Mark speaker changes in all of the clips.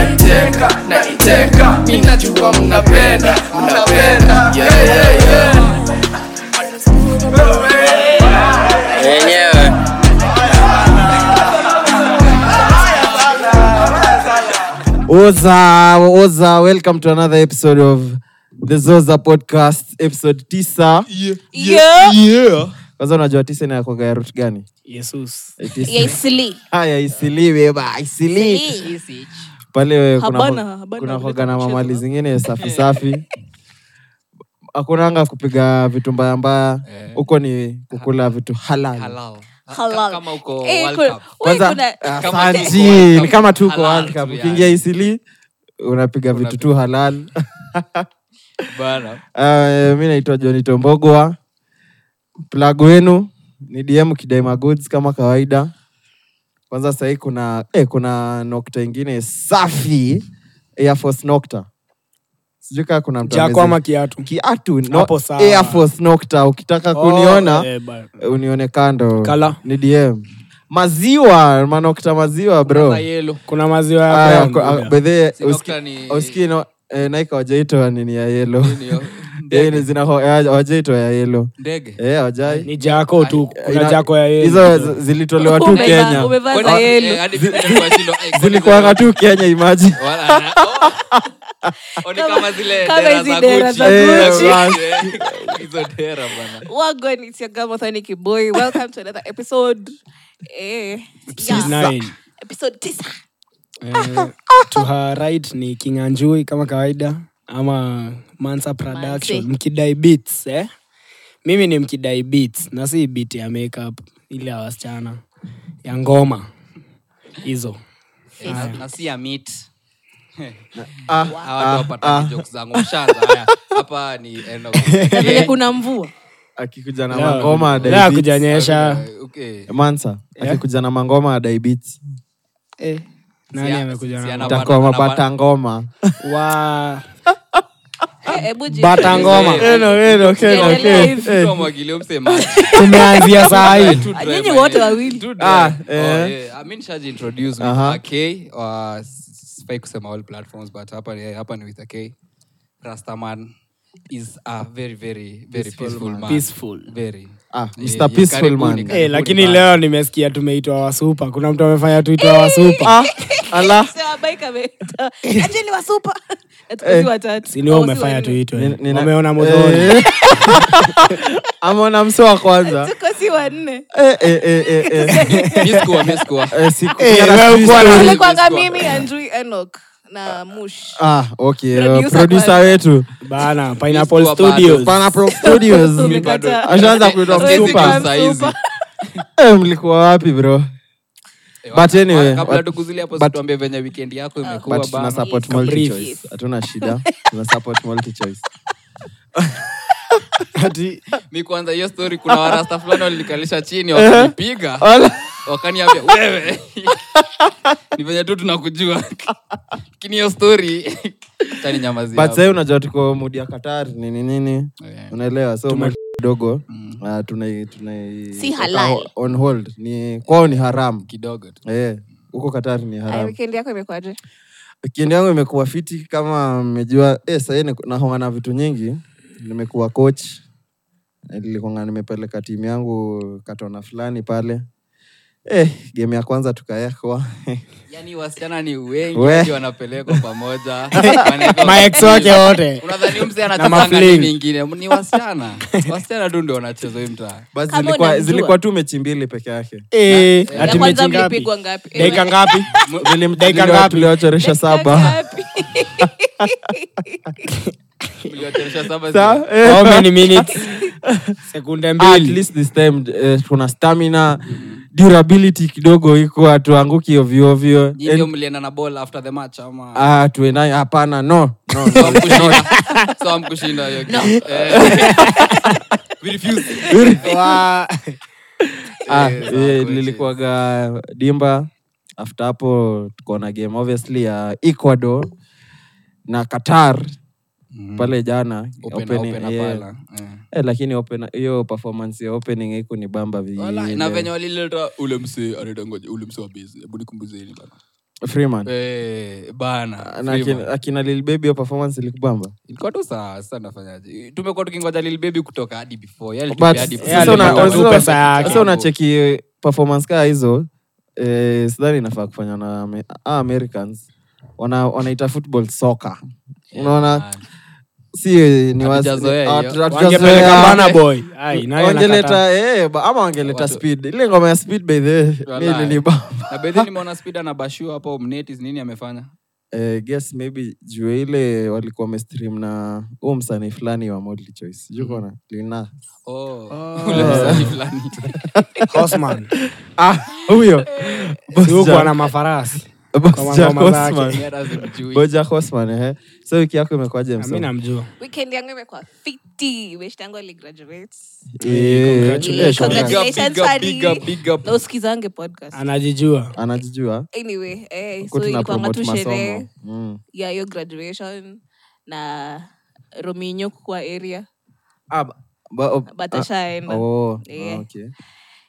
Speaker 1: naiteka naiteka minajua mnapenda mnapenda yeah, yeah, yeah.
Speaker 2: yenyewe
Speaker 3: oza oza welcome to another episode of the zoza podcast episode tisa
Speaker 4: Yeah.
Speaker 3: kwanza unajua tisa inayakwaga ya rut gani Eh, tisa.
Speaker 4: Yeah, it's silly.
Speaker 3: haya isiliwe ba isili pale kuna-
Speaker 4: Habana, habana,
Speaker 3: kuna
Speaker 4: vile
Speaker 3: kwaga na
Speaker 4: tunacheza.
Speaker 3: mamali zingine safi safi hakunanga kupiga vitu mbaya mbaya huko ni kukula vitu halal
Speaker 5: Halal.
Speaker 4: Halal.
Speaker 5: Kama uko
Speaker 4: Eh,
Speaker 5: World
Speaker 4: kuna-
Speaker 5: Cup.
Speaker 4: Wewe
Speaker 3: Kwanza,
Speaker 4: kuna-
Speaker 3: ah,
Speaker 5: Kama
Speaker 3: sanji,
Speaker 5: tuko World Cup,
Speaker 3: ni kama tuko
Speaker 5: halal
Speaker 3: World Cup.
Speaker 5: tu,
Speaker 3: ukiingia
Speaker 5: yani.
Speaker 3: isili unapiga vitu tu halal
Speaker 5: Bana.
Speaker 3: Uh, mi naitwa joni tombogwa plag wenu ni dm kidaima goods kama kawaida kwanza sahii kuna eh, kuna nokta ingine safi air force nokta sijui kaa kuna mtu
Speaker 6: jako
Speaker 3: amezi-
Speaker 6: ama kiatu
Speaker 3: kiatu
Speaker 6: Hapo
Speaker 3: no,
Speaker 6: sawa.
Speaker 3: air force nokta ukitaka kuniona
Speaker 6: eh, ba-
Speaker 3: eh, unione kando
Speaker 6: Colour.
Speaker 3: ni dm maziwa manokta maziwa bro
Speaker 5: Kama yellow.
Speaker 6: kuna maziwa ya
Speaker 3: Aya,
Speaker 6: brown.
Speaker 3: kwa- ah, by the way,
Speaker 5: Si nokta
Speaker 3: uski-
Speaker 5: ni-
Speaker 3: uski no- eh, nike hawajaitoa nini ya yelo
Speaker 5: Nini yo?
Speaker 3: Eh, ni zina ho- eh, hawajaitoa ya yelo
Speaker 5: Ndege.
Speaker 3: Eh, hawajai.
Speaker 6: ni jako tu kuna
Speaker 3: Ina-
Speaker 6: jako ya
Speaker 3: hizo zi- zilitolewa tu
Speaker 4: Umevaa-
Speaker 3: kenya
Speaker 4: umevaa
Speaker 5: Kwani-
Speaker 4: za
Speaker 5: eh,
Speaker 4: yellow.
Speaker 5: hadi mimi nilikuwa shilo, eh, kwani
Speaker 3: zilikuanga tu kenya imaji
Speaker 5: Wala, na- oh. Oh, ni kama zile
Speaker 4: Kama
Speaker 5: dera
Speaker 4: hizi
Speaker 5: za
Speaker 4: dera
Speaker 5: Gucci.
Speaker 4: za
Speaker 5: Eh,
Speaker 3: Gucci.
Speaker 5: basi. Hizo dera bana.
Speaker 4: Wagwan, it's your girl, Muthoni Kiboi. Welcome to another episode. Eh, yeah. Episode tisa.
Speaker 6: Eh, to her right ni kinganjui kama kawaida ama mansa production
Speaker 4: Mansi.
Speaker 6: mkidai beats eh? mimi ni mkidai beats na si beat ya makeup ile ya wasichana ya ngoma hizo
Speaker 5: Eh, na- na si ya meat.
Speaker 3: Ah,
Speaker 5: Hawa ndio wapata jokes zangu. Mshaanza, haya. Hapa ni end of-
Speaker 4: Na vile kuna mvua
Speaker 3: akikuja na
Speaker 6: Leo-
Speaker 3: mangoma ya
Speaker 6: leo
Speaker 3: diabetes.
Speaker 6: kujanyesha
Speaker 5: Eh, okay.
Speaker 3: mansa akikuja na mangoma ya diabetes.
Speaker 6: nani
Speaker 5: Sia-
Speaker 6: amekuja
Speaker 5: si- si
Speaker 6: na
Speaker 5: ana-
Speaker 3: Takoma
Speaker 5: bana-
Speaker 3: bata ngoma
Speaker 6: wa
Speaker 4: Eh, hebu ji-
Speaker 6: bata ngoma
Speaker 5: Eh,
Speaker 3: Eno, eno, keno,
Speaker 4: Tuendelee
Speaker 3: keno.
Speaker 4: hivi.
Speaker 3: Eh,
Speaker 5: Mtu amwagilie msemaji.
Speaker 6: tumeanzia saa hii
Speaker 5: Two driver,
Speaker 4: Nyinyi wote
Speaker 5: eh.
Speaker 4: wawili.
Speaker 5: Two
Speaker 3: Ah,
Speaker 5: driver.
Speaker 3: eh.
Speaker 5: Oh, yeah. I mean, shaji introduce with
Speaker 3: Aha.
Speaker 5: a K, or s- sifai kusema all platforms but hapa ni, hapa ni with a K. Rastaman is a very very very peaceful, man.
Speaker 6: Peaceful.
Speaker 5: Very.
Speaker 3: ah, Mr.
Speaker 5: Yeah, yeah,
Speaker 3: Peaceful
Speaker 5: karibuni,
Speaker 3: Man.
Speaker 5: karibuni.
Speaker 6: Eh, lakini leo nimesikia tumeitwa wasupa kuna mtu amefanya tuitwa
Speaker 3: ah,
Speaker 4: Eh,
Speaker 6: wasupa
Speaker 3: ala
Speaker 4: Sema bike ametoa. Anjeli wa super. Na tuko si
Speaker 3: Eh,
Speaker 4: watatu.
Speaker 6: sinio
Speaker 4: Au si
Speaker 6: umefanya
Speaker 4: wanne.
Speaker 3: Nina-
Speaker 6: tuitwe
Speaker 3: nina-
Speaker 6: wameona
Speaker 3: Eh.
Speaker 6: modhoni
Speaker 3: ameona mse wa kwanza
Speaker 4: Tuko si wanne.
Speaker 3: Eh, eh, eh, eh, eh.
Speaker 5: Miskua, miskua.
Speaker 3: Eh, siku-
Speaker 4: Yule kwanga mimi, Andrew Enoch na Mush.
Speaker 3: Ah, okay, eh,
Speaker 4: Producer
Speaker 3: producer
Speaker 4: kwanza.
Speaker 3: wetu
Speaker 6: bana pineapple
Speaker 5: Miskua bado.
Speaker 6: studios
Speaker 3: Pineapple Studios.
Speaker 4: Mimi bado.
Speaker 3: Ashaanza kuitwa
Speaker 4: Hawezi
Speaker 5: Miskua
Speaker 3: msupa
Speaker 4: kuwa
Speaker 5: saizi.
Speaker 4: msupa.
Speaker 3: Eh, mlikuwa wapi bro
Speaker 5: Eh,
Speaker 3: But anyway,
Speaker 5: kabla
Speaker 3: but-
Speaker 5: tukuzile hapo
Speaker 3: but-
Speaker 5: situambie venye weekend yako imekuwa
Speaker 3: but tuna
Speaker 5: bana.
Speaker 3: support
Speaker 4: Yes.
Speaker 3: multi
Speaker 6: Brief.
Speaker 3: choice hatuna shida tuna support multi choice
Speaker 6: Ati-
Speaker 5: mi kwanza hiyo story kuna warasta fulani walinikalisha chini
Speaker 3: Oh,
Speaker 5: wakanipiga wakaniambia wewe ni venye tu tunakujua lakini hiyo story tani nyamazi
Speaker 3: but sahii unajua tuko mudi ya katari nini nini
Speaker 5: Yeah.
Speaker 3: unaelewa so mudi kidogo ah, tunai-
Speaker 4: Si
Speaker 3: tunai
Speaker 4: halal.
Speaker 3: weka on hold ni kwao ni haram
Speaker 5: kidogo tu
Speaker 3: Eh, huko katari ni
Speaker 4: Aya,
Speaker 3: haram
Speaker 4: Eh, weekend yako imekuwaje?
Speaker 3: kiendi yangu imekuwa fiti kama mmejua eh, sahii ni- nahonga na vitu nyingi nimekuwa coach nilikonga nimepeleka timu yangu katona fulani pale eh, game ya kwanza tukaekwa
Speaker 5: yani Yaani wasichana ni wengi
Speaker 3: We.
Speaker 5: hadi wanapelekwa pamoja
Speaker 6: maex wake wote
Speaker 5: unadhani mse anachezanga
Speaker 6: mafling.
Speaker 5: nini ingine ni wasichana wasichana tu ndio wanacheza hii mtaa
Speaker 3: basi
Speaker 4: Kama
Speaker 3: zilikuwa,
Speaker 4: unamjua.
Speaker 3: zilikuwa tu mechi mbili peke yake
Speaker 6: Eh,
Speaker 4: Ya
Speaker 6: ati
Speaker 4: kwanza
Speaker 6: mechi ngapi
Speaker 4: mlipigwa ngapi?
Speaker 6: dakika ngapi
Speaker 3: Zilim-
Speaker 6: Dakika
Speaker 3: ziliwa-
Speaker 6: ngapi?
Speaker 3: tuliwachoresha saba
Speaker 4: Ngapi?
Speaker 5: Mliwachemsha saba
Speaker 3: Sa-
Speaker 5: zile.
Speaker 3: eh,
Speaker 6: How many minutes sekunde
Speaker 3: at
Speaker 6: mbili
Speaker 3: least this time eh, kuna stamina durability kidogo iko hatuanguki ovyoovyo
Speaker 5: Nyinyi ndio mlienda na ball after the match ama
Speaker 3: Ah, tuwe nayo hapana no, no,
Speaker 5: So
Speaker 3: no.
Speaker 5: hamkushinda. So hamkushinda hiyo kitu. Eh. We refuse.
Speaker 3: eh,
Speaker 6: Wa-
Speaker 3: Ah,
Speaker 5: Eh,
Speaker 3: eh,
Speaker 5: sawa,
Speaker 3: lilikuwaga dimba after hapo tuko na game obviously ya ecuador na qatar pale jana
Speaker 5: Mm. Open-
Speaker 3: opening,
Speaker 5: open
Speaker 3: eh,
Speaker 5: hapana. Eh.
Speaker 3: eh, lakini open- hiyo performance ya opening haiku ni bamba
Speaker 5: Wala, na venye walileta ule msee anaitwa ngoja ule msee wa base hebu nikumbuzeni bana
Speaker 3: freeman
Speaker 5: Eh, bana
Speaker 3: na
Speaker 5: Freeman.
Speaker 3: akina, akina lilbebi hiyo performance ilikubamba
Speaker 5: ilikuwa tu sawa sasa nafanyaje tumekuwa tukingoja Lil baby kutoka hadi before Yeye
Speaker 3: But
Speaker 5: alitupea hadi
Speaker 3: sasa
Speaker 5: before.
Speaker 3: una-
Speaker 6: alipata tu
Speaker 3: sasa-
Speaker 6: pesa yake.
Speaker 3: sasa unacheki eh, performance kaa hizo eh, sidhani inafaa kufanya na Ame- ah, americans Wana- wanaita football soccer unaona
Speaker 5: Man.
Speaker 3: si eh, ni wasi-
Speaker 5: Ah, Hatujazoea
Speaker 3: ni-
Speaker 5: hiyo.
Speaker 3: hatu- hatujazoea.
Speaker 6: wangepeleka bana boy Ai, nayo nakataa.
Speaker 3: wangeleta eh, ba- ama wangeleta
Speaker 5: Watu-
Speaker 3: speed ile ngoma ya speed by the way, mi
Speaker 5: Walai.
Speaker 3: ilinibamba.
Speaker 5: na bedhi nimeona spida na bashu hapo mnetis nini amefanya
Speaker 3: Eh, guess maybe juu ya ile walikuwa wamestream na huu msanii fulani wa Motley Choice sijui kona lina
Speaker 5: oh. ule msanii fulani
Speaker 6: Osman,
Speaker 3: ah huyo Boss
Speaker 6: si huko
Speaker 3: Jack-
Speaker 6: ana mafarasi
Speaker 3: Boss
Speaker 6: kwa
Speaker 3: Jack
Speaker 6: ngoma zake.
Speaker 3: Horseman.
Speaker 5: Yeye hata sikujui.
Speaker 3: Boja Horseman, eh. so wiki yako imekuwaje
Speaker 6: mi
Speaker 3: msomi?
Speaker 6: namjua
Speaker 4: weekend yangu imekuwa fiti meshtangu aligraduate
Speaker 3: Eh,
Speaker 6: congratulations.
Speaker 3: eh, shukrani.
Speaker 5: Piga, piga, piga,
Speaker 4: Sorry.
Speaker 5: piga.
Speaker 4: na usikizange podcast
Speaker 6: anajijua
Speaker 3: anajijua
Speaker 4: anyway eh,
Speaker 3: huku
Speaker 4: so
Speaker 3: tuna
Speaker 4: ilikuwanga
Speaker 3: promote
Speaker 4: tu
Speaker 3: masomo
Speaker 4: sherehe
Speaker 3: Mm.
Speaker 4: ya hiyo graduation na rominyo kukua area
Speaker 3: Ah, ba- ba- oh,
Speaker 4: batashaenda
Speaker 3: ah, oh,
Speaker 4: Yeah.
Speaker 3: ah, okay.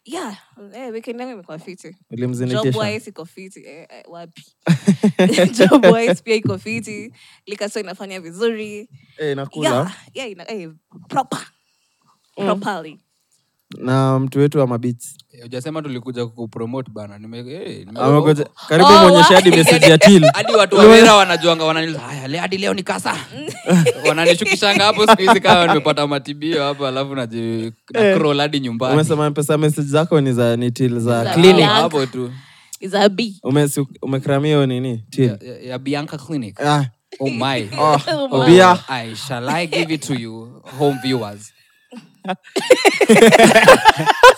Speaker 4: yeah eh, weekend yangu imekuwa fiti
Speaker 3: Ulimzinikisha?
Speaker 4: jobwise iko fiti eh, eh, wapi jobwise pia iko fiti likaso inafanya vizuri
Speaker 3: Eh, inakula.
Speaker 4: yeah, yeah, ina, eh, proper
Speaker 3: Mm.
Speaker 4: properly
Speaker 3: na mtu wetu wa mabichi
Speaker 5: Eh, hujasema tulikuja kukupromote bana Nime- eh, nime-
Speaker 3: Amegoja- karibu
Speaker 4: Oh,
Speaker 3: mwonyeshe hadi
Speaker 4: why?
Speaker 3: message ya til
Speaker 5: hadi watu wawera wanajuanga wananiuliza, haya le- hadi leo ni kasa wananishukishanga hapo siku hizi kama nimepata matibio hapo alafu naji- na
Speaker 3: Eh.
Speaker 5: crawl hadi nyumbani
Speaker 3: umesema mpesa message zako ni za ni til za
Speaker 4: Za-
Speaker 3: clean.
Speaker 4: Clinic.
Speaker 5: hapo tu
Speaker 4: is a b
Speaker 3: Umesu- umekramia hiyo nini til
Speaker 5: ya, ya bianca clinic
Speaker 3: Ah,
Speaker 5: oh my
Speaker 4: Oh
Speaker 5: Oh,
Speaker 3: Obia.
Speaker 5: I shall I give it to you, home viewers.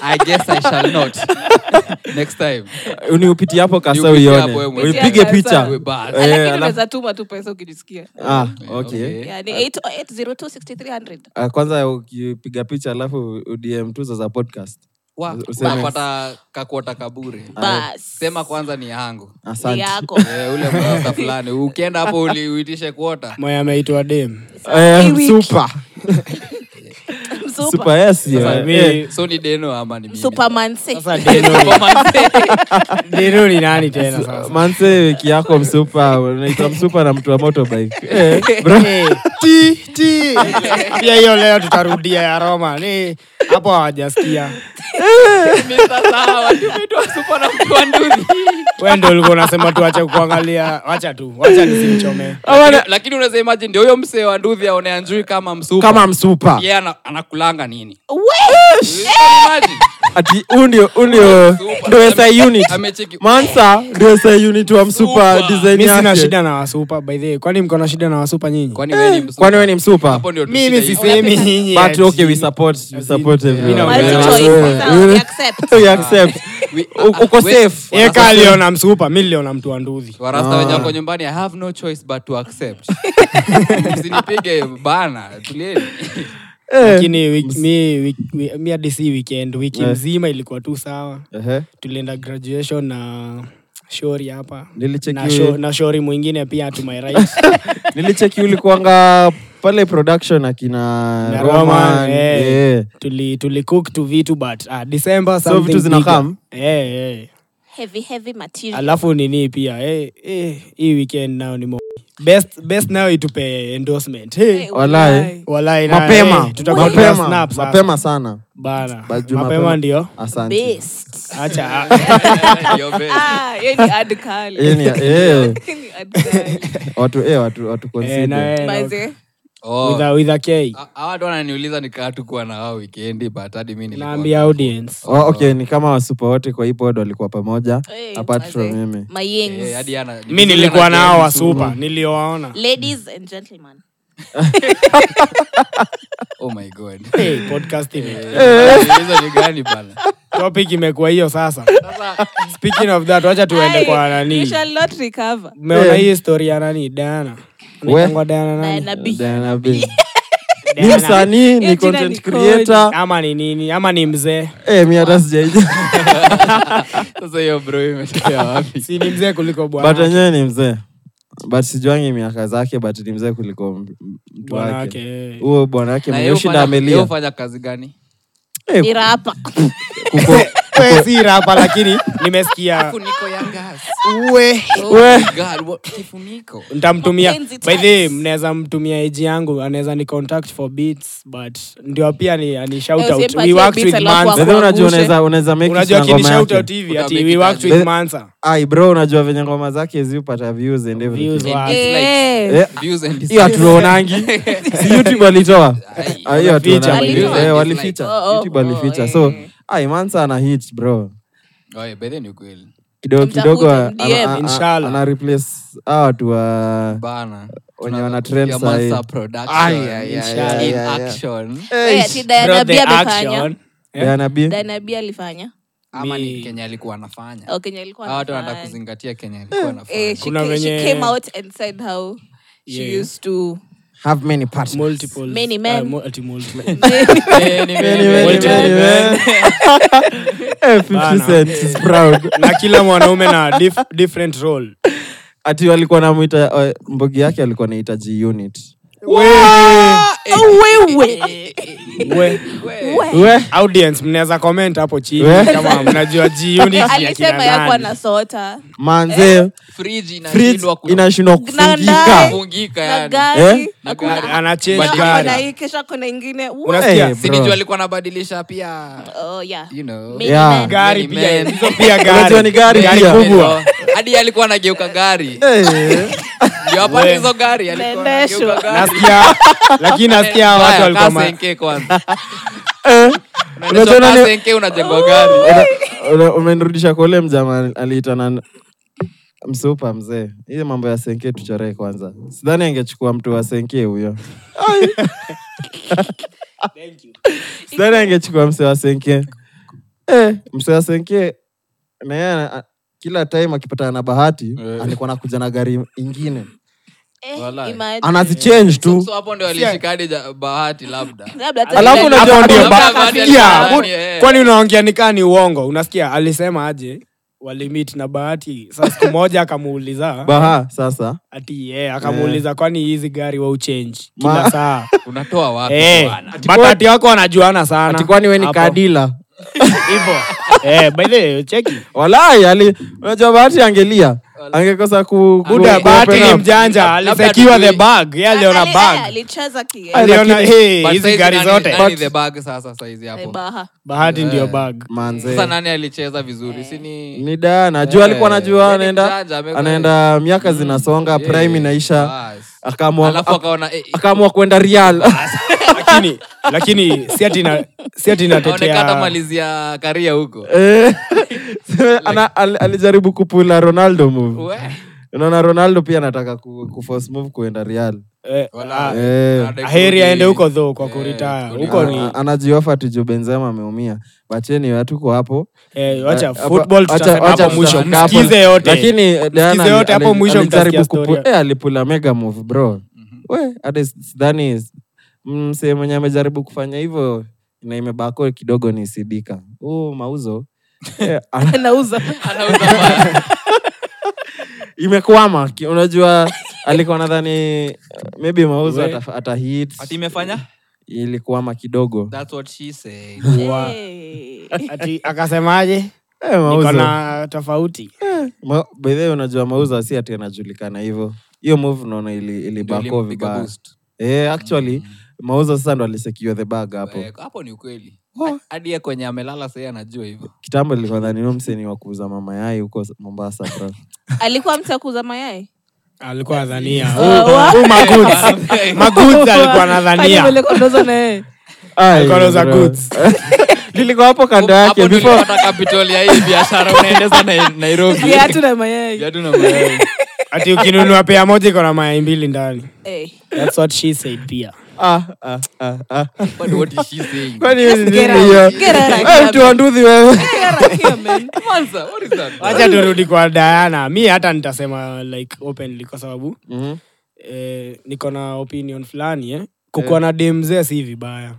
Speaker 5: I guess I shall not. Next time.
Speaker 3: uniupitie Ah, hapo kasa
Speaker 5: Niupitie hapo
Speaker 3: uione
Speaker 5: wewe mwenyewe.
Speaker 3: uipige
Speaker 4: Kasa.
Speaker 3: picha
Speaker 5: We bad.
Speaker 3: Eh,
Speaker 4: lakini
Speaker 3: alafu-
Speaker 4: unaweza tuma tu pesa ukijisikia
Speaker 3: Ah, okay.
Speaker 5: Okay.
Speaker 4: yeah, ni 8- 8026300
Speaker 3: Ah, kwanza ukipiga picha alafu udm tuzo za podcast
Speaker 5: Wa-
Speaker 3: Useme.
Speaker 5: unapata kakuota kabure.
Speaker 4: Ah, bas
Speaker 5: Sema kwanza ni yangu.
Speaker 3: asante
Speaker 4: yako
Speaker 5: Eh, ule mrasta fulani ukienda hapo uli- uitishe kuota
Speaker 6: mwenye ameitwa dem
Speaker 3: Eh,
Speaker 4: Hii
Speaker 3: super.
Speaker 4: Super.
Speaker 3: Super, yes, yeah.
Speaker 6: mi-
Speaker 3: Eh,
Speaker 5: so ni deno ama ni mimi?
Speaker 4: Superman say.
Speaker 6: sasa deno deno ni nani tena sasa
Speaker 3: manse Eh, wiki yako msupa unaitwa msupa na mtu wa motorbike Eh,
Speaker 6: Eh, ti, ti. pia hiyo leo tutarudia ya roma ni hapo hawajasikia
Speaker 5: Mimi sasa hawa, tumeitwa super na mtu wa nduri.
Speaker 6: we ndo ulikuwa unasema tuache kuangalia wacha tu wacha nisimchomee
Speaker 5: Lakini- lakini unaweza imagine ndio huyo msee wa ndudhi aone anjui kama msupa
Speaker 3: kama msupa
Speaker 5: yeye ana- anakulanga nini
Speaker 4: We!
Speaker 5: Imagine.
Speaker 3: ati huu ndio- huu ndio
Speaker 5: Msupa.
Speaker 3: ndio SI unit
Speaker 5: Amecheki.
Speaker 3: mansa ndio SI unit wa msupa
Speaker 5: Msupa.
Speaker 3: design
Speaker 6: mi sina
Speaker 3: yake.
Speaker 6: shida na wasupa by the way kwani mko na shida na wasupa nyinyi
Speaker 5: Kwani wewe ni msupa?
Speaker 3: kwani wewe ni msupa
Speaker 5: Hapo ndio
Speaker 6: mimi
Speaker 5: shida iko.
Speaker 6: sisemi nyinyi
Speaker 3: but
Speaker 6: ati.
Speaker 3: okay we support we support everyone.
Speaker 6: Mimi naongea.
Speaker 3: Yeah.
Speaker 4: Multi-choice. Sawa, we accept.
Speaker 3: We accept.
Speaker 5: We-
Speaker 3: U- uko
Speaker 5: we-
Speaker 3: safe
Speaker 6: Yeye kaa aliona msupa mi niliona mtu wa ndudhi
Speaker 5: warasta
Speaker 3: Ah.
Speaker 5: wenye wako nyumbani i have no choice but to accept msinipige bana tulieni
Speaker 3: Eh.
Speaker 6: lakini wiki- mi- wiki- wi- mi hadi si weekend wiki
Speaker 3: Eh.
Speaker 6: mzima ilikuwa tu sawa
Speaker 3: Ehe.
Speaker 6: tulienda graduation na shori hapa
Speaker 3: Nilicheki
Speaker 6: na,
Speaker 3: wewe.
Speaker 6: sho, na shori mwingine pia to my right
Speaker 3: nilicheki ulikuanga pale production akina
Speaker 6: na
Speaker 3: Roman,
Speaker 6: Roman, eh,
Speaker 3: eh.
Speaker 6: tuli tulicook tu vitu but ah, december
Speaker 3: So
Speaker 6: something
Speaker 3: vitu zina
Speaker 6: bigger.
Speaker 3: come?
Speaker 6: eh, eh.
Speaker 4: Heavy, heavy material.
Speaker 6: alafu nini pia eh, eh, hii weekend nayo ni mo- best best nayo itupe endorsement hey.
Speaker 4: Eh,
Speaker 3: walai.
Speaker 6: Walai na-
Speaker 3: mapema
Speaker 6: eh, tutakuwa tuna
Speaker 3: mapema
Speaker 6: snap sasa.
Speaker 3: mapema sana
Speaker 6: bana
Speaker 3: Baju
Speaker 6: mapema ndio
Speaker 3: asante
Speaker 4: Best.
Speaker 6: acha eh,
Speaker 5: Your best.
Speaker 4: Ah, yeye ni ad kali.
Speaker 3: Yeye ni- eh.
Speaker 4: Yeye ni ad kali.
Speaker 3: watu eh, watu watu
Speaker 6: eh,
Speaker 3: consider.
Speaker 6: na, eh, na,
Speaker 4: Maze,
Speaker 5: Oh.
Speaker 6: with a, with a K.
Speaker 5: Ha- hawa watu wananiuliza nikaa tukuwa na wao wikendi but hadi mi nilikuwa-
Speaker 6: naambia audience
Speaker 3: Oh, okay ni kama wasupa wote kwa hii pod walikuwa pamoja
Speaker 4: eh,
Speaker 3: apart
Speaker 4: maze.
Speaker 3: from mimi
Speaker 4: My yings.
Speaker 5: Eh, hadi ana-
Speaker 6: mi nilikuwa nao
Speaker 5: James.
Speaker 6: wasupa niliowaona
Speaker 4: Ladies and gentlemen.
Speaker 5: oh my god
Speaker 6: hey, podcast ime-
Speaker 5: hizo ni gani bana
Speaker 6: topic imekuwa hiyo sasa
Speaker 5: Sasa,
Speaker 6: speaking of that wacha tuende
Speaker 4: Aye,
Speaker 6: kwa
Speaker 4: you
Speaker 6: nani
Speaker 4: shall not recover.
Speaker 6: umeona
Speaker 3: Eh.
Speaker 6: hii story ya nani dana
Speaker 3: We.
Speaker 6: Anaitangwa Diana nani?
Speaker 4: Na- na B.
Speaker 3: Diana B. Ni
Speaker 6: Diana.
Speaker 3: msanii ni
Speaker 4: Hiyo jina
Speaker 3: content
Speaker 4: ni code.
Speaker 3: creator
Speaker 6: ama ni nini ama ni mzee
Speaker 3: eh mi hata sijaija
Speaker 5: sasa hiyo bro imetokea wapi
Speaker 6: si ni mzee kuliko
Speaker 3: but
Speaker 6: bwana
Speaker 3: wenyewe ni mzee but sijuangi miaka zake but ni mzee kuliko m- m- mtu
Speaker 6: Bwana
Speaker 3: wake
Speaker 6: wake, eh.
Speaker 3: huo bwana wake
Speaker 5: Na yeye
Speaker 3: mwenyewe shinda
Speaker 5: hufanya- yeye
Speaker 3: amelia
Speaker 5: hufanya kazi gani
Speaker 3: Eh,
Speaker 4: Ni rapa.
Speaker 3: kuko-
Speaker 6: we si rapa lakini nimesikia
Speaker 5: Kifuniko ya gas.
Speaker 6: we
Speaker 5: Oh my God, what- kifuniko.
Speaker 6: ntamtumia
Speaker 4: Mapenzi
Speaker 6: by
Speaker 4: tax.
Speaker 6: the way, mnaweza mtumia eji yangu anaweza ni contact for beats but ndio pia ni ani shout
Speaker 4: Eh,
Speaker 6: out
Speaker 4: usimpatie
Speaker 6: we worked
Speaker 4: beats
Speaker 6: with
Speaker 4: a lot
Speaker 6: Mansa.
Speaker 4: wa-
Speaker 3: Bedhe, unajua
Speaker 4: Kuangushe.
Speaker 3: unaweza- unaweza make it
Speaker 6: unajua
Speaker 3: na
Speaker 6: kini
Speaker 3: ngoma
Speaker 6: shout out
Speaker 3: yake
Speaker 6: hivi
Speaker 5: Uta
Speaker 6: ati
Speaker 5: make
Speaker 6: we
Speaker 5: it
Speaker 6: worked
Speaker 5: aje.
Speaker 6: with
Speaker 3: Be-
Speaker 6: Mansa
Speaker 3: Ai, bro unajua venye ngoma zake ziupata views and
Speaker 6: Views
Speaker 3: everything
Speaker 6: wa-
Speaker 5: It's like
Speaker 4: Eh.
Speaker 3: Eh,
Speaker 5: views and
Speaker 3: hiyo
Speaker 5: dislikes.
Speaker 3: hatuonangi si youtube walitoa
Speaker 5: Ai,
Speaker 3: Ah, hiyo
Speaker 6: walificha,
Speaker 3: hatuonangi.
Speaker 5: walificha.
Speaker 3: Eh,
Speaker 5: Dislike.
Speaker 3: walificha
Speaker 4: Oh, oh,
Speaker 3: youtube
Speaker 4: oh,
Speaker 3: walificha
Speaker 4: eh.
Speaker 3: so ai mansa ana hit bro
Speaker 5: Oe, by the way, ni kweli.
Speaker 3: kidogo
Speaker 4: Mtafute
Speaker 3: kidogo ana-
Speaker 4: DM.
Speaker 3: ana-
Speaker 6: Inshallah.
Speaker 3: ana replace uh, hawa watu wa
Speaker 5: Bana.
Speaker 3: Wenye
Speaker 5: Tuna-
Speaker 3: wana trend
Speaker 5: ya
Speaker 3: saa hii.
Speaker 5: Monster Production.
Speaker 3: Ai, ai,
Speaker 5: In
Speaker 3: ai, ai, ai, ai.
Speaker 5: action.
Speaker 4: Wait, ati
Speaker 6: Bro,
Speaker 4: Diana
Speaker 6: the
Speaker 4: Bia amefanya
Speaker 6: action Eh?
Speaker 3: Diana B.
Speaker 4: Diana Bia alifanya
Speaker 5: ama
Speaker 6: Mi-
Speaker 5: ni kenya alikuwa anafanya
Speaker 4: au Kenya alikuwa
Speaker 5: Hawa watu wanataka
Speaker 4: anafanya.
Speaker 5: kuzingatia kenya alikuwa
Speaker 4: Eh,
Speaker 5: anafanya
Speaker 4: she,
Speaker 6: Kuna
Speaker 4: ca- she
Speaker 6: wenye-
Speaker 4: came out and said how she
Speaker 6: Yeah.
Speaker 4: used to
Speaker 3: have many partners
Speaker 6: multiple
Speaker 4: Many men.
Speaker 6: ah, mu- ati multiple
Speaker 5: Eh, ni
Speaker 3: Many,
Speaker 5: mimi.
Speaker 3: many,
Speaker 6: Multiple
Speaker 3: many,
Speaker 6: men.
Speaker 3: Eh, 50
Speaker 6: Bana.
Speaker 3: cent is proud
Speaker 6: na kila mwanaume na dif- different role
Speaker 3: ati walikuwa namwita eh, mbogi yake alikuwa naita g unit
Speaker 5: Eh,
Speaker 4: wewe
Speaker 6: we
Speaker 3: we
Speaker 6: audience mnaweza comment hapo
Speaker 3: We.
Speaker 6: chini kama mnajua jiuni
Speaker 4: alisema yako anasota
Speaker 3: manze
Speaker 5: Fridge
Speaker 3: fridge
Speaker 5: inashindwa ku-
Speaker 3: inashindwa
Speaker 4: Gnandai.
Speaker 3: kufungika
Speaker 6: Ah.
Speaker 5: kufungika
Speaker 4: na
Speaker 5: yani.
Speaker 4: gari
Speaker 3: Eh?
Speaker 5: Na
Speaker 4: hakuna-
Speaker 5: gari.
Speaker 6: anachange
Speaker 4: hakuna
Speaker 5: Badilika.
Speaker 6: gari
Speaker 4: hii, kesho kuna ingine What?
Speaker 6: Unasikia?
Speaker 3: Eh,
Speaker 5: Si
Speaker 3: bro.
Speaker 5: ndio alikuwa anabadilisha pia
Speaker 4: Oh, yeah.
Speaker 5: you know.
Speaker 4: Many
Speaker 3: Yeah.
Speaker 4: men.
Speaker 6: gari
Speaker 5: Many
Speaker 6: pia
Speaker 5: men.
Speaker 6: hizo pia
Speaker 3: Unajua ni
Speaker 6: gari
Speaker 5: Many
Speaker 3: gari pia.
Speaker 5: men,
Speaker 3: kubwa
Speaker 5: no. hadi alikuwa anageuka gari
Speaker 3: Eh,
Speaker 5: ndio hapata hizo gari alikuwa
Speaker 4: Nendeshwa.
Speaker 5: anageuka gari
Speaker 6: nasikia lakini nasikia hawa watu
Speaker 5: Haya,
Speaker 6: walikuwa
Speaker 5: kaa
Speaker 6: ma-
Speaker 5: 10K kwanza
Speaker 3: Unajua
Speaker 5: unaendeshwa kaa
Speaker 3: nani-
Speaker 5: 10K unajengwa gari
Speaker 3: una- una- umenirudisha kwa ule mjama aliitana msupa mzee hiyo mambo ya senke tuchoree kwanza sidhani angechukua mtu wa senke huyo Ai. sidhani angechukua mse wa senke eh, mse wa senke naye kila time akipatana na bahati
Speaker 5: Eh.
Speaker 3: alikuwa nakuja na gari ingine
Speaker 4: Eh,
Speaker 5: Walai.
Speaker 4: imagine.
Speaker 3: anazichange tu
Speaker 5: so hapo ndio alishikadi ja- bahati labda
Speaker 4: Labda hata
Speaker 3: Alafu
Speaker 4: bila-
Speaker 3: unajua
Speaker 6: Hapo
Speaker 3: ndio
Speaker 6: ndio
Speaker 5: ba-
Speaker 6: ba-
Speaker 5: ndio
Speaker 6: Yeah,
Speaker 5: nani,
Speaker 6: ku-
Speaker 5: eh.
Speaker 6: kwani unaongea nikaa ni uongo unasikia alisema aje walimit na bahati saa siku moja akamuuliza
Speaker 3: baha sasa
Speaker 6: ati yeah, akamuuliza kwani hizi gari wa uchenji
Speaker 3: Ma-
Speaker 6: kila saa
Speaker 5: unatoa wapi
Speaker 6: Eh,
Speaker 5: bwana?
Speaker 6: but ati wako wanajuana sana
Speaker 3: atikwani we ni
Speaker 6: Hapo.
Speaker 3: kadila
Speaker 6: Hivo. Eh, by the way, cheki
Speaker 3: walai ali unajua bahati angelia angekosa ku, ku,
Speaker 6: buda
Speaker 3: ku-
Speaker 6: bahati
Speaker 3: open
Speaker 6: ni
Speaker 3: up.
Speaker 6: mjanja
Speaker 5: Labda
Speaker 6: alisekiwa the
Speaker 5: tujui.
Speaker 6: bag ye aliona
Speaker 4: Ali- eh,
Speaker 6: bag
Speaker 4: alicheza ki- eh,
Speaker 6: aliona hey,
Speaker 5: But
Speaker 6: hizi
Speaker 5: saizi
Speaker 6: gari
Speaker 5: nani-
Speaker 6: zote
Speaker 5: nani the bag sasa saizi hapo
Speaker 4: baha.
Speaker 6: bahati ndio bag
Speaker 3: manze
Speaker 5: sasa nani alicheza vizuri si ni
Speaker 3: ni daa najua alikuwa
Speaker 5: Eh,
Speaker 3: anajua
Speaker 5: yani
Speaker 3: anaenda
Speaker 5: mjanja, amekuwa-
Speaker 3: anaenda miaka zinasonga
Speaker 5: Eh,
Speaker 3: prime inaisha
Speaker 5: bas.
Speaker 3: akaamua-
Speaker 5: Alafu
Speaker 3: ak-
Speaker 5: akaona, eh, eh,
Speaker 3: akaamua kwenda real
Speaker 6: lakini lakini si ati na- si ati
Speaker 5: aonekana
Speaker 6: natetea
Speaker 5: atamalizia karia huko
Speaker 3: Eh, ana- al- alijaribu kupula ronaldo move
Speaker 6: Eh,
Speaker 5: We.
Speaker 3: unaona ronaldo pia anataka ku, kuforce move kuenda real
Speaker 6: eh,
Speaker 5: Wala.
Speaker 6: ah,
Speaker 3: Eh.
Speaker 5: Anadai
Speaker 6: heri
Speaker 5: kurudi.
Speaker 6: aende huko dho kwa
Speaker 5: Eh,
Speaker 6: kuritaya
Speaker 5: kurudi.
Speaker 6: huko ni
Speaker 3: Ana- anajiofa tuju benzema ameumia bacheni watuko hapo
Speaker 6: eh, wacha
Speaker 3: Hapa-
Speaker 6: football
Speaker 3: wacha-
Speaker 6: tutasema
Speaker 3: wacha
Speaker 6: hapo mwisho
Speaker 3: tutasema hapo.
Speaker 6: msikize yote
Speaker 3: lakini eh, Diana
Speaker 6: Msikize yote
Speaker 3: ali-
Speaker 6: hapo mwisho Mhm.
Speaker 3: alijaribu
Speaker 6: mtasikia
Speaker 3: kupu-
Speaker 6: story.
Speaker 3: eh, alipula mega move bro we hadi s- sidhani msee mwenye amejaribu kufanya hivyo na imebako kidogo ni sidika huu mauzo eh, ana-
Speaker 4: Anauza.
Speaker 5: Anauza bag.
Speaker 3: imekwama ki- unajua alikuwa nadhani eh, maybe mauzo
Speaker 6: We.
Speaker 3: ata, ata hit
Speaker 5: Ati imefanya
Speaker 3: ilikwama kidogo
Speaker 5: That's what she said.
Speaker 6: Wa-
Speaker 4: Eh.
Speaker 6: ati akasemaje
Speaker 3: eh,
Speaker 6: niko
Speaker 3: mauzo
Speaker 6: na tofauti
Speaker 3: Ma, bedhe unajua mauzo si ati anajulikana hivyo hiyo move naona ili,
Speaker 5: Ndio
Speaker 3: ilibako
Speaker 5: ilimpiga
Speaker 3: vibaya
Speaker 5: boost.
Speaker 3: eh, actually mauzo sasa ndo alisekiwa the bag hapo
Speaker 5: Eh, hapo ni ukweli hadi ye kwenye amelala sahii anajua hivyo
Speaker 3: kitambo likodhanino mseni wa kuuza mama yai huko mombasa bro
Speaker 4: alikuwa mtu akuza mayai
Speaker 6: alikuwa adhania
Speaker 4: Oh, wa-
Speaker 6: maguds alikuwa nadhania
Speaker 4: Alipelekwa dozo na yeye.
Speaker 3: Ai,
Speaker 6: Alikuwa anauza
Speaker 3: bro.
Speaker 6: goods.
Speaker 3: nilikuwa hapo kando
Speaker 5: Hapo
Speaker 3: yake
Speaker 5: ndio
Speaker 3: before
Speaker 5: ulipata capital ya hii biashara unaendeza na nairobi
Speaker 4: Viatu na mayai
Speaker 5: Viatu na mayai.
Speaker 6: ati ukinunua pea moja iko na mayai mbili ndani
Speaker 4: Eh.
Speaker 6: That's what she said pia
Speaker 3: Ah, ah, ah, ah.
Speaker 5: But what is she saying?
Speaker 3: Kwani hizi
Speaker 4: Just get
Speaker 3: nini
Speaker 4: out.
Speaker 3: hiyo?
Speaker 4: Get out.
Speaker 3: Eh, mtu wa nduthi wewe
Speaker 5: Manza, what is that?
Speaker 6: wacha turudi kwa diana mi hata nitasema like openly kwa sababu
Speaker 3: Mhm.
Speaker 6: eh, niko na opinion fulani eh? kukuwa na dem mzee si vibaya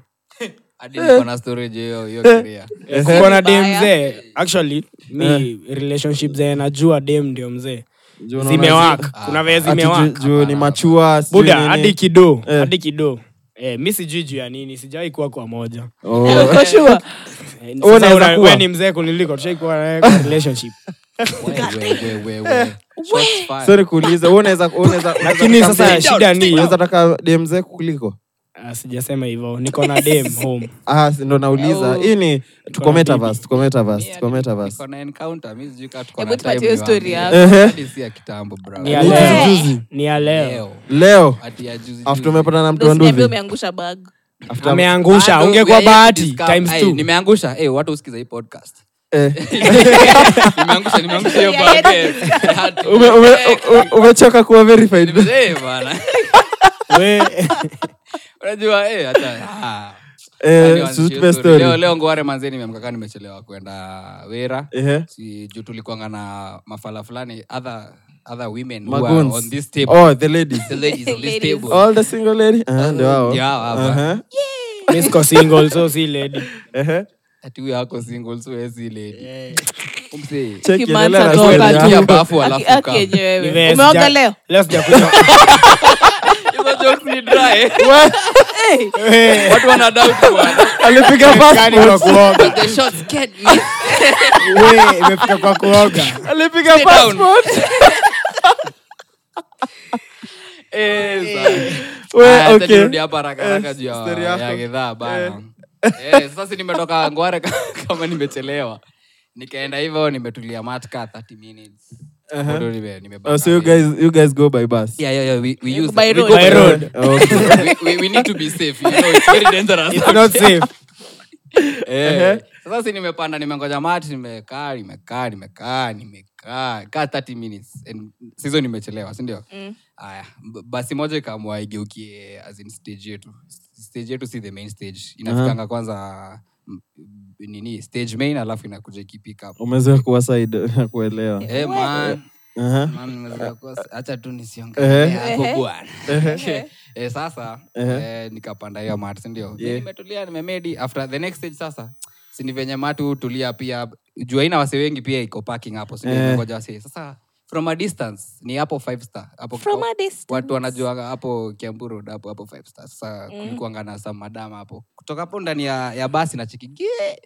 Speaker 5: Hadi niko na storage hiyo- hiyo career.
Speaker 6: eh, kukuwa na dem
Speaker 4: vibaya.
Speaker 6: mzee actually mi relationship zenye najua dem ndio mzee
Speaker 3: Juu unaona
Speaker 6: zimewak
Speaker 5: zi-
Speaker 6: kuna vee
Speaker 3: zi- ati juu-
Speaker 6: zimewak
Speaker 3: juu ni machua sijui
Speaker 6: buda
Speaker 3: nini.
Speaker 6: hadi kido
Speaker 3: Eh.
Speaker 6: hadi kido eh, mi sijui juu ya nini sijawai kuwa kwa moja
Speaker 3: Oh.
Speaker 4: Koshua.
Speaker 6: Eh,
Speaker 3: Wewe
Speaker 6: Sasa
Speaker 3: unaweza
Speaker 6: una-
Speaker 3: kuwa.
Speaker 6: wewe ni mzee kuniliko tushaikuwa naye kwa relationship
Speaker 5: Shots fired.
Speaker 3: Sorry kuuliza, wewe unaweza unaweza
Speaker 6: lakini sasa shida ni
Speaker 3: unaweza taka dem zeku kuliko.
Speaker 6: Ah, sijasema hivyo niko na dem home
Speaker 3: Ah, si ndo nauliza.
Speaker 5: Oh.
Speaker 3: Hii ni tuko
Speaker 6: na
Speaker 3: metaverse, tuko metaverse,
Speaker 5: Yeah,
Speaker 3: tuko metaverse.
Speaker 5: niko na encounter, mi sijui kama tuko
Speaker 4: Hebu
Speaker 5: na time
Speaker 4: tupatie
Speaker 5: niwaambie.
Speaker 4: story yako.
Speaker 3: Ehe.
Speaker 5: Hadi si ya kitambo, bro.
Speaker 6: ni ya
Speaker 3: Ni
Speaker 6: leo.
Speaker 3: juzi juzi.
Speaker 6: ni ya leo
Speaker 5: Leo.
Speaker 3: Leo
Speaker 5: Ati ya juzi
Speaker 3: after
Speaker 5: juzi.
Speaker 3: tumepata na mtu wa
Speaker 4: Usiniambie
Speaker 3: nduvi.
Speaker 4: umeangusha bag
Speaker 3: After
Speaker 6: ameangusha
Speaker 5: Bado
Speaker 6: ungekuwa
Speaker 5: we are yet
Speaker 6: bahati
Speaker 5: discover-
Speaker 6: times
Speaker 5: Ai,
Speaker 6: two
Speaker 5: nimeangusha Eh, watu usikiza hii podcast
Speaker 3: eh,
Speaker 5: nimeangusha nimeangusha hiyo
Speaker 4: We are yet
Speaker 5: bag. Hatu-
Speaker 3: ume- ume- u- umechoka kuwa verified.
Speaker 5: Nime- eh, bana.
Speaker 6: We-
Speaker 5: unajua eh, hata- ah. Yaani
Speaker 3: Eh,
Speaker 5: wanzi-
Speaker 3: tupe
Speaker 5: story.
Speaker 3: story.
Speaker 5: Leo- leo ngware manzeni nimeamkakaa nimechelewa kwenda wera
Speaker 3: Ehe.
Speaker 5: si juu tulikuanga na mafala fulani other, other women who are
Speaker 3: Magoons.
Speaker 5: on this table
Speaker 3: Oh, the ladies.
Speaker 5: the ladies Oh, on this
Speaker 4: Ladies.
Speaker 5: table
Speaker 3: All the single lady. Ah, ndio hao. Uh-huh.
Speaker 5: ndio hao hapa.
Speaker 3: Aha.
Speaker 6: mi siko single so si lady
Speaker 3: Ehe.
Speaker 5: ati huyo ako single so yeye si lady Umse,
Speaker 3: Check
Speaker 4: Kimanza
Speaker 3: endelea na
Speaker 4: toka
Speaker 3: story
Speaker 4: tu.
Speaker 3: yako.
Speaker 5: Kia bafu alafu
Speaker 4: Aki- aki
Speaker 5: kaa.
Speaker 4: yenyewe wewe.
Speaker 6: Hivi sija-
Speaker 4: umeoga leo
Speaker 6: leo sijakunywa.
Speaker 5: Hizo joke ni dry.
Speaker 6: We,
Speaker 5: watu wana doubt bwana.
Speaker 3: Alipiga
Speaker 6: kani Yaani kwa
Speaker 3: passport.
Speaker 6: kuoga
Speaker 5: The shots get me.
Speaker 6: We, imefika kwa kuoga
Speaker 3: Alipiga
Speaker 5: Sit down.
Speaker 3: passport.
Speaker 5: Eh, sawa.
Speaker 3: We,
Speaker 5: Aya, acha
Speaker 3: okay.
Speaker 5: nirudi hapa haraka haraka juu ya-
Speaker 3: story yako.
Speaker 5: ya gedhaa bana Eh, sasa si nimetoka ngware ka- kama nimechelewa nikaenda hivyo nimetulia matka 30 minutes Bado nime- nimebaka.
Speaker 3: Oh, so you guys you guys go by bus. Oh,
Speaker 5: Yeah, yeah, yeah, we- we use
Speaker 4: By
Speaker 5: it. We
Speaker 4: road.
Speaker 5: go by
Speaker 6: By road.
Speaker 5: road.
Speaker 3: Okay.
Speaker 5: We- we- we need to be safe, you know, it's very dangerous.
Speaker 6: It's not safe
Speaker 5: Eh, sasa si nimepanda nimengoja mati nimekaa nimekaa nimekaa nimekaa kaa 30 minutes and sizo nimechelewa sindio aya b- basi moja ikaamua igeukie as in stage yetu stage yetu si the main stage inafikanga kwanza m- nini stage main alafu inakuja ikipick up
Speaker 3: Umezoea kuwa side na kuelewa.
Speaker 5: Eh, man.
Speaker 3: Aha.
Speaker 5: Man, unaweza kuwa- acha tu nisiongelee hapo bwana. Eh, sasa eh, nikapanda hiyo mat sindio nimetulia nimemedi after the next stage sasa sini venye matu tulia pia juu aina wase wengi pia iko parking hapo singoja wase sasa from a distance ni hapo five star hapo
Speaker 4: From a distance.
Speaker 5: watu wanajua hapo kiambu road hapo hapo five star sasa
Speaker 4: Mm.
Speaker 5: kulikuanga na sa madam hapo kutoka hapo ndani ya, ya basi na chikigie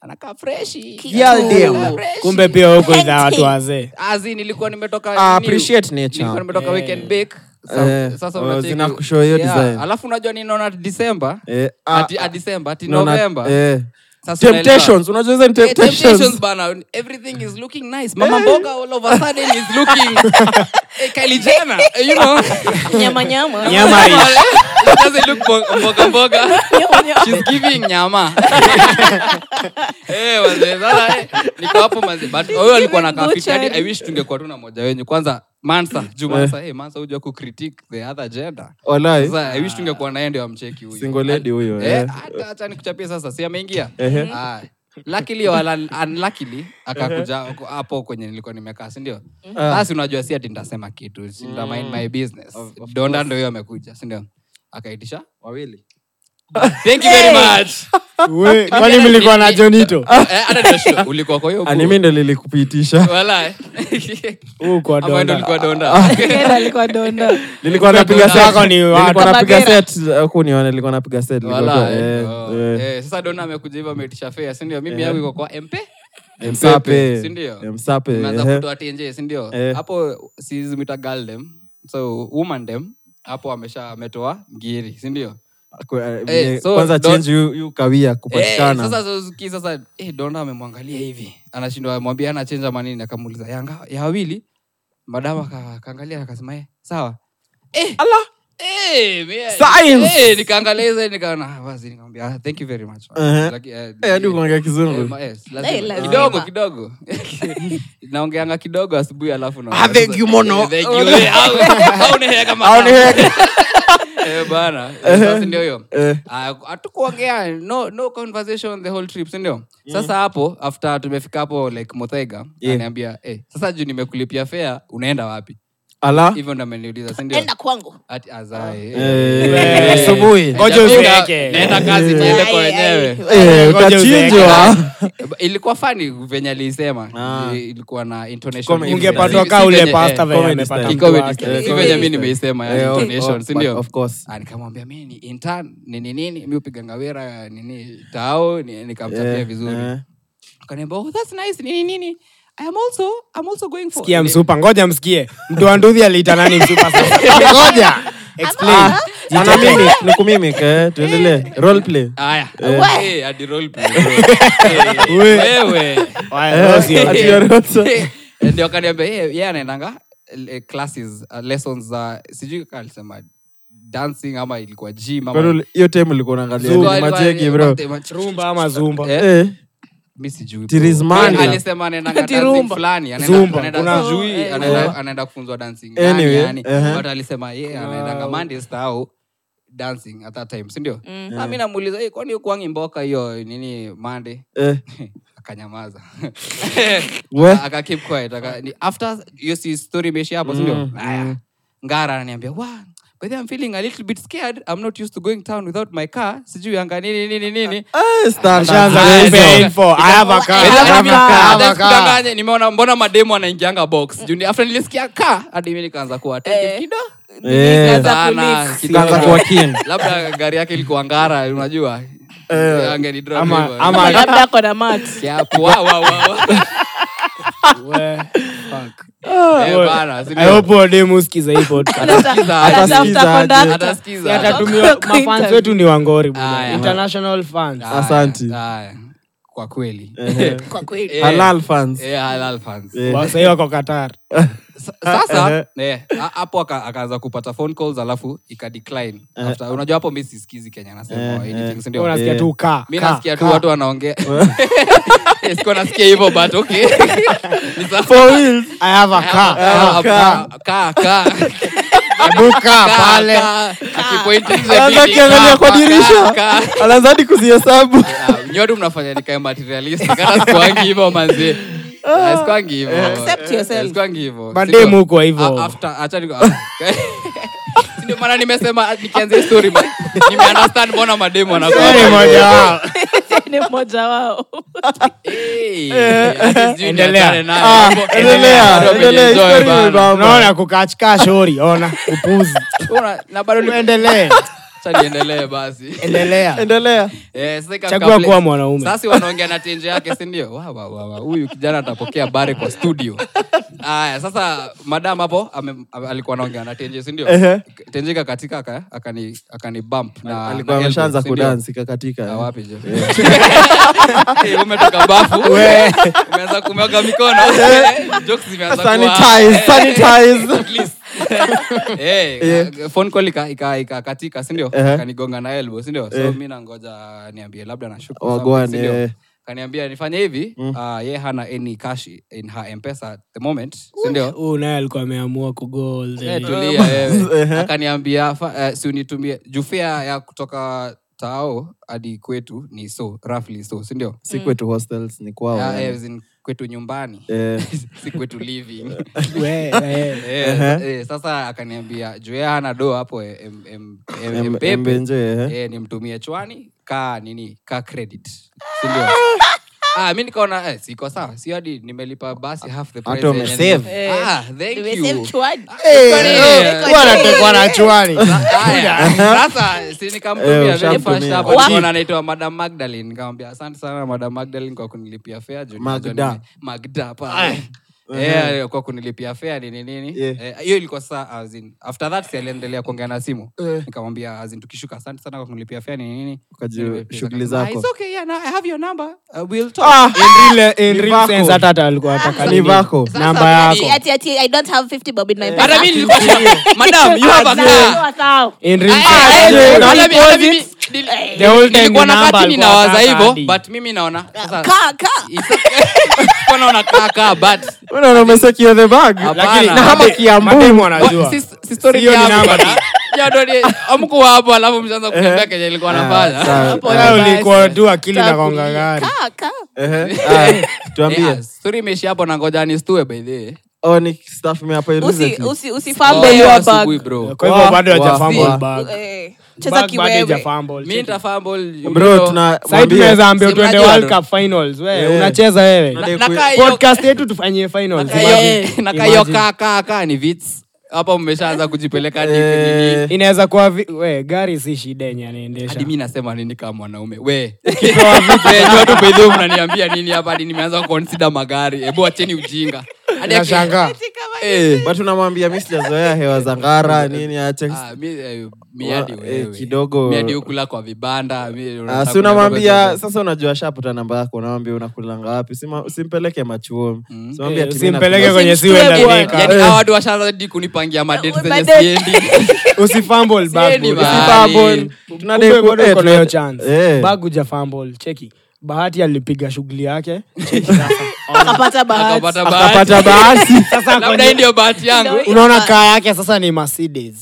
Speaker 5: anakaa freshi
Speaker 3: Girl dem.
Speaker 5: Freshi.
Speaker 6: kumbe pia huko ina watu wazee
Speaker 5: Azi, nilikuwa nimetoka
Speaker 3: Ah,
Speaker 5: nini-
Speaker 3: appreciate nature.
Speaker 5: nilikuwa nimetoka weekend break
Speaker 3: Eh,
Speaker 5: Sa- sasa
Speaker 3: oh,
Speaker 5: unacheki-
Speaker 3: zinakushow hiyo
Speaker 5: Yeah,
Speaker 3: design.
Speaker 5: alafu unajua ninaona december
Speaker 3: Eh, ah,
Speaker 5: ati ah, december ati
Speaker 3: no, na-
Speaker 5: november
Speaker 3: eh.
Speaker 5: Sasa unaelewa.
Speaker 3: Temptations, unajua hizo ni
Speaker 5: Eh, temptations
Speaker 3: temptations. Eh.
Speaker 5: bana everything is looking nice mama mboga all of a sudden is looking Eh, Kylie Jenner, eh, you know
Speaker 4: nyama nyama
Speaker 6: nyama hii
Speaker 5: It doesn't look bo- mboga mboga She's giving nyama Eh, wazee, sasa, eh, niko hapo mazi- but huyo alikuwa na
Speaker 4: giving
Speaker 5: kafiti, hadi
Speaker 4: butchered.
Speaker 5: I wish tungekuwa tu na moja wenyu kwanza mansa juu mansa eh, mansa hujua ku critique the other gender
Speaker 3: Walai,
Speaker 5: sasa I wish tungekuwa naye ndio amcheki huyu
Speaker 3: single lady huyo.
Speaker 5: Eh,
Speaker 3: eh.
Speaker 5: hata acha nikuchapie sasa si ameingia
Speaker 3: Ehe.
Speaker 5: Ah, luckily or un- unluckily akakuja huko- hapo kwenye nilikuwa nimekaa sindio
Speaker 3: Ah.
Speaker 5: basi unajua si ati nitasema kitu si nita mind
Speaker 3: Mm.
Speaker 5: my business donda ndo hiyo amekuja sindio akaitisha thank you very much
Speaker 6: We, kwani mlikuwa na jonito
Speaker 5: Eh, hata ndio sure, ulikuwa kwa hiyo
Speaker 3: Ah, ni
Speaker 5: group.
Speaker 3: mimi ndo nilikupitisha.
Speaker 5: Wala, eh.
Speaker 6: huko
Speaker 5: Ama ndio ulikuwa donda
Speaker 3: Ah.
Speaker 4: alikuwa donda
Speaker 3: Nilikuwa napiga
Speaker 5: Donda
Speaker 3: set.
Speaker 6: wako ni watu.
Speaker 3: Nilikuwa napiga
Speaker 4: Kama
Speaker 3: set. Hakuniona, nilikuwa napiga set. Nilikuwa
Speaker 5: Wala,
Speaker 3: tu,
Speaker 5: eh,
Speaker 3: eh,
Speaker 5: oh,
Speaker 3: eh.
Speaker 5: eh, sasa dona amekuja hivyo ameitisha fea sindio mimi yangu iko kwa mpe
Speaker 3: eh,
Speaker 5: eh,
Speaker 3: Msape.
Speaker 5: sindio
Speaker 3: Eh, Msape,
Speaker 5: Tumeanza
Speaker 3: ehe.
Speaker 5: kutoa TNJ, si ndio?
Speaker 3: Eh.
Speaker 5: hapo sizimita galdem so woman dem hapo amesha ametoa ngiri si ndio?
Speaker 3: Ku- eh,
Speaker 5: Eh,
Speaker 3: mie-
Speaker 5: so,
Speaker 3: kwanza
Speaker 5: don-
Speaker 3: change yu- yu kawia
Speaker 5: Eh,
Speaker 3: kupatikana
Speaker 5: sasa Suzuki sasa eh, donda amemwangalia hivi anashindwa mwambia ana change ama nini akamuuliza yanga ya wawili madam aka- akaangalia akasema eh sawa eh, Eh, mie-
Speaker 3: Science!
Speaker 5: eh, nikaangalia hizo, nikaona ah, basi nikamwambia ah, thank you very much
Speaker 3: Uh-huh.
Speaker 5: Laki- eh,
Speaker 3: Eh, hadi
Speaker 5: eh,
Speaker 3: ukaongea
Speaker 5: Eh,
Speaker 3: kizungu
Speaker 5: ma- yes, lazima.
Speaker 4: Eh, lazima.
Speaker 5: kidogo kidogo naongeanga kidogo asubuhi alafu na-
Speaker 3: Ah, thank you, mono.
Speaker 5: Eh, thank you. Eh, au- au ni hea kama-
Speaker 3: Au ni hea-
Speaker 5: Eh, bana Eh, sasa ndio hiyo
Speaker 3: Eh.
Speaker 5: Ah, hatukuongea no, no conversation the whole trip sindio sasa hapo after tumefika hapo like mothega
Speaker 3: Yeah.
Speaker 5: aniambia eh, sasa juu nimekulipia fea unaenda wapi
Speaker 3: ala
Speaker 5: hivyo ndo ameniuliza sindio
Speaker 4: enda kwangu
Speaker 5: ati azae
Speaker 3: Eh,
Speaker 6: asubuhi
Speaker 5: Ngoja
Speaker 6: Naenda-
Speaker 5: uzeeke.
Speaker 6: naenda-
Speaker 5: naenda kazi
Speaker 4: Eh.
Speaker 5: niende kwa
Speaker 4: Ai, ai.
Speaker 5: wenyewe
Speaker 3: eh,
Speaker 6: Ngoja
Speaker 3: utachinjwa Eh,
Speaker 5: ilikuwa fani venye aliisema
Speaker 3: Ah.
Speaker 5: I- ilikuwa na intonation
Speaker 3: Comedy
Speaker 5: nzuri.
Speaker 6: ungepatwa
Speaker 5: Si-
Speaker 6: ka
Speaker 5: si
Speaker 6: ule
Speaker 5: venye-
Speaker 6: pasta
Speaker 5: eh,
Speaker 6: venye
Speaker 3: comedy
Speaker 6: amepata
Speaker 3: style.
Speaker 5: si
Speaker 6: mtu
Speaker 5: comedy
Speaker 6: wake.
Speaker 5: style. Si
Speaker 4: Eh,
Speaker 5: venye mi
Speaker 4: comedy
Speaker 5: nimeisema
Speaker 3: Eh,
Speaker 5: ya
Speaker 3: of-
Speaker 5: intonation
Speaker 3: of-
Speaker 5: sindio
Speaker 3: of course.
Speaker 5: Ah, nikamwambia mi ni intern nini nini mi upiganga wera nini tao ni- nikamchapia
Speaker 3: Eh,
Speaker 5: vizuri
Speaker 3: eh.
Speaker 5: akaniambia oh, that's nice nini nini i am also i'm also going for
Speaker 6: Sikia msupa ngoja msikie mtu wa ndudhi aliita nani msupa sasa? ngoja explain
Speaker 3: Ana Ah, mimi, nukumimic, eh, tuendelee. Role play.
Speaker 5: haya
Speaker 4: Why?
Speaker 5: Eh, hadi role play, bro. Eh,
Speaker 6: We.
Speaker 5: wewe
Speaker 6: Waya, rosi
Speaker 3: Eh,
Speaker 6: yote.
Speaker 3: ati yoyote.
Speaker 5: Eh, ndio akaniambia ye ye anaendanga eh, classes uh, lessons za sijui kama alisema dancing ama ilikuwa gym ama-
Speaker 3: Kwani hiyo time ulikuwa unaangalia
Speaker 5: Ilikuwa-
Speaker 3: ni
Speaker 5: ilikuwa-
Speaker 3: macheki, bro.
Speaker 5: ma-
Speaker 6: rumba ama zumba
Speaker 5: Eh,
Speaker 3: Eh,
Speaker 5: mi sijui
Speaker 3: Tirizmani.
Speaker 5: bro. alisema anaendanga
Speaker 4: Ati
Speaker 5: dancing
Speaker 4: rumba.
Speaker 5: fulani, anaenda-
Speaker 6: Zumba,
Speaker 5: anaenda-
Speaker 6: kuna-
Speaker 5: sijui,
Speaker 4: Eh,
Speaker 5: anaenda-
Speaker 3: eh.
Speaker 5: anaenda kufunzwa dancing
Speaker 3: Anyway,
Speaker 5: gani, yani.
Speaker 3: eh.
Speaker 5: But alisema ye anaendanga Mondays tao dancing at that time sindio Ah, mi namuuliza "Eh, kwani ukuangi mboka hiyo nini mande
Speaker 3: eh,
Speaker 5: akanyamaza
Speaker 3: We.
Speaker 5: Aka- aka keep quiet aka- ni- after hiyo si story imeishia hapo sindio aya ngara ananiambia wa by the way, I'm feeling a little bit scared. I'm not used to going town without my car. Sijui anga nini nini nini.
Speaker 3: eh, standard.
Speaker 6: Ashaanza
Speaker 5: Ah,
Speaker 6: kunipea
Speaker 5: so-
Speaker 6: info. I have a car.
Speaker 5: By the way,
Speaker 6: I have a
Speaker 5: nimeona-
Speaker 6: car. I
Speaker 5: Eh, hata
Speaker 6: have a car.
Speaker 5: sikudanganye, ah, nimeona mbona mademu anaingianga box. Juu ni- after nilisikia ka hadi mimi nikaanza kuwa attentive kidogo.
Speaker 3: Eh,
Speaker 4: Kaanza ku
Speaker 5: Sana,
Speaker 4: leak.
Speaker 5: kidogo.
Speaker 3: Kaanza kuwa keen.
Speaker 5: Labda gari yake ilikuwa ngara, unajua. Angeni drop
Speaker 6: Ama-
Speaker 5: hivyo.
Speaker 6: ama-
Speaker 4: Ama labda ako na mat
Speaker 5: Kiapo, wa, wa, wa, wa.
Speaker 6: We,
Speaker 5: Eh, bana, si ndio?
Speaker 6: I hope wademu sikiza hii podcast.
Speaker 5: Atasikiza,
Speaker 3: Atasikiza
Speaker 4: Anatafuta
Speaker 3: aje.
Speaker 4: conductor.
Speaker 5: atasikiza.
Speaker 6: Yatatumiwa-
Speaker 4: Kwa
Speaker 6: mafans
Speaker 4: interview.
Speaker 6: wetu ni wangori bwana.
Speaker 5: Aya.
Speaker 6: International fans.
Speaker 5: Haya,
Speaker 3: Asante.
Speaker 5: haya. kwa kweli
Speaker 3: Eh,
Speaker 4: Kwa kweli.
Speaker 5: Eh,
Speaker 3: halal fans.
Speaker 5: eh, halal fans.
Speaker 3: Eh.
Speaker 6: Wa- sahii wako Qatar.
Speaker 5: Sa- sasa eh, a- hapo aka- akaanza kupata phone calls alafu ikadecline After- unajua hapo mi sisikizi kenya
Speaker 3: Eh,
Speaker 5: anasema or
Speaker 3: eh.
Speaker 5: anything, si ndio?
Speaker 6: Wewe unasikia
Speaker 3: Eh.
Speaker 6: tu ka,
Speaker 5: mi
Speaker 6: ka,
Speaker 5: nasikia tu
Speaker 6: ka.
Speaker 5: watu wanaongea Yes, sikuwa nasikia hivyo but okay Ni sawa.
Speaker 6: I have a car. I have a
Speaker 5: Ka- ka- ka-
Speaker 6: Abu car
Speaker 5: ka-
Speaker 6: pale.
Speaker 5: ka- akipoint nje
Speaker 3: Anaanza
Speaker 5: bibi,
Speaker 3: akiangalia
Speaker 5: ka-
Speaker 3: kwa
Speaker 5: ka-
Speaker 3: dirisha.
Speaker 5: ka-
Speaker 3: Anaanza hadi kuzihesabu.
Speaker 5: Ah, nyote mnafanya nikae materialist kana sikuangi hivyo manzi Ah, sikuangi hivyo Eh,
Speaker 4: Accept yourself.
Speaker 5: Sikuangi hivyo
Speaker 6: Mademu
Speaker 5: Sindio?
Speaker 6: huko hivyo.
Speaker 5: Ah, after acha niko ndio maana nimesema nikianza hii story ma- nime understand mbona mademu wanakuwa
Speaker 6: Wewe ni moja wao.
Speaker 4: ni mmoja wao
Speaker 5: Hey, hata sijui
Speaker 6: Endelea.
Speaker 5: niachane naye.
Speaker 3: Ah,
Speaker 5: Hapo-
Speaker 3: endelea,
Speaker 5: Bado
Speaker 3: endelea,
Speaker 5: amejienjoy
Speaker 3: story
Speaker 5: bana.
Speaker 3: imebamba.
Speaker 6: Unaona kukachika shori, ona upuzi.
Speaker 5: Unaona, na bado ni-
Speaker 6: Tuendelee,
Speaker 5: acha niendelee basi
Speaker 6: endelea.
Speaker 3: Endelea.
Speaker 5: Eh, sasa ikafika
Speaker 6: Chagua
Speaker 5: place-
Speaker 6: kuwa mwanaume.
Speaker 5: Sasa wanaongea na tenje yake si ndio? Wa, wa, wa, wa, huyu kijana atapokea bare kwa studio aya sasa madam hapo ame- ame- alikuwa anaongea na tenje si ndio?
Speaker 3: Ehe.
Speaker 5: tenje ikakatika aka- akani akani bump na
Speaker 3: Alikuwa
Speaker 5: na elbow,
Speaker 3: ameshaanza
Speaker 5: si ndio?
Speaker 3: kudansi kakatika.
Speaker 5: Ah, wapi je Eh, umetoka bafu umeanza kumeoga mikono Jokes zimeanza kuwa-
Speaker 3: Sanitize, sanitize.
Speaker 5: At least. Eh, ka- phone call ika- ika- ikakatika sindio
Speaker 3: Eh.
Speaker 5: kanigonga na elbo sindio so mi nangoja niambie labda nashuku kwa
Speaker 3: Wagwan,
Speaker 5: sababu, sindio?
Speaker 3: eh.
Speaker 5: kaniambia nifanye hivi ah, ye hana any cash in her mpesa at the moment sindio
Speaker 6: Huyu naye alikuwa ameamua kugo all the
Speaker 5: Eh,
Speaker 6: way.
Speaker 5: tulia wewe. akaniambia fa- eh, si unitumie jufea ya kutoka tao hadi kwetu ni so roughly so sindio
Speaker 3: Si kwetu hostels, ni kwao.
Speaker 5: Ah, eh, as in kwetu nyumbani
Speaker 3: Oh, Eh.
Speaker 5: si kwetu living
Speaker 6: We, eh.
Speaker 5: Eh, eh, sasa akaniambia juu yeye hana do hapo eh, em- em- em-
Speaker 3: Em-
Speaker 5: empepe,
Speaker 3: embenje, eh.
Speaker 5: eh, nimtumie chwani ka nini ka credit sindio Ah, mi nikaona eh, siko sawa sio hadi nimelipa basi half the price
Speaker 3: Hata
Speaker 5: yenye
Speaker 3: umesave.
Speaker 5: nime- Ah, thank
Speaker 4: Nimesave
Speaker 5: you.
Speaker 4: chwani.
Speaker 5: Eh,
Speaker 6: Huyu anatekwa na chuani.
Speaker 5: Aya, sasa si
Speaker 3: Eh,
Speaker 5: nikamtumia vile
Speaker 3: ushamtumia.
Speaker 5: first hapo,
Speaker 4: Wa-
Speaker 5: nikaona anaitwa madam magdalene nikamwambia asante sana madam magdalene kwa kunilipia fea
Speaker 3: Magda. Uh-huh.
Speaker 5: magda pale Eh, kwa kunilipia fea nini nini
Speaker 3: Yeah.
Speaker 5: Eh, hiyo ilikuwa saa as in, after that si aliendelea kuongea na simu
Speaker 3: Eh.
Speaker 5: nikamwambia as in, tukishuka asante sana kwa kunilipia fea nini nini
Speaker 3: Ukaji-
Speaker 5: Nilipia-
Speaker 3: shughuli
Speaker 5: Ah,
Speaker 3: zako.
Speaker 5: it's okay, yeah, now I have your number. Uh, we'll talk.
Speaker 3: Ah,
Speaker 6: In real- in
Speaker 3: Ni
Speaker 6: real
Speaker 3: vako. Ah,
Speaker 6: sense hata hata alikuwa ataka
Speaker 3: Ni
Speaker 6: nini?
Speaker 3: vako.
Speaker 6: Namba yako.
Speaker 4: Ati- ati, I don't have 50 bob in my
Speaker 5: Hata
Speaker 4: pesa.
Speaker 5: mimi nilikuwa- Madam, you have a car.
Speaker 4: Sawa, sawa.
Speaker 6: In real
Speaker 5: Ah,
Speaker 6: sense.
Speaker 5: eh,
Speaker 6: Ndio.
Speaker 5: hata mi- hata mimi-
Speaker 6: eh, The whole time
Speaker 5: nilikuwa
Speaker 6: ni namba
Speaker 5: nakati
Speaker 6: alikuwa
Speaker 5: ninawaza
Speaker 6: anataka
Speaker 5: hivyo
Speaker 6: hadi.
Speaker 5: but mimi naona sasa-
Speaker 4: Kaa, kaa.
Speaker 5: Nilikuwa naona kaka but
Speaker 3: Unaona umesecure the bag.
Speaker 5: Hapana.
Speaker 3: Na kama
Speaker 6: Mademu
Speaker 3: kiambu.
Speaker 6: anajua.
Speaker 5: si- si story
Speaker 6: Sio ni
Speaker 5: yangu,
Speaker 6: namba Eh.
Speaker 5: bana. Ya, ndo ni- amko hapo alafu mshaanza kutembea kenye ilikuwa nafanya
Speaker 3: Sawa.
Speaker 6: Wewe Ah, Eh, ulikuwa tu akili na gonga gari.
Speaker 4: Kaa, kaa.
Speaker 3: Ehe. Ah, Tuambie.
Speaker 5: Yeah, story imeishi hapo nangoja nistue by the way.
Speaker 3: oh, ni stuff imeapa
Speaker 4: usi usi
Speaker 5: Oh,
Speaker 4: usifumble your
Speaker 5: asubuhi,
Speaker 4: bag
Speaker 5: bro.
Speaker 6: Eh, kwa hivyo
Speaker 3: Wah,
Speaker 6: bado
Speaker 3: wah,
Speaker 6: hajafumble
Speaker 5: wah.
Speaker 6: bag.
Speaker 4: Eh, cheza
Speaker 6: Bag bado
Speaker 4: kiwewe
Speaker 6: hajafumble.
Speaker 5: Mi nitafumble, you
Speaker 3: bro
Speaker 5: know.
Speaker 6: Sasa tunaweza
Speaker 3: tunamwambia
Speaker 6: ambia
Speaker 5: Si
Speaker 6: tuende
Speaker 5: mnajua
Speaker 6: World
Speaker 5: ndo.
Speaker 6: Cup finals.
Speaker 3: Eh.
Speaker 6: Wewe unacheza wewe.
Speaker 3: Tunadai
Speaker 5: Na-
Speaker 3: kui-
Speaker 5: nakaa hiyo-
Speaker 6: Podcast yetu tufanyie finals.
Speaker 5: nakaa hiyo- nakaa hiyo kaa kaa kaa ni vits hapa mmeshaanza kujipeleka hadi
Speaker 3: Eh.
Speaker 5: nini.
Speaker 6: Inaweza kuwa vi- we gari si shida yenye anaendesha.
Speaker 5: hadi mi nasema nini kama mwanaume we We, nyua tu bedhi mnaniambia nini hapa hadi nimeanza kuconsider magari hebu acheni ujinga Hadi aki-
Speaker 6: Nashangaa.
Speaker 5: Eh.
Speaker 3: but tunamwambia mi sijazoea hewa za ngara nini ache
Speaker 5: Ah, mi- eh, mi hadi
Speaker 3: Wa-
Speaker 5: wewe.
Speaker 3: eh, kidogo-
Speaker 5: Mi hadi hukula kwa vibanda mi- unataka
Speaker 3: Ah, si
Speaker 5: kula kwa
Speaker 3: unamwambia
Speaker 5: vibanda.
Speaker 3: sasa unajua shapata namba yako unamwambia unakulanga wapi Sima- usimpeleke machuoni Usimwambie
Speaker 6: Eh,
Speaker 3: ati mi
Speaker 6: usimpeleke
Speaker 3: nakula-
Speaker 6: kwenye siwe
Speaker 4: Usimsikie
Speaker 6: ndani ya
Speaker 4: bwana.
Speaker 6: car.
Speaker 5: Yaani,
Speaker 3: Eh.
Speaker 5: hawa watu washazidi kunipangia madeti zenye
Speaker 4: Madate.
Speaker 5: siendi
Speaker 6: Usifumble bag.
Speaker 5: Sieni
Speaker 6: bro.
Speaker 5: bana.
Speaker 3: Usifumble. Tunadai
Speaker 6: Kumbe
Speaker 3: ku-
Speaker 6: bado
Speaker 3: eh,
Speaker 6: uko na hiyo
Speaker 3: tunadai-
Speaker 6: chance.
Speaker 3: eh.
Speaker 6: Bag hujafumble, cheki. Bahati alipiga shughuli yake.
Speaker 4: akapata bahati
Speaker 5: akapata bahati
Speaker 3: akapata bahati
Speaker 6: Sasa
Speaker 5: labda hii ndio bahati yangu
Speaker 4: Ndio.
Speaker 6: unaona kaa yake sasa ni Mercedes.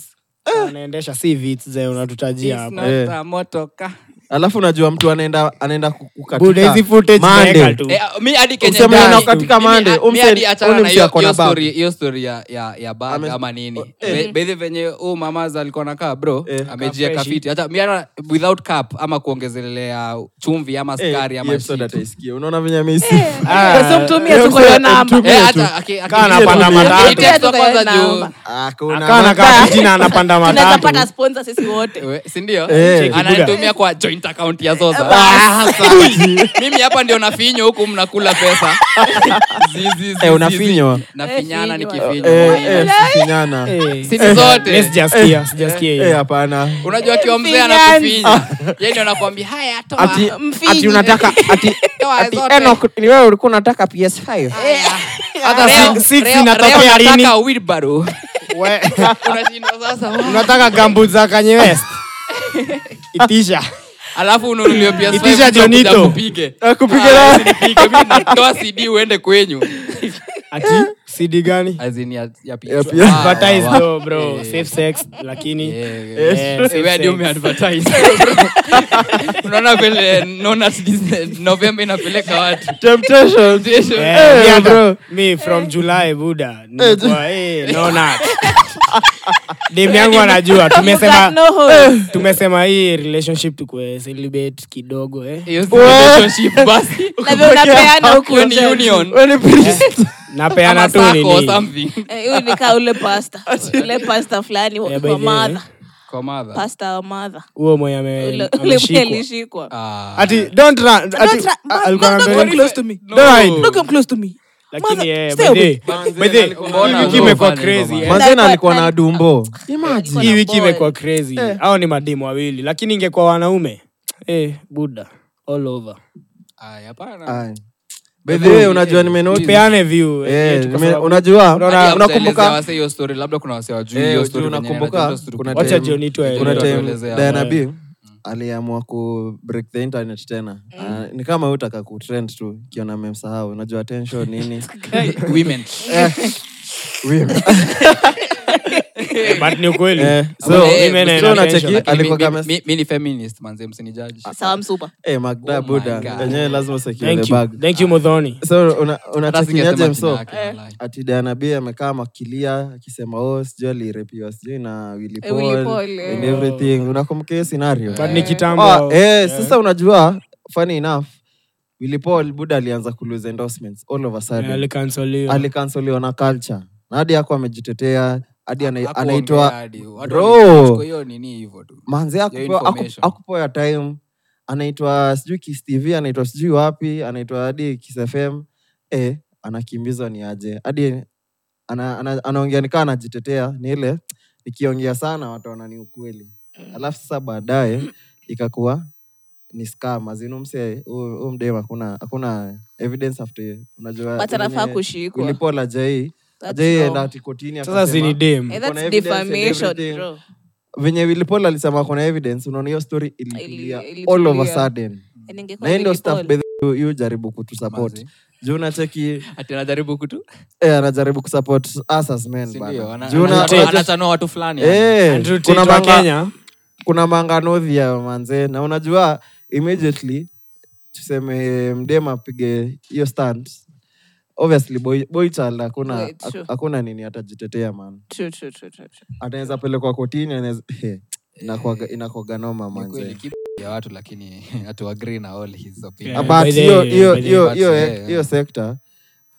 Speaker 6: Ah, Anaendesha si vits ze unatutajia
Speaker 5: It's
Speaker 6: hapa.
Speaker 5: not
Speaker 3: Eh.
Speaker 5: a motoka.
Speaker 3: alafu unajua mtu anaenda anaenda ku- kukatika
Speaker 6: Buda hizi footage
Speaker 3: Monday.
Speaker 6: tunaweka tu.
Speaker 5: Eh, mi hadi Kenya
Speaker 3: Useme
Speaker 5: ndani.
Speaker 3: una katika
Speaker 5: Mimi-
Speaker 3: Monday,
Speaker 5: mi
Speaker 3: umse-
Speaker 5: hadi achana
Speaker 3: uni
Speaker 5: na
Speaker 3: mse
Speaker 5: hiyo-
Speaker 3: ako na
Speaker 5: hiyo
Speaker 3: bag.
Speaker 5: story- hiyo story ya- ya- ya bag
Speaker 3: Ame-
Speaker 5: ama nini
Speaker 3: Eh.
Speaker 5: Be- bedhi venye huu mamas alikuwa nakaa bro
Speaker 3: Eh.
Speaker 5: amejieka
Speaker 6: Kafreshi.
Speaker 5: fiti hata mi hata without cap ama kuongezelea chumvi ama
Speaker 3: Eh,
Speaker 5: sukari
Speaker 3: hii
Speaker 5: ama
Speaker 3: episode
Speaker 5: shit.
Speaker 3: ataisikia unaona venye amesi
Speaker 4: Kwa sababu mtumie tu kwa hiyo namba
Speaker 5: Eh, hata aki- aki-
Speaker 6: Kaa
Speaker 5: aki-
Speaker 6: anapanda
Speaker 5: aki-
Speaker 6: matatu.
Speaker 5: aki- text wa
Speaker 4: Mtumie tu
Speaker 5: kwanza
Speaker 4: kwa hiyo
Speaker 5: juu-
Speaker 4: namba.
Speaker 6: Akana kaa kitina anapanda
Speaker 4: tunaweza
Speaker 6: matatu.
Speaker 4: pata sponsor sisi wote
Speaker 5: We- si ndio
Speaker 3: Eh.
Speaker 5: Cheki, ananitumia kwa joint account ya zoza Ah, mimi hapa ndio nafinywa huku mnakula pesa Zi, zi, zi, zi,
Speaker 3: Eh,
Speaker 5: zi.
Speaker 3: unafinywa
Speaker 5: nafinyana
Speaker 4: Eh,
Speaker 5: nikifinywa
Speaker 3: kinyana
Speaker 5: sisi
Speaker 6: Mi
Speaker 5: zote
Speaker 6: sijasikia, sijasikia hiyo.
Speaker 3: Eh, hapana
Speaker 5: unajua kiwa mzee
Speaker 4: Mfinyanzi.
Speaker 5: anakufinya
Speaker 6: Ah.
Speaker 5: yeye ndio anakuambia haya toa
Speaker 3: ati
Speaker 4: mfinyi.
Speaker 3: ati unataka ati
Speaker 5: Toa
Speaker 3: ati
Speaker 5: zote.
Speaker 3: Enoch, ni wewe ulikuwa unataka PS5
Speaker 5: Haya.
Speaker 6: Eh. Hata
Speaker 5: Leo-
Speaker 6: si- six
Speaker 5: leo-
Speaker 6: inatokea
Speaker 5: leo
Speaker 6: lini?
Speaker 5: nataka wheelbarrow.
Speaker 6: We-
Speaker 5: Unashindwa sasa wa-
Speaker 6: unataka gambu za Kanye West? itisha
Speaker 5: alafu ununulie PS5
Speaker 6: Itisha
Speaker 5: kuja
Speaker 6: Jonito. Eh,
Speaker 5: kupige. Ah,
Speaker 3: akupigana
Speaker 5: usinipige, mimi natoa CD uende kwenyu
Speaker 6: ati cd gani
Speaker 5: As in ya- ya picha.
Speaker 3: Ya picha.
Speaker 5: Wow,
Speaker 6: advertise
Speaker 5: Ah, wow.
Speaker 6: though bro
Speaker 5: Eh,
Speaker 6: safe sex lakini
Speaker 5: yeah, yeah.
Speaker 6: Eh,
Speaker 5: Eh,
Speaker 6: safe
Speaker 5: we hadi
Speaker 6: sex.
Speaker 5: umeadvertise. unaona vile Nonas Disney- novemba inapeleka watu
Speaker 3: temptation
Speaker 6: Eh,
Speaker 3: Eh,
Speaker 6: mi hata-
Speaker 3: bro.
Speaker 6: mi from july buda nilikuwa, eh, naona dem yangu anajua
Speaker 4: You got
Speaker 6: tumesema Eh.
Speaker 4: no hope.
Speaker 6: tumesema hii relationship tukue celibate kidogo eh.
Speaker 5: Hiyo si relationship basi.
Speaker 4: na vile unapeana huku
Speaker 5: Hiyo ni union.
Speaker 3: wewe ni priest
Speaker 6: napeana
Speaker 5: Ama
Speaker 6: tu
Speaker 5: sako or
Speaker 6: nini
Speaker 5: something.
Speaker 4: Eh, huyu ni kaa ule pasta ule pasta fulani wa-
Speaker 6: Eh, by
Speaker 4: wa
Speaker 6: the-
Speaker 4: madha
Speaker 5: Kwa mother.
Speaker 4: pasta wa madha
Speaker 6: huo mwenye ame-
Speaker 4: ule ule mwenye
Speaker 6: ameshikwa
Speaker 4: alishikwa
Speaker 5: Ah.
Speaker 6: ati don't run ati
Speaker 4: run.
Speaker 6: ah, alikuwa
Speaker 4: No, no,
Speaker 6: anaambia-
Speaker 4: don't come close to me.
Speaker 5: No.
Speaker 6: Don't hide.
Speaker 5: No.
Speaker 4: Don't come close to me. Mother,
Speaker 6: lakini eh,
Speaker 4: stay
Speaker 6: by the-
Speaker 4: away.
Speaker 6: by the- hii
Speaker 5: Mbona
Speaker 6: wiki
Speaker 5: bro,
Speaker 6: imekuwa
Speaker 5: fanya
Speaker 6: crazy
Speaker 5: hivyo
Speaker 6: eh.
Speaker 3: manzeni alikuwa na
Speaker 4: Nani-
Speaker 3: dumbo
Speaker 6: hii
Speaker 4: Kuna
Speaker 6: wiki
Speaker 4: ball.
Speaker 6: imekuwa crazy au ni mademu wawili lakini ingekuwa wanaume eh, buda all over
Speaker 5: Aya, hapana.
Speaker 3: Ah, by the way unajua nimenotice
Speaker 6: peane view
Speaker 3: Eh,
Speaker 6: yetu kwa
Speaker 3: nime-
Speaker 6: sababu-
Speaker 3: unajua
Speaker 6: Unaona-
Speaker 5: Hadi ya kutuelezea
Speaker 3: unakumbuka
Speaker 5: wase hiyo story, labda kuna wase wajui
Speaker 3: Eh,
Speaker 5: hiyo
Speaker 3: ujui
Speaker 5: story venye
Speaker 3: unakumbuka?
Speaker 5: inaenda, just
Speaker 3: Kuna
Speaker 5: tukumbuke.
Speaker 6: wacha jioni tu aelewe.
Speaker 3: kuna time
Speaker 5: Tuelezea,
Speaker 3: Diana
Speaker 5: eh.
Speaker 3: B aliamua ku break the internet tena
Speaker 4: Mm.
Speaker 3: Ah, ni kama wewe utaka kutrend tu kiona memsahau unajua attention nini
Speaker 5: Hey, women.
Speaker 3: Eh,
Speaker 5: Eh,
Speaker 3: Wewe.
Speaker 6: but ni ukweli
Speaker 3: Eh, so-
Speaker 6: Women
Speaker 5: Eh,
Speaker 6: and
Speaker 5: so
Speaker 6: attention.
Speaker 3: unacheki-
Speaker 6: Lakini
Speaker 5: Lakini
Speaker 3: alikuwa
Speaker 5: mi-
Speaker 3: kama-
Speaker 5: mi- mi ni feminist, manze, msinijaji.
Speaker 4: sawa msupa
Speaker 3: Eh, Magda
Speaker 5: Oh my
Speaker 3: Buddha.
Speaker 5: God.
Speaker 3: Wenyewe lazima usekiwe
Speaker 6: thank
Speaker 3: the bag.
Speaker 6: you thank you Muthoni.
Speaker 3: So, una-
Speaker 5: Hata singesema
Speaker 3: unachekinyaje
Speaker 5: jina
Speaker 3: mso
Speaker 5: yake, walai.
Speaker 3: ati Diana B amekaa makilia akisema oh, sijui alirepiwa sijui na Willy
Speaker 4: Eh, Willy
Speaker 3: Paul
Speaker 4: Paul, eh.
Speaker 3: and everything unakumbuka hiyo scenario
Speaker 6: but
Speaker 5: Eh.
Speaker 6: ni kitambo
Speaker 3: Ah, eh, sasa unajua funny enough Willy Paul Buddha alianza kulose endorsements all of a
Speaker 6: Eh,
Speaker 3: sudden
Speaker 6: alikansoliwa.
Speaker 3: alikansoliwa na culture na hadi ako amejitetea hadi ana-
Speaker 5: Hakuongea
Speaker 3: anaitwa
Speaker 5: hadi. Watu
Speaker 3: Bro.
Speaker 5: walichukua hiyo nini hivyo tu.
Speaker 3: manze
Speaker 5: Hiyo
Speaker 3: akupewa
Speaker 5: information.
Speaker 3: aku- akupewa time anaitwa sijui Kiss tv anaitwa sijui wapi anaitwa hadi kisfm eh, anakimbizwa ni aje hadi ana, ana, anaongea nikaa anajitetea ni ile nikiongea sana wataona ni ukweli alafu sasa baadaye ikakuwa ni scam azinu mse huu mdem hakuna hakuna evidence after unajua
Speaker 4: but anafaa
Speaker 3: mwenye
Speaker 4: kushikwa
Speaker 3: Willy Paul ajai
Speaker 4: That's
Speaker 3: ajai
Speaker 4: wrong.
Speaker 3: enda ati kotini
Speaker 6: sasa
Speaker 3: akasema-
Speaker 6: si ni dem
Speaker 4: Eh,
Speaker 3: kuna
Speaker 4: that's
Speaker 3: evidence and
Speaker 4: defamation
Speaker 3: everything.
Speaker 4: bro.
Speaker 3: venye wilipol alisema kuna evidence unaona hiyo story ilitulia
Speaker 4: Ili-
Speaker 3: all of a
Speaker 4: ilitulia.
Speaker 3: sudden
Speaker 4: Eh, ningekuwa
Speaker 3: na hii ndio
Speaker 4: Willy
Speaker 3: stuff
Speaker 4: Paul.
Speaker 3: bedhi yu- yu jaribu kutusupport
Speaker 5: Manze.
Speaker 3: juu nacheki
Speaker 5: Ati anajaribu kutu-
Speaker 3: eh, anajaribu kusupport us as men
Speaker 5: si
Speaker 3: bana.
Speaker 5: ndio, ana-
Speaker 3: Juu na-
Speaker 5: anachanua-
Speaker 3: unajua-
Speaker 5: anachanua watu fulani yani.
Speaker 3: Eh,
Speaker 6: Andrew Tate
Speaker 3: kuna
Speaker 6: wa
Speaker 3: manga-
Speaker 6: Kenya
Speaker 3: kuna manganodhi ya manzee na unajua immediately tuseme mdema apige hiyo stand obviously boy, boy child hakuna
Speaker 4: Yeah, true.
Speaker 3: hakuna nini atajitetea man
Speaker 4: True, true, true, true, true.
Speaker 3: anaweza pelekwa kotini anaweza he, inakwaga- inakwaga noma
Speaker 5: kweli
Speaker 3: manze
Speaker 5: kitu ya watu lakini hatu agree na all his Eh, opinion.
Speaker 6: Yeah,
Speaker 3: Ah, but
Speaker 6: Eh, by the-
Speaker 3: hiyo- hiyo-
Speaker 6: by the-
Speaker 3: hiyo-
Speaker 5: but
Speaker 3: hiyo-
Speaker 5: yeah.
Speaker 3: hiyo sekta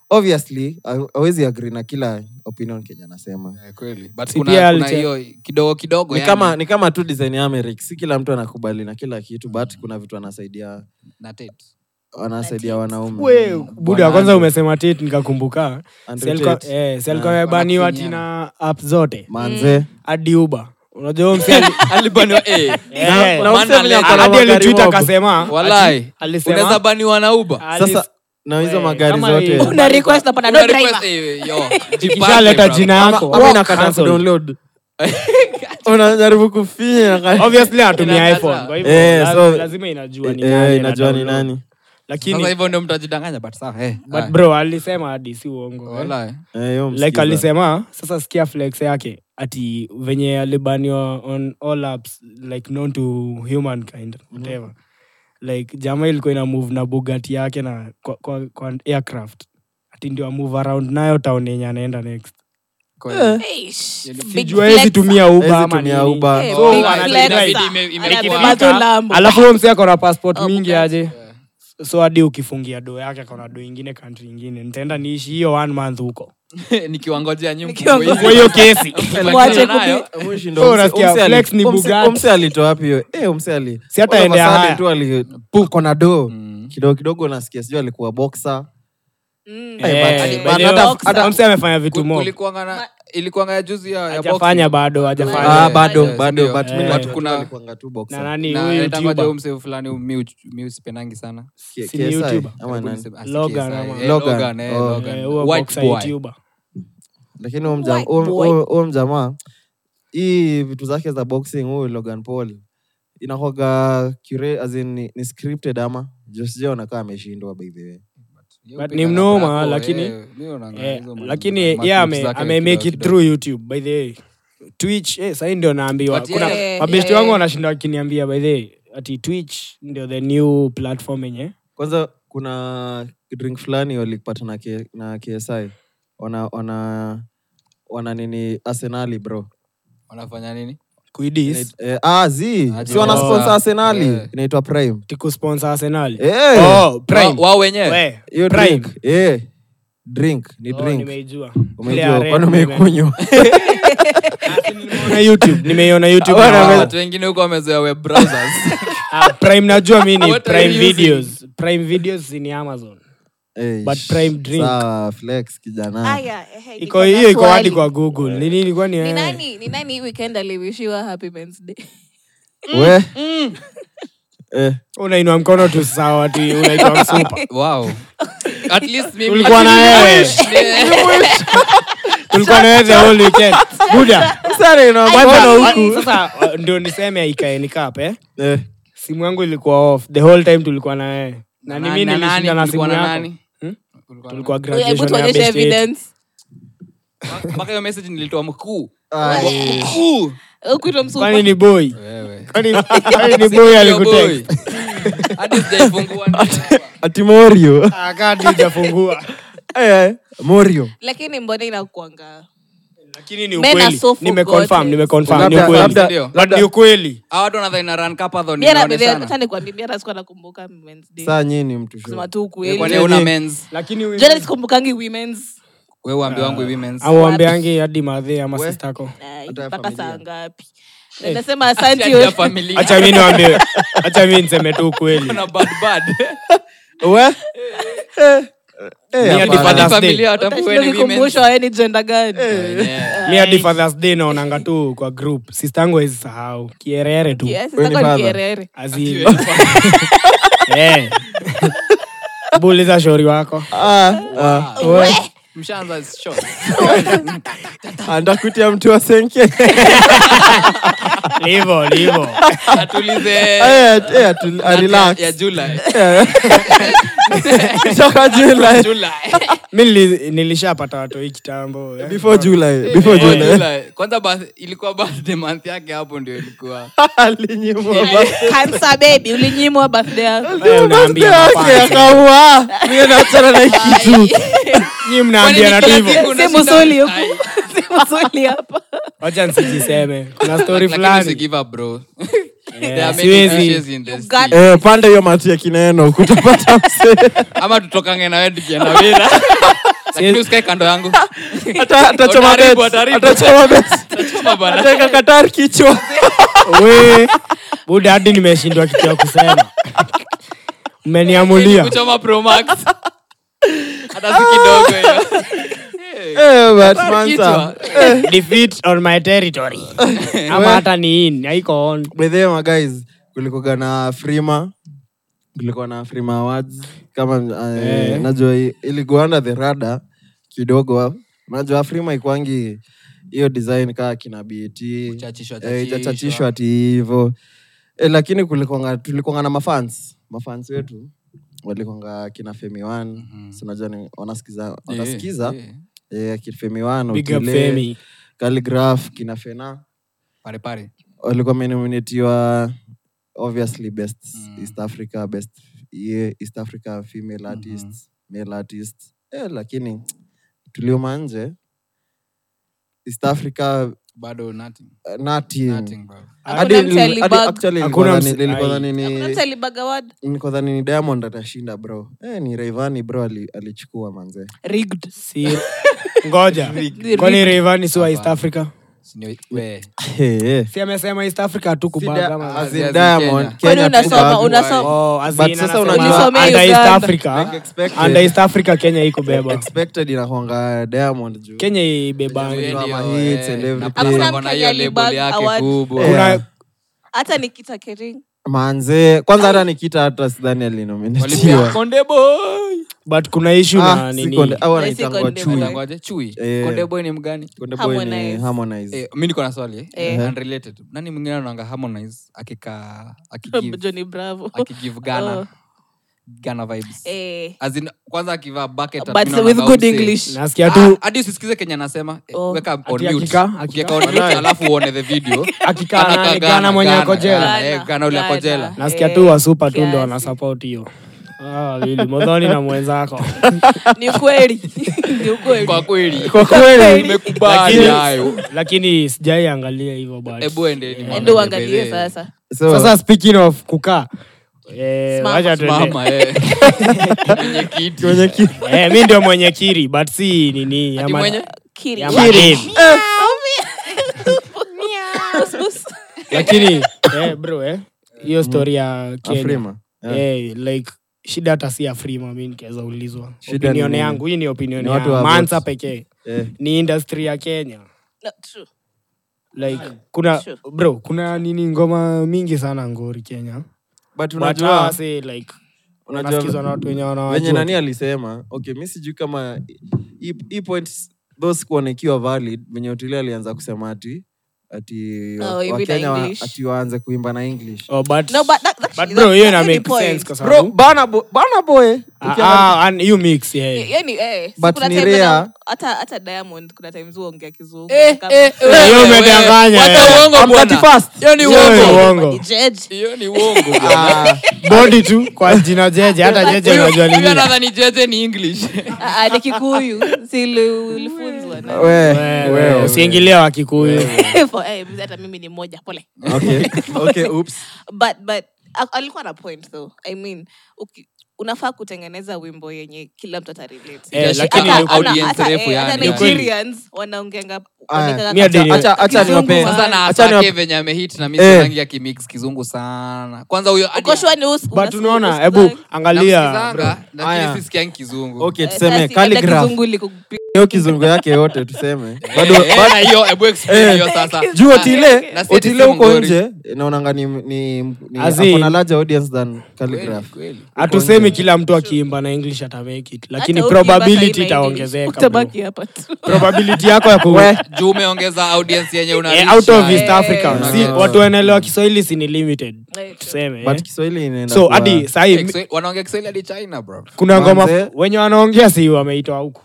Speaker 3: obviously ha- hawezi agree na kila opinion kenye anasema
Speaker 5: Eh, kweli but
Speaker 6: Si
Speaker 5: kuna
Speaker 6: pia
Speaker 5: kuna
Speaker 6: alicha-
Speaker 5: hiyo kidogo kidogo
Speaker 3: ni
Speaker 5: yani,
Speaker 3: kama ni kama tu design ya Amerik. si kila mtu anakubali na kila kitu
Speaker 6: Mm.
Speaker 3: but kuna vitu anasaidia
Speaker 5: na Tate.
Speaker 3: wanasaidia wanaume
Speaker 6: we buda kwanza umesema tit nikakumbuka
Speaker 3: And
Speaker 6: Si alikuwa-
Speaker 3: rotate.
Speaker 6: eh, si alikuwa
Speaker 5: Na-
Speaker 6: amebaniwa
Speaker 5: wanafinyana.
Speaker 6: tina app zote
Speaker 3: manze
Speaker 6: Mm. hadi uba unajua huyo msi ali-
Speaker 5: Alibaniwa, eh,
Speaker 6: Eh,
Speaker 3: na
Speaker 5: man
Speaker 3: mse mwenye ako
Speaker 5: alienda-
Speaker 3: na
Speaker 6: hadi
Speaker 3: magari
Speaker 6: alitwita
Speaker 3: mob.
Speaker 6: akasema
Speaker 5: walai
Speaker 6: alisema-
Speaker 5: unaweza baniwa na Uber.
Speaker 6: ali-
Speaker 3: sasa na hizo
Speaker 6: we,
Speaker 3: magari
Speaker 6: kama
Speaker 3: zote
Speaker 6: hii-
Speaker 4: Una request upon another
Speaker 5: Una request,
Speaker 4: driver.
Speaker 5: eh, yo, jipange,
Speaker 6: ikishaleta
Speaker 5: bro.
Speaker 6: jina
Speaker 3: Ama-
Speaker 6: yako
Speaker 3: ama
Speaker 6: walk
Speaker 3: inakata
Speaker 6: cancelled.
Speaker 3: kudownload. unajaribu kufinya inakata-
Speaker 6: Obviously anatumia
Speaker 5: Inakata.
Speaker 6: iphone kwa hivyo
Speaker 3: Eh,
Speaker 6: la-
Speaker 3: so-
Speaker 6: lazima inajua ni
Speaker 3: Eh,
Speaker 6: nani
Speaker 3: inajua ni
Speaker 6: anadownload.
Speaker 3: nani
Speaker 5: Sasa
Speaker 6: lakini
Speaker 5: hivyo ndio mtajidanganya but sawa eh,
Speaker 6: but
Speaker 5: aye.
Speaker 6: bro alisema hadi si uongo eh.
Speaker 5: Walai.
Speaker 3: Eh, hiyo
Speaker 6: like
Speaker 3: msikiza.
Speaker 6: alisema sasa sikia flex yake ati venye alibaniwa on all apps like known to humankind whatever like jamaa ilikuwa ina move na bugati yake na kwa, kwa, kwa aircraft ati ndio amove around nayo town yenye anaenda next
Speaker 5: Kweli.
Speaker 6: Eh.
Speaker 4: Hey, shh, big
Speaker 6: sijua hezi
Speaker 4: flexer.
Speaker 6: tumia uba
Speaker 3: Hawezi
Speaker 6: ama
Speaker 3: tumia
Speaker 6: nini. Eh,
Speaker 3: Uber.
Speaker 4: Hey,
Speaker 5: Oh,
Speaker 4: big
Speaker 5: wana-
Speaker 4: flexer.
Speaker 5: inabidi ime- imekuwa-
Speaker 4: Anabeba tu lambo.
Speaker 6: alafu huyo msi akona passport mingi
Speaker 4: Bugatti.
Speaker 6: aje so hadi ukifungia do yake akona do ingine kantri ingine nitaenda niishi hiyo one month huko
Speaker 5: nikiwangojea nyinyi
Speaker 4: Nikiwangoja.
Speaker 5: mko
Speaker 6: kwa
Speaker 5: hivi.
Speaker 6: hiyo kesi
Speaker 5: Lakini
Speaker 4: Mwache
Speaker 5: nayo,
Speaker 3: Mwishi
Speaker 6: So
Speaker 3: ndo umse-
Speaker 6: unasikia
Speaker 3: umse ali-
Speaker 6: flex ni
Speaker 3: umse-
Speaker 6: Bugatti.
Speaker 3: umse alitoa wapi hiyo? Eh, umse ali-
Speaker 6: Si hata
Speaker 3: all of a
Speaker 6: endea
Speaker 3: sudden
Speaker 6: haya.
Speaker 3: tu ali- ako na do kidogo kidogo unasikia sijui alikuwa boxer.
Speaker 4: Mm.
Speaker 3: Eh, but-
Speaker 6: Eh,
Speaker 3: but
Speaker 6: by the
Speaker 3: hata-
Speaker 6: way,
Speaker 3: hata-
Speaker 6: mse amefanya vitu
Speaker 5: ku-
Speaker 6: mob
Speaker 5: kulikuwanga na- ilikuwanga ya juzi ya- ya
Speaker 6: hajafanya bado
Speaker 3: Ah,
Speaker 6: hajafanya
Speaker 5: Yeah,
Speaker 3: bado
Speaker 5: yeah,
Speaker 3: bado
Speaker 5: ndio.
Speaker 3: but mi
Speaker 6: Eh.
Speaker 3: nilikuwa-
Speaker 5: Kuna-
Speaker 3: nilikuwanga tu boxer.
Speaker 6: na nani
Speaker 5: Na
Speaker 6: huyu
Speaker 5: inaitangwa
Speaker 6: YouTuber?
Speaker 5: Joe msee fulani huyu mi uch- mi usipendangi sana
Speaker 3: K-
Speaker 6: si ni
Speaker 3: KSI,
Speaker 6: YouTuber.
Speaker 3: ama nani?
Speaker 5: Hebu niseme- ah, si
Speaker 6: Logan
Speaker 5: KSI,
Speaker 6: ama-
Speaker 5: eh,
Speaker 3: eh. Logan.
Speaker 5: Logan, eh,
Speaker 3: Oh.
Speaker 5: Logan.
Speaker 6: Eh, huyo
Speaker 5: White
Speaker 6: boxer
Speaker 5: boy.
Speaker 6: YouTuber.
Speaker 3: lakini huyo mja-
Speaker 4: White
Speaker 3: huyo-
Speaker 4: boy.
Speaker 3: huyo- huyo mjamaa hii vitu zake za boxing huyu logan paul inakuwaga cura- as in ni, ni scripted ama josija anakaa ameshindwa by the way
Speaker 5: Yo,
Speaker 6: But
Speaker 5: pika
Speaker 6: ni
Speaker 5: na
Speaker 6: mnoma,
Speaker 5: brako,
Speaker 6: lakini-
Speaker 5: eh, mi unaangalia
Speaker 6: Eh,
Speaker 5: hizo
Speaker 6: lakini
Speaker 5: ma- ma-
Speaker 6: yeah,
Speaker 5: clips
Speaker 6: ame,
Speaker 5: zake
Speaker 6: ame
Speaker 5: kidogo,
Speaker 6: make it
Speaker 5: kidogo.
Speaker 6: through youtube by the way twitch eh, sahii ndio naambiwa
Speaker 5: But
Speaker 6: kuna
Speaker 4: yeah,
Speaker 6: mabeshti
Speaker 4: yeah.
Speaker 6: wangu wanashinda wakiniambia by the way ati twitch ndio the new platform yenye
Speaker 3: kwanza kuna drink fulani walipata na, K- na ksi wana wana wana nini arsenali bro
Speaker 5: wanafanya nini
Speaker 6: kuidis
Speaker 3: Inait- eh, ah, zi
Speaker 5: Aje
Speaker 3: si wana
Speaker 5: Rosa.
Speaker 3: sponsor arsenali
Speaker 5: Eh.
Speaker 3: inaitwa prime
Speaker 6: tikusponsor arsenal
Speaker 3: Eh,
Speaker 6: oh, prime
Speaker 5: Wa- wao wenyewe
Speaker 6: We,
Speaker 3: hiyo
Speaker 6: Prime.
Speaker 3: drink eh, drink ni
Speaker 6: Oh,
Speaker 3: drink
Speaker 6: nimeijua
Speaker 3: umejua kwani umekunywa
Speaker 6: na youtube nimeiona youtube
Speaker 3: Wana
Speaker 6: na-
Speaker 3: wame-
Speaker 5: Ah, watu wengine huko wamezoea web browsers
Speaker 6: Ah, prime najua mi ni
Speaker 5: What are
Speaker 6: prime
Speaker 5: you using?
Speaker 6: videos prime videos ni amazon
Speaker 3: Eh,
Speaker 6: But
Speaker 3: sh-
Speaker 6: prime drink.
Speaker 3: sawa, flex kijana
Speaker 4: Aya, ehe,
Speaker 6: iko
Speaker 4: niko na
Speaker 6: hiyo iko hadi
Speaker 4: swali.
Speaker 6: kwa google ni nini kwani
Speaker 4: Ni
Speaker 6: eh?
Speaker 4: nani- ni nani hii weekend aliwishiwa happy Men's Day? mm,
Speaker 3: we Eh,
Speaker 6: unainua mkono tu sawa tu unaitwa msupa
Speaker 5: wow at least mimi
Speaker 6: Tulikuwa na wewe.
Speaker 5: Eh,
Speaker 6: tulikuwa na wewe the whole weekend buda
Speaker 4: Kwanza-
Speaker 6: Kwanza,
Speaker 4: huku.
Speaker 6: sasa uh, ndio niseme ikaenikap eh
Speaker 3: eh,
Speaker 6: simu yangu ilikuwa off the whole time tulikuwa na wewe na ni mimi
Speaker 5: na nani?
Speaker 6: nilishinda na
Speaker 5: Kulikuwa
Speaker 6: simu
Speaker 5: na
Speaker 6: yako
Speaker 5: nani?
Speaker 6: Hmm?
Speaker 5: Kulikuwa na
Speaker 6: tulikuwa
Speaker 4: Hebu
Speaker 6: graduation ya
Speaker 4: tuonyeshe
Speaker 6: best eight.
Speaker 4: evidence.
Speaker 5: nani? mpaka hiyo message nilitoa mkuu
Speaker 3: ai,
Speaker 5: mkuu
Speaker 4: Huku ndo msupa.
Speaker 6: kwani ni boy
Speaker 5: wewe
Speaker 6: Kwani- kwani ni boy alikutext
Speaker 5: Boy. hadi sijaifungua ndio.
Speaker 3: ati morio
Speaker 6: Ah, kadi hujafungua
Speaker 3: Eh, eh, morio
Speaker 4: lakini mbona inakuanga
Speaker 6: lakini ni
Speaker 4: Men are
Speaker 6: ukweli
Speaker 4: so
Speaker 6: nimeconfirm
Speaker 4: forgotten.
Speaker 6: nimeconfirm ni
Speaker 3: Labda-
Speaker 6: ukweli
Speaker 3: labda-
Speaker 5: Ndio.
Speaker 6: ni ukweli
Speaker 5: Hawa watu wanadhani na run kapathon
Speaker 4: hata
Speaker 5: inaoneshana.
Speaker 4: nikwambia mi hata sikuwa nakumbuka Men's Day.
Speaker 3: saa nyi ni mtu
Speaker 4: Kusema
Speaker 3: sure.
Speaker 4: tu
Speaker 5: Kwa
Speaker 4: ukweli
Speaker 5: nini una men's?
Speaker 6: lakini we-
Speaker 4: Jana sikumbukangi women's.
Speaker 5: Wewe uambi wangu
Speaker 6: Ah.
Speaker 5: hivi men's.
Speaker 6: auambeangi hadi madhe ama
Speaker 3: We.
Speaker 6: sistako
Speaker 4: Ay,
Speaker 3: Hata ya
Speaker 4: mpaka
Speaker 3: familia.
Speaker 4: saa ngapi nasema asante
Speaker 5: Yaani ya
Speaker 4: yo-
Speaker 5: familia.
Speaker 6: hacha mi niwambie hacha mi niseme tu ukweli
Speaker 5: Kuna bad bad.
Speaker 3: We? Eh, eh,
Speaker 6: Ni
Speaker 3: hapana.
Speaker 6: Father's Day.
Speaker 5: Familia watambue ni
Speaker 4: Utashinda
Speaker 5: women's. Eh.
Speaker 4: ukikumbushwa wewe ni gender gani
Speaker 5: Wenyewe.
Speaker 6: mi hadi fathers day naonanga tu kwa group sistangu hawezi sahau kierere tu
Speaker 4: Yes,
Speaker 3: Wewe ni
Speaker 4: sasa kwa
Speaker 3: father.
Speaker 4: Kierere.
Speaker 6: As in- Eh. Hebu uliza shauri wako
Speaker 3: Ah, ah, we.
Speaker 5: Mshaanza short.
Speaker 3: andakutia ah. mtu wa senke
Speaker 6: livo livo
Speaker 5: Atulize
Speaker 3: Eh, eh, atu- ah, relax.
Speaker 5: ya July.
Speaker 3: Toka July.
Speaker 5: July.
Speaker 6: mi nili- nilishapata watoi kitambo eh.
Speaker 3: Before July, before
Speaker 5: Eh,
Speaker 3: July.
Speaker 5: July. kwanza birth- ilikuwa birthday month yake hapo ndio ilikuwa
Speaker 3: Alinyimwa
Speaker 4: Cancer baby ulinyimwa birthday yako
Speaker 6: Eh, unaambia
Speaker 3: birthday yake,
Speaker 6: mapanzi.
Speaker 3: akaamua, "Mimi naachana na hii kitu."
Speaker 6: nyi
Speaker 5: Kwani ni
Speaker 6: mnaambia na tu
Speaker 5: kila
Speaker 6: hivyo
Speaker 5: siku unashinda-
Speaker 4: Simosoli hapa.
Speaker 5: Ai,
Speaker 4: Simosoli hapa.
Speaker 6: wacha nsijiseme kuna stori
Speaker 5: lakini
Speaker 6: fulani
Speaker 5: usigive up, bro. There
Speaker 6: Eh,
Speaker 5: are many
Speaker 6: siwezi
Speaker 5: fishes in the sea.
Speaker 4: Uganda.
Speaker 3: eh, pande hiyo mati ya kinaeno kutapata msee
Speaker 5: ama tutokange nawe tukiendawira lakini usikae kando yangu
Speaker 3: Ata- atachoma
Speaker 5: Ataharibu,
Speaker 3: bets,
Speaker 5: ataharibu.
Speaker 3: atachoma bets.
Speaker 5: Tachoma bana.
Speaker 3: ataweka katar kichwa
Speaker 6: we buda hadi nimeshindwa kitu ya kusema mmeniamulia
Speaker 5: kuchoma Pro Max. hata si kidogo hiyo
Speaker 3: Eh, but
Speaker 5: kichwa.
Speaker 3: mansa
Speaker 6: defeat on my territory ama hata ni in haiko on
Speaker 3: bedhema guys kulikuga na frima kulikuwa na frima awards kama eh,
Speaker 6: Eh.
Speaker 3: najua i- ilikuwa under the rada kidogo najua frima ikwangi hiyo design kaa kina BET,
Speaker 5: Kuchachishwa,
Speaker 3: eh,
Speaker 5: chachishwa.
Speaker 3: itachachishwa ati hivo eh, lakini kulikonga tulikonga na mafans mafans wetu walikonga kina femi one
Speaker 6: Mhm.
Speaker 3: sinajua ni wanasikiza watasikiza
Speaker 5: Eh, eh.
Speaker 3: eh, kina femi one
Speaker 6: big up
Speaker 3: Utile,
Speaker 6: femi
Speaker 3: Calligraph, kina fena
Speaker 5: Pare, pare.
Speaker 3: walikuwa wamenominatiwa obviously best east africa best ye- east africa female artist male artist eh, lakini tuliuma nje east africa
Speaker 5: bado nothing.
Speaker 3: uh, nothing.
Speaker 5: Nothing, bro.
Speaker 3: Hadi
Speaker 4: Hakuna mtu
Speaker 3: nili-
Speaker 4: alibug.
Speaker 3: hadi actually nilikuwa
Speaker 6: Hakuna
Speaker 3: dhani-
Speaker 6: mse-
Speaker 3: nilikuwa
Speaker 6: ai.
Speaker 3: dhani ni-
Speaker 4: Kuna mtu alibaga word?
Speaker 3: nilikuwa dhani ni diamond atashinda bro eh, ni raivani bro ali- alichukua manzee
Speaker 4: Rigged.
Speaker 6: si ngoja kwani revani si wa east africa
Speaker 5: Sini- we.
Speaker 3: hey, hey.
Speaker 6: si amesema east africa hatukubaa kama
Speaker 3: As in
Speaker 5: as in
Speaker 3: Diamond,
Speaker 5: Kenya.
Speaker 4: Kwani
Speaker 3: Kenya
Speaker 4: unasoma-
Speaker 3: tukubaga.
Speaker 4: unasoma-
Speaker 6: Oh, as
Speaker 3: But
Speaker 6: in
Speaker 3: sasa
Speaker 6: anasema
Speaker 3: unajua-
Speaker 4: Ulisomea
Speaker 6: under East
Speaker 4: Uganda.
Speaker 6: Africa,
Speaker 3: Like expected.
Speaker 6: under East Africa, Kenya iko beba.
Speaker 3: expected inakwanga diamond juu
Speaker 6: Kenya ibeba.
Speaker 5: Ndio,
Speaker 3: Drama
Speaker 5: ndio,
Speaker 3: hits
Speaker 5: eh.
Speaker 3: and everything.
Speaker 5: Napata
Speaker 4: Hakuna
Speaker 5: kona
Speaker 4: Mkenya
Speaker 5: hiyo
Speaker 4: alibag
Speaker 5: label yake
Speaker 4: award.
Speaker 5: kubwa.
Speaker 6: Eh.
Speaker 3: Yeah.
Speaker 6: Kuna
Speaker 4: hata nikita kering
Speaker 3: manze kwanza hata nikita hata sidhani alinominatiwa
Speaker 5: Walipea Konde Boy.
Speaker 6: but kuna issue
Speaker 3: Ah,
Speaker 6: na nini?
Speaker 3: wanaitangwa
Speaker 4: Sikonde
Speaker 3: chui
Speaker 4: Boy.
Speaker 5: Ngoja, Chui.
Speaker 3: Eh.
Speaker 5: Konde Boy ni mgani
Speaker 3: Konde Boy ni
Speaker 4: Harmonize.
Speaker 3: Harmonize.
Speaker 5: Eh, mi niko na swali eh?
Speaker 4: Eh.
Speaker 5: Unrelated. nani mwingine anaanga harmonize akikaa akigive
Speaker 4: johnny bravo
Speaker 5: akigive ghana
Speaker 4: Oh.
Speaker 5: ghana vibes
Speaker 4: eh,
Speaker 5: As in, kwanza akivaa bucket at
Speaker 4: but
Speaker 5: mimi
Speaker 4: with
Speaker 5: naona
Speaker 4: good
Speaker 5: umse.
Speaker 4: english
Speaker 6: Nasikia
Speaker 5: Ah,
Speaker 6: tu
Speaker 5: hadi usisikize kenya anasema eh,
Speaker 4: Oh.
Speaker 5: weka on
Speaker 6: Ati
Speaker 5: mute.
Speaker 6: akikaa, akikaa.
Speaker 5: Ukiweka on mute, alafu uone the video
Speaker 6: akikaa nani
Speaker 5: Ghana,
Speaker 6: Ghana mwenye
Speaker 5: Ghana,
Speaker 6: ako jela.
Speaker 5: Ghana. eh, Ghana ule ako jela.
Speaker 4: Ghana.
Speaker 6: Nasikia
Speaker 4: Ah. Eh,
Speaker 6: tu wa super tu ndo
Speaker 4: kiasi.
Speaker 6: wana support hiyo. Ah, Lili Modhoni na mwenzako.
Speaker 4: ni ukweli ni ukweli
Speaker 5: kwa kweli
Speaker 6: Kwa kweli
Speaker 5: nimekubali
Speaker 6: Lakini-
Speaker 5: hayo
Speaker 6: lakini sijai angalia hivyo bado.
Speaker 5: hebu endeni mwanangu,
Speaker 4: ndo uangalie
Speaker 5: ebele.
Speaker 4: sasa
Speaker 3: So,
Speaker 6: Sasa speaking of kukaa. Eh,
Speaker 4: Smama,
Speaker 6: wacha tuende.
Speaker 5: mama eh mwenyekiti
Speaker 3: mwenyekiti-
Speaker 6: Eh, mi ndio mwenye kiri but si nini
Speaker 5: Ati
Speaker 6: ama-
Speaker 5: mwenye
Speaker 4: Kiri.
Speaker 6: ya
Speaker 4: Kiri. Eh,
Speaker 6: madeni.
Speaker 4: Bus, bus.
Speaker 6: lakini eh, bro eh, hiyo story ya Kenya
Speaker 3: Mm. Afrima. Yeah.
Speaker 6: eh, like shida hata si afrima mi nikiweza ulizwa
Speaker 3: Shida ni
Speaker 6: opinion
Speaker 3: nini?
Speaker 6: yangu hii ni opinion
Speaker 3: Ni watu wa
Speaker 6: ya mansa
Speaker 3: votes.
Speaker 6: pekee
Speaker 3: Eh,
Speaker 6: ni industry ya kenya
Speaker 4: No, true.
Speaker 6: like kuna
Speaker 4: Sure.
Speaker 6: bro kuna nini ngoma mingi sana ngori kenya
Speaker 3: but
Speaker 6: But
Speaker 3: unajua
Speaker 6: hawa si, like
Speaker 3: unajua-
Speaker 6: wanasikizwa na watu wenye
Speaker 3: venye
Speaker 6: wanawajua
Speaker 3: nani alisema okay mi sijui kama hii- hii point though sikuona ikiwa valid venye utili alianza kusema ati ati wa-
Speaker 4: Oh, hivi na
Speaker 3: wakenya wa-
Speaker 4: English.
Speaker 3: ati waanze kuimba na english
Speaker 6: Oh, but-
Speaker 4: No, but that-
Speaker 6: but
Speaker 4: actually,
Speaker 6: bro hiyo
Speaker 4: that's
Speaker 6: ina
Speaker 4: the
Speaker 6: make
Speaker 4: point.
Speaker 6: sense kwa
Speaker 3: bro
Speaker 6: sababu
Speaker 3: bana bo- Burna boy
Speaker 6: Ah,
Speaker 3: ukianza-
Speaker 6: ah, and you mix yeah
Speaker 4: Y- yani, eh, si
Speaker 3: But
Speaker 4: kuna
Speaker 3: ni
Speaker 4: time
Speaker 3: rare.
Speaker 4: wana- hata hata diamond kuna times huongea kizungu
Speaker 6: Eh,
Speaker 4: Kama-
Speaker 6: Hiyo
Speaker 5: Wewe,
Speaker 6: umedanganya,
Speaker 5: wacha
Speaker 6: eh.
Speaker 5: uongo
Speaker 3: I'm
Speaker 5: bwana.
Speaker 3: 31st.
Speaker 5: Hiyo ni
Speaker 6: Hiyo ni
Speaker 5: uongo.
Speaker 6: uongo
Speaker 4: Judge.
Speaker 5: hiyo ni uongo bwana.
Speaker 3: Ah,
Speaker 6: bodi tu kwa jina jeje hata jeje
Speaker 5: Huyu-
Speaker 6: unajua
Speaker 5: huyu
Speaker 6: nini
Speaker 5: anadhani jeje ni english
Speaker 4: Ah, ah, ni kikuyu Sili ulifunzwa na-
Speaker 3: Ah, we-
Speaker 6: Wewe, usiingilie wakikuyu
Speaker 4: For- eh, hata mimi ni mmoja pole
Speaker 3: okay okay oops
Speaker 4: but but a- alikuwa na point though i mean uki, unafaa kutengeneza wimbo yenye kila mtu atarelate.
Speaker 6: Eh,
Speaker 5: Yes,
Speaker 6: lakini
Speaker 5: hata
Speaker 6: ni
Speaker 4: Hata-
Speaker 5: audience
Speaker 4: hata-
Speaker 5: refu
Speaker 4: eh, hata
Speaker 5: yani.
Speaker 6: Ni kweli. Ah,
Speaker 4: Nigerians wanaongeanga-
Speaker 3: Aya,
Speaker 4: wanaongeanga
Speaker 6: mi hadi-
Speaker 4: kata-
Speaker 3: acha acha
Speaker 4: Kizungu
Speaker 3: niwape
Speaker 4: sana.
Speaker 5: sasa na
Speaker 3: Acha niwa-
Speaker 5: asake venye amehit na
Speaker 3: Eh.
Speaker 5: misirangi ya kimix kizungu sana kwanza huyo hadi-
Speaker 4: Ukoshwa ni usi-
Speaker 6: but
Speaker 4: unasi-
Speaker 6: unaona
Speaker 4: usi-
Speaker 6: hebu
Speaker 4: usi-
Speaker 6: angalia bro.
Speaker 5: namsikizanga lakini
Speaker 3: Aya.
Speaker 5: sisikiangi kizungu
Speaker 3: okay
Speaker 4: Eh,
Speaker 3: tuseme
Speaker 4: sasa ikaenda
Speaker 3: calligraph
Speaker 4: kizungu likupi-
Speaker 3: hiyo kizungu yake yote tuseme bado
Speaker 5: Eh, eh, na hiyo hebu explain hiyo sasa
Speaker 3: juu
Speaker 5: Na- na
Speaker 3: otile
Speaker 5: si ati
Speaker 3: otile
Speaker 5: si
Speaker 3: huko
Speaker 5: Mngori.
Speaker 3: nje naonanga ni, ni, ni
Speaker 6: As
Speaker 3: ako
Speaker 6: in-
Speaker 3: na larger audience than
Speaker 5: Kweli,
Speaker 3: calligraph
Speaker 5: kweli.
Speaker 6: Ah, hatusemi kila mtu akiimba na english ata make it lakini
Speaker 4: hata ukiimba saa hii
Speaker 6: probability
Speaker 4: na
Speaker 6: itaongezeka bro.
Speaker 4: utabaki hapa tu.
Speaker 6: probability yako ya ku
Speaker 3: We.
Speaker 5: juu umeongeza audience yenye una
Speaker 6: Eh,
Speaker 5: reach
Speaker 6: out of
Speaker 5: na-
Speaker 6: east africa
Speaker 5: Eh,
Speaker 6: si
Speaker 5: eh,
Speaker 6: watu wanaelewa kiswahili si ni limited
Speaker 4: Eh,
Speaker 6: tuseme eh.
Speaker 3: but kiswahili inaenda
Speaker 6: so
Speaker 3: kuwa-
Speaker 6: hadi
Speaker 5: eh,
Speaker 6: sahii
Speaker 5: Kiswahili- wanaongea kiswahili hadi china bro
Speaker 6: kuna ngoma
Speaker 3: Manze.
Speaker 6: wenye wanaongea si wameitwa huku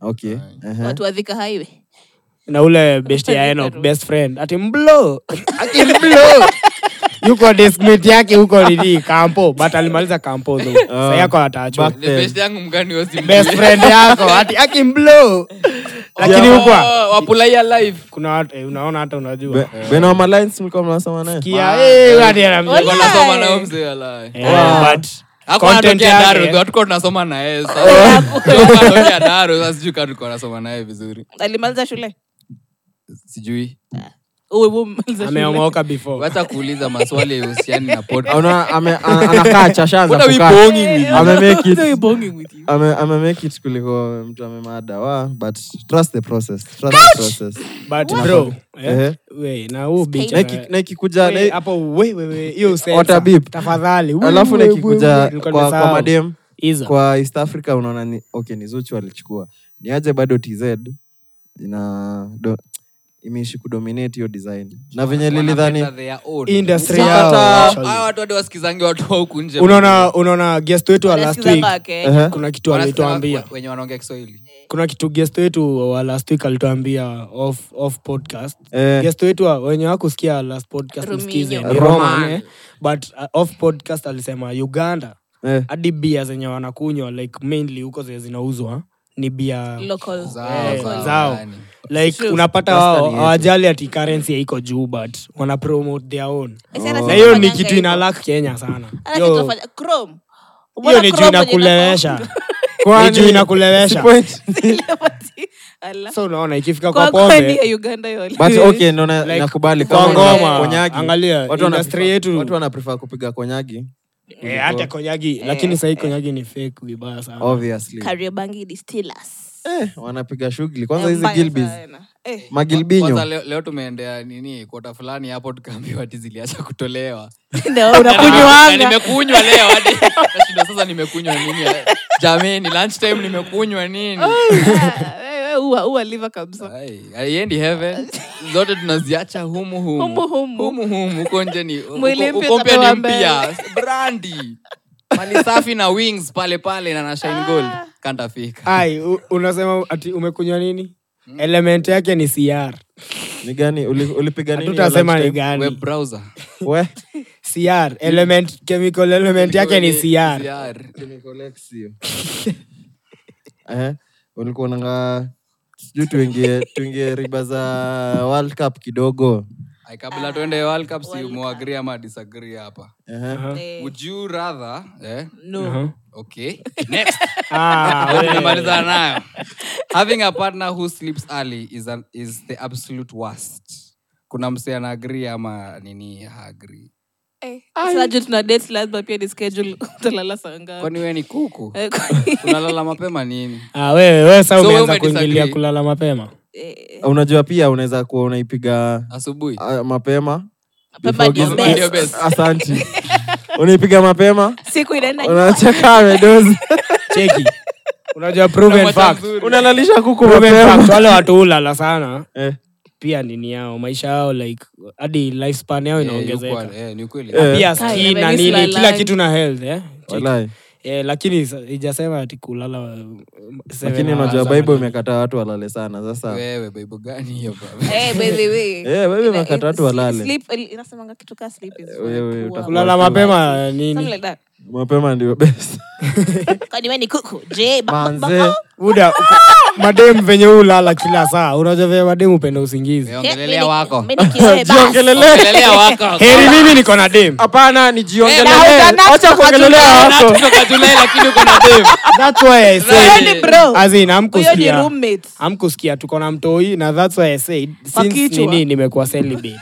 Speaker 3: okay
Speaker 6: Eh?
Speaker 3: ehe.
Speaker 4: watu wa Thika highway
Speaker 6: na ule best ya Enoch, best friend ati mblo ati mblo yuko deskmate yake huko nini kampo but alimaliza kampo though. Sasa yako atachwa
Speaker 3: Back
Speaker 5: the best yangu mgani wasi-
Speaker 6: best friend yako ati akimblow lakini
Speaker 3: Yeah.
Speaker 6: huko
Speaker 5: Oh, wapulaia live
Speaker 6: kuna watu eh, unaona hata unajua
Speaker 5: Eh.
Speaker 3: Be- Ben wa Malines mlikuwa mnasema naye
Speaker 6: kia eh hadi anamjua.
Speaker 5: Nilikuwa nasoma na huyo mzee wala.
Speaker 6: Eh, but
Speaker 5: Hakuwa
Speaker 6: content
Speaker 5: anatokea
Speaker 6: yake- Oh.
Speaker 5: Daru, hatukuwa tunasoma na yeye, sasa. Hakuwa anatokea Daru, sasa sijui kama tulikuwa tunasoma na yeye vizuri
Speaker 4: alimaliza shule
Speaker 5: sijui
Speaker 4: Uwe, uwe, umemaliza shule.
Speaker 6: ameomoka before
Speaker 5: wacha kuuliza maswali yahusiani na podcast.
Speaker 3: Ona, Ah, ame- ana- anakaa chashaanza
Speaker 5: What are we
Speaker 3: kukaa.
Speaker 5: bonging with?
Speaker 3: Ame make it-
Speaker 4: Why are we bonging with you?
Speaker 3: ame- ame make it kuliko mtu amemada wa but trust the process trust the process
Speaker 6: but bro
Speaker 3: Ehe.
Speaker 6: eh, we na huo bitch
Speaker 3: Na iki- na ikikuja
Speaker 6: Wewe,
Speaker 3: na-
Speaker 6: hapo we wewe hiyo sensa.
Speaker 3: Water beep.
Speaker 6: tafadhali We,
Speaker 3: alafu
Speaker 6: we, we, we.
Speaker 3: nikikuja
Speaker 6: Nilikuwa
Speaker 3: kwa, kwa
Speaker 6: nimesahau.
Speaker 3: madem
Speaker 6: Hizo.
Speaker 3: kwa east africa unaona ni, okay ni zuchu alichukua ni aje bado tz ina do, imeishi kudominate hiyo design na venye lilidhani
Speaker 5: Wanapenda their own.
Speaker 6: Industry
Speaker 3: Sasa
Speaker 6: yao,
Speaker 3: hata-
Speaker 6: actually.
Speaker 5: Hawa watu hadi wasikizange watu wa huku nje
Speaker 6: unaona unaona guest wetu wa last
Speaker 4: Wanasikiza
Speaker 6: week Eh. Uh-huh.
Speaker 4: kwake.
Speaker 3: Ehe.
Speaker 6: kuna kitu
Speaker 5: Wanasema
Speaker 6: alituambia
Speaker 5: wenye wanaongea kiswahili
Speaker 6: kuna kitu guest wetu wa last week alituambia off, off podcast
Speaker 3: Eh.
Speaker 6: guest wetu wa- wenye wakusikia last podcast
Speaker 4: Romeo.
Speaker 6: msikize ni
Speaker 4: Roman.
Speaker 6: Roman, eh. but uh, off podcast alisema uganda
Speaker 3: eh,
Speaker 6: hadi bia zenye wanakunywa like mainly huko zenye zinauzwa ni bia
Speaker 4: Local.
Speaker 5: Zao,
Speaker 6: Eh,
Speaker 5: zao,
Speaker 6: zao.
Speaker 5: yani.
Speaker 6: like unapata
Speaker 3: Wastani
Speaker 6: wao
Speaker 3: yetu.
Speaker 6: hawajali ati currency haiko juu but wana promote their own
Speaker 4: Eh, sana
Speaker 6: na
Speaker 4: sisi
Speaker 6: hiyo ni
Speaker 4: tunafanyanga
Speaker 6: kitu
Speaker 4: hivyo.
Speaker 6: ina lak kenya sana
Speaker 4: Hata
Speaker 6: Yo,
Speaker 4: kitu tunafanya- Chrome. Umeona
Speaker 6: hiyo ni juu
Speaker 4: Chrome yenye
Speaker 6: inakulewesha ni
Speaker 3: Kwani-
Speaker 6: juu inakulewesha
Speaker 3: point.
Speaker 4: Silevati. Ala.
Speaker 6: so unaona ikifika
Speaker 4: Kwa
Speaker 6: kwa
Speaker 4: kweli
Speaker 6: pombe
Speaker 4: ya Uganda yole.
Speaker 3: but okay ndo na-
Speaker 6: Like,
Speaker 3: nakubali
Speaker 6: kwa
Speaker 3: kama
Speaker 6: ngoma,
Speaker 3: kuna konyagi,
Speaker 6: angalia,
Speaker 3: watu wana
Speaker 6: industry
Speaker 3: prefer-
Speaker 6: yetu-
Speaker 3: watu wana prefer kupiga konyagi
Speaker 6: Eh, hata konyagi lakini sahii konyagi ni fake vibaya sana
Speaker 3: obviously
Speaker 4: Kariobangi distillers.
Speaker 3: eh, wanapiga shughuli kwanza hizi
Speaker 4: Eh, Mbaya
Speaker 3: gilbis
Speaker 4: sana. Eh,
Speaker 5: Kwanza
Speaker 3: magilbinyo
Speaker 5: leo, leo tumeendea nini kota fulani hapo tukaambiwa ati ziliacha kutolewa
Speaker 4: ndio,
Speaker 5: Na
Speaker 4: unakunywanga.
Speaker 5: nimekunywa leo hadi nashinda sasa nimekunywa nini jamani lunchtime nimekunywa nini
Speaker 4: Ah, wewe uwa- uwa liver kabisa.
Speaker 5: Ai, haiendi heaven zote tunaziacha humu humu
Speaker 4: Humu humu.
Speaker 5: Humu humu, huko nje ni huko-
Speaker 4: Mwili mpya
Speaker 5: huko mpya
Speaker 4: utatoa
Speaker 5: ni mpya
Speaker 4: mbele.
Speaker 5: brandi mali safi na wings pale pale na na shine gold kantafika
Speaker 6: ai u- unasema ati umekunywa nini element yake ni cr
Speaker 3: ni gani Uli- ulipiga nini
Speaker 6: tutasema ni
Speaker 3: lunchtime?
Speaker 5: web
Speaker 6: gani
Speaker 5: browser
Speaker 3: We.
Speaker 6: cr element chemical element yake ni cr
Speaker 5: CR.
Speaker 3: Eh, ulikuwa unanga sijui tuingie tuingie riba za world cup kidogo
Speaker 5: Ai, kabla tuende World Cup, si muagree ama disagree hapa
Speaker 3: Ehe.
Speaker 4: Eh,
Speaker 5: would you rather eh?
Speaker 4: No.
Speaker 5: okay next
Speaker 6: Ah, we.
Speaker 5: Tunamalizana nayo having a partner who sleeps early is, an, is the absolute worst kuna mse ana agree ama nini haagri
Speaker 4: Eh, sasa juu tuna dates lazima pia ni schedule utalala saa ngapi.
Speaker 5: kwani we ni kuku
Speaker 4: Eh, kwani-
Speaker 5: unalala mapema nini
Speaker 6: Ah, wewe wewe sasa
Speaker 5: So wewe
Speaker 6: umeanza kuingilia
Speaker 5: umedisagree.
Speaker 6: kulala mapema
Speaker 4: eh,
Speaker 3: unajua pia unaweza kuwa unaipiga
Speaker 5: asubuhi Eh,
Speaker 3: ah, mapema
Speaker 4: Mapema
Speaker 3: before
Speaker 4: is
Speaker 3: giza-
Speaker 4: best.
Speaker 5: Ndio best.
Speaker 3: asante unaipiga mapema
Speaker 4: siku inaenda
Speaker 3: unacheka amedozi
Speaker 6: cheki unajua proven
Speaker 5: Unapata
Speaker 6: fact
Speaker 5: mzuri.
Speaker 3: unalalisha kuku
Speaker 6: proven
Speaker 3: mapema
Speaker 6: fact wale watu hulala sana
Speaker 3: Eh,
Speaker 6: pia nini yao maisha yao like hadi lifespan yao
Speaker 5: Eh, yuko
Speaker 6: inaongezeka Ah,
Speaker 5: wale, eh, ni ukweli.
Speaker 3: Eh.
Speaker 6: pia
Speaker 4: Ai,
Speaker 6: skin na
Speaker 4: nimewahi
Speaker 6: nini
Speaker 4: kulala.
Speaker 6: kila kitu na health eh? Cheki.
Speaker 3: wallahi
Speaker 6: eh, lakini sa- ijasema ati kulala um, seven
Speaker 3: lakini
Speaker 6: hours
Speaker 3: unajua
Speaker 6: ama
Speaker 3: bible
Speaker 6: nini.
Speaker 3: imekataa watu walale sana sasa
Speaker 5: wewe baibu gani hiyo baba?
Speaker 4: Eh, by the way.
Speaker 3: Eh, wewe
Speaker 4: Ina-
Speaker 3: umekata watu walale.
Speaker 4: sleep- eh, inasemanga kitu kaa sleep is for
Speaker 3: Wewe,
Speaker 4: poor.
Speaker 3: utakuwa-
Speaker 6: kulala mapema eh,
Speaker 4: Something
Speaker 6: nini
Speaker 4: like that.
Speaker 3: mapema ndio best
Speaker 4: Kwani we ni kuku je eh, bako-
Speaker 3: manze
Speaker 6: Buda, uko- madem venye huu ulala kila saa unajua venye madem upenda usingizi
Speaker 5: Eh,
Speaker 4: Eh, mi
Speaker 5: ongelelea
Speaker 4: ni-
Speaker 5: wako
Speaker 4: mi ni kiweba.
Speaker 5: ongelelea wako
Speaker 6: heri mimi niko na dem
Speaker 3: hapana
Speaker 5: Eh,
Speaker 3: nijiongelele
Speaker 4: na utana-
Speaker 3: acha kuongelelea wako
Speaker 5: Kutoka Julai, lakini uko na dem.
Speaker 6: that's why i
Speaker 4: Huyo
Speaker 6: said
Speaker 4: ni bro.
Speaker 6: as in
Speaker 4: Huyo ni
Speaker 6: amkusikia
Speaker 4: roommate.
Speaker 6: amkusikia tuko na mtoi na that's why i said since
Speaker 4: Pakichwa.
Speaker 6: nini nimekuwa celibate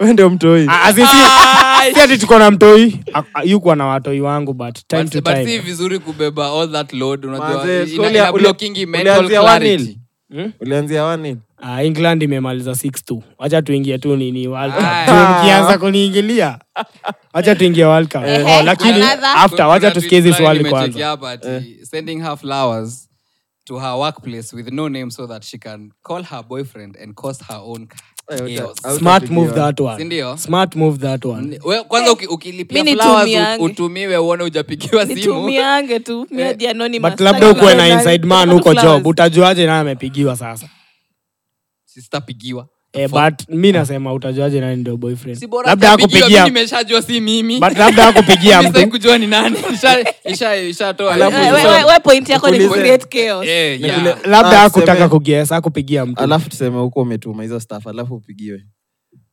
Speaker 3: We ndio mtoi
Speaker 6: Ah, as in si- si ati tuko na mtoi Ah, ah, yuko na watoi wangu but time
Speaker 5: But-
Speaker 6: to
Speaker 5: but si
Speaker 6: time
Speaker 5: vizuri kubeba all that load unajua
Speaker 3: Manze,
Speaker 5: ina-
Speaker 3: skuli
Speaker 5: ina
Speaker 3: ya- uli-
Speaker 5: blockingi mental
Speaker 3: ulianzia
Speaker 5: clarity.
Speaker 3: 1-0. ulianzia wanil
Speaker 6: Ah, england imemaliza 6 wacha tuingie tu nini World Cup.
Speaker 5: Aye.
Speaker 6: Tu- ukianza kuniingilia wacha tuingie World Cup.
Speaker 4: Ehe,
Speaker 6: Oh, lakini
Speaker 4: another.
Speaker 6: after wacha
Speaker 5: Eh, Kuna
Speaker 6: tusikie hizi
Speaker 5: tweet fulani
Speaker 6: swali
Speaker 5: nimecheki
Speaker 6: kwanza
Speaker 5: hapa ati,
Speaker 3: Eh.
Speaker 5: sending her flowers to her workplace with no name so that she can call her boyfriend and cause her own
Speaker 3: Eh,
Speaker 5: chaos.
Speaker 6: smart move that
Speaker 5: Sindio?
Speaker 6: one smart move that one
Speaker 5: We- kwanza uki- ukilipia
Speaker 4: Mi
Speaker 5: flowers
Speaker 4: nitumiange.
Speaker 5: ut- utumiwe uone ujapigiwa simu
Speaker 4: nitumiange tu mi hadi anonymous.
Speaker 6: but labda ukuwe na
Speaker 4: Flowers.
Speaker 6: inside man huko
Speaker 4: Flowers.
Speaker 6: job utajuaje naye amepigiwa sasa
Speaker 5: sitapigiwa
Speaker 6: eh, but mi nasema utajuaje nani ndio boyfriend
Speaker 5: Si bora
Speaker 6: labda
Speaker 5: hajapigiwa,
Speaker 6: akupigia
Speaker 5: mi nimeshajua si mimi
Speaker 6: but labda akupigia
Speaker 5: Mimi sitaki
Speaker 6: mtu
Speaker 5: kujua ni nani Nisha- nisha- nishatoa
Speaker 3: Alafu-
Speaker 5: hiyo.
Speaker 4: We- Eh, we- we point yako ni
Speaker 3: Nikuulize.
Speaker 4: create chaos.
Speaker 5: Eh, yeah.
Speaker 6: labda
Speaker 3: Ah,
Speaker 6: akutaka
Speaker 3: seme.
Speaker 6: kugesa akupigia mtu
Speaker 3: alafu tuseme huko umetuma hizo staff alafu upigiwe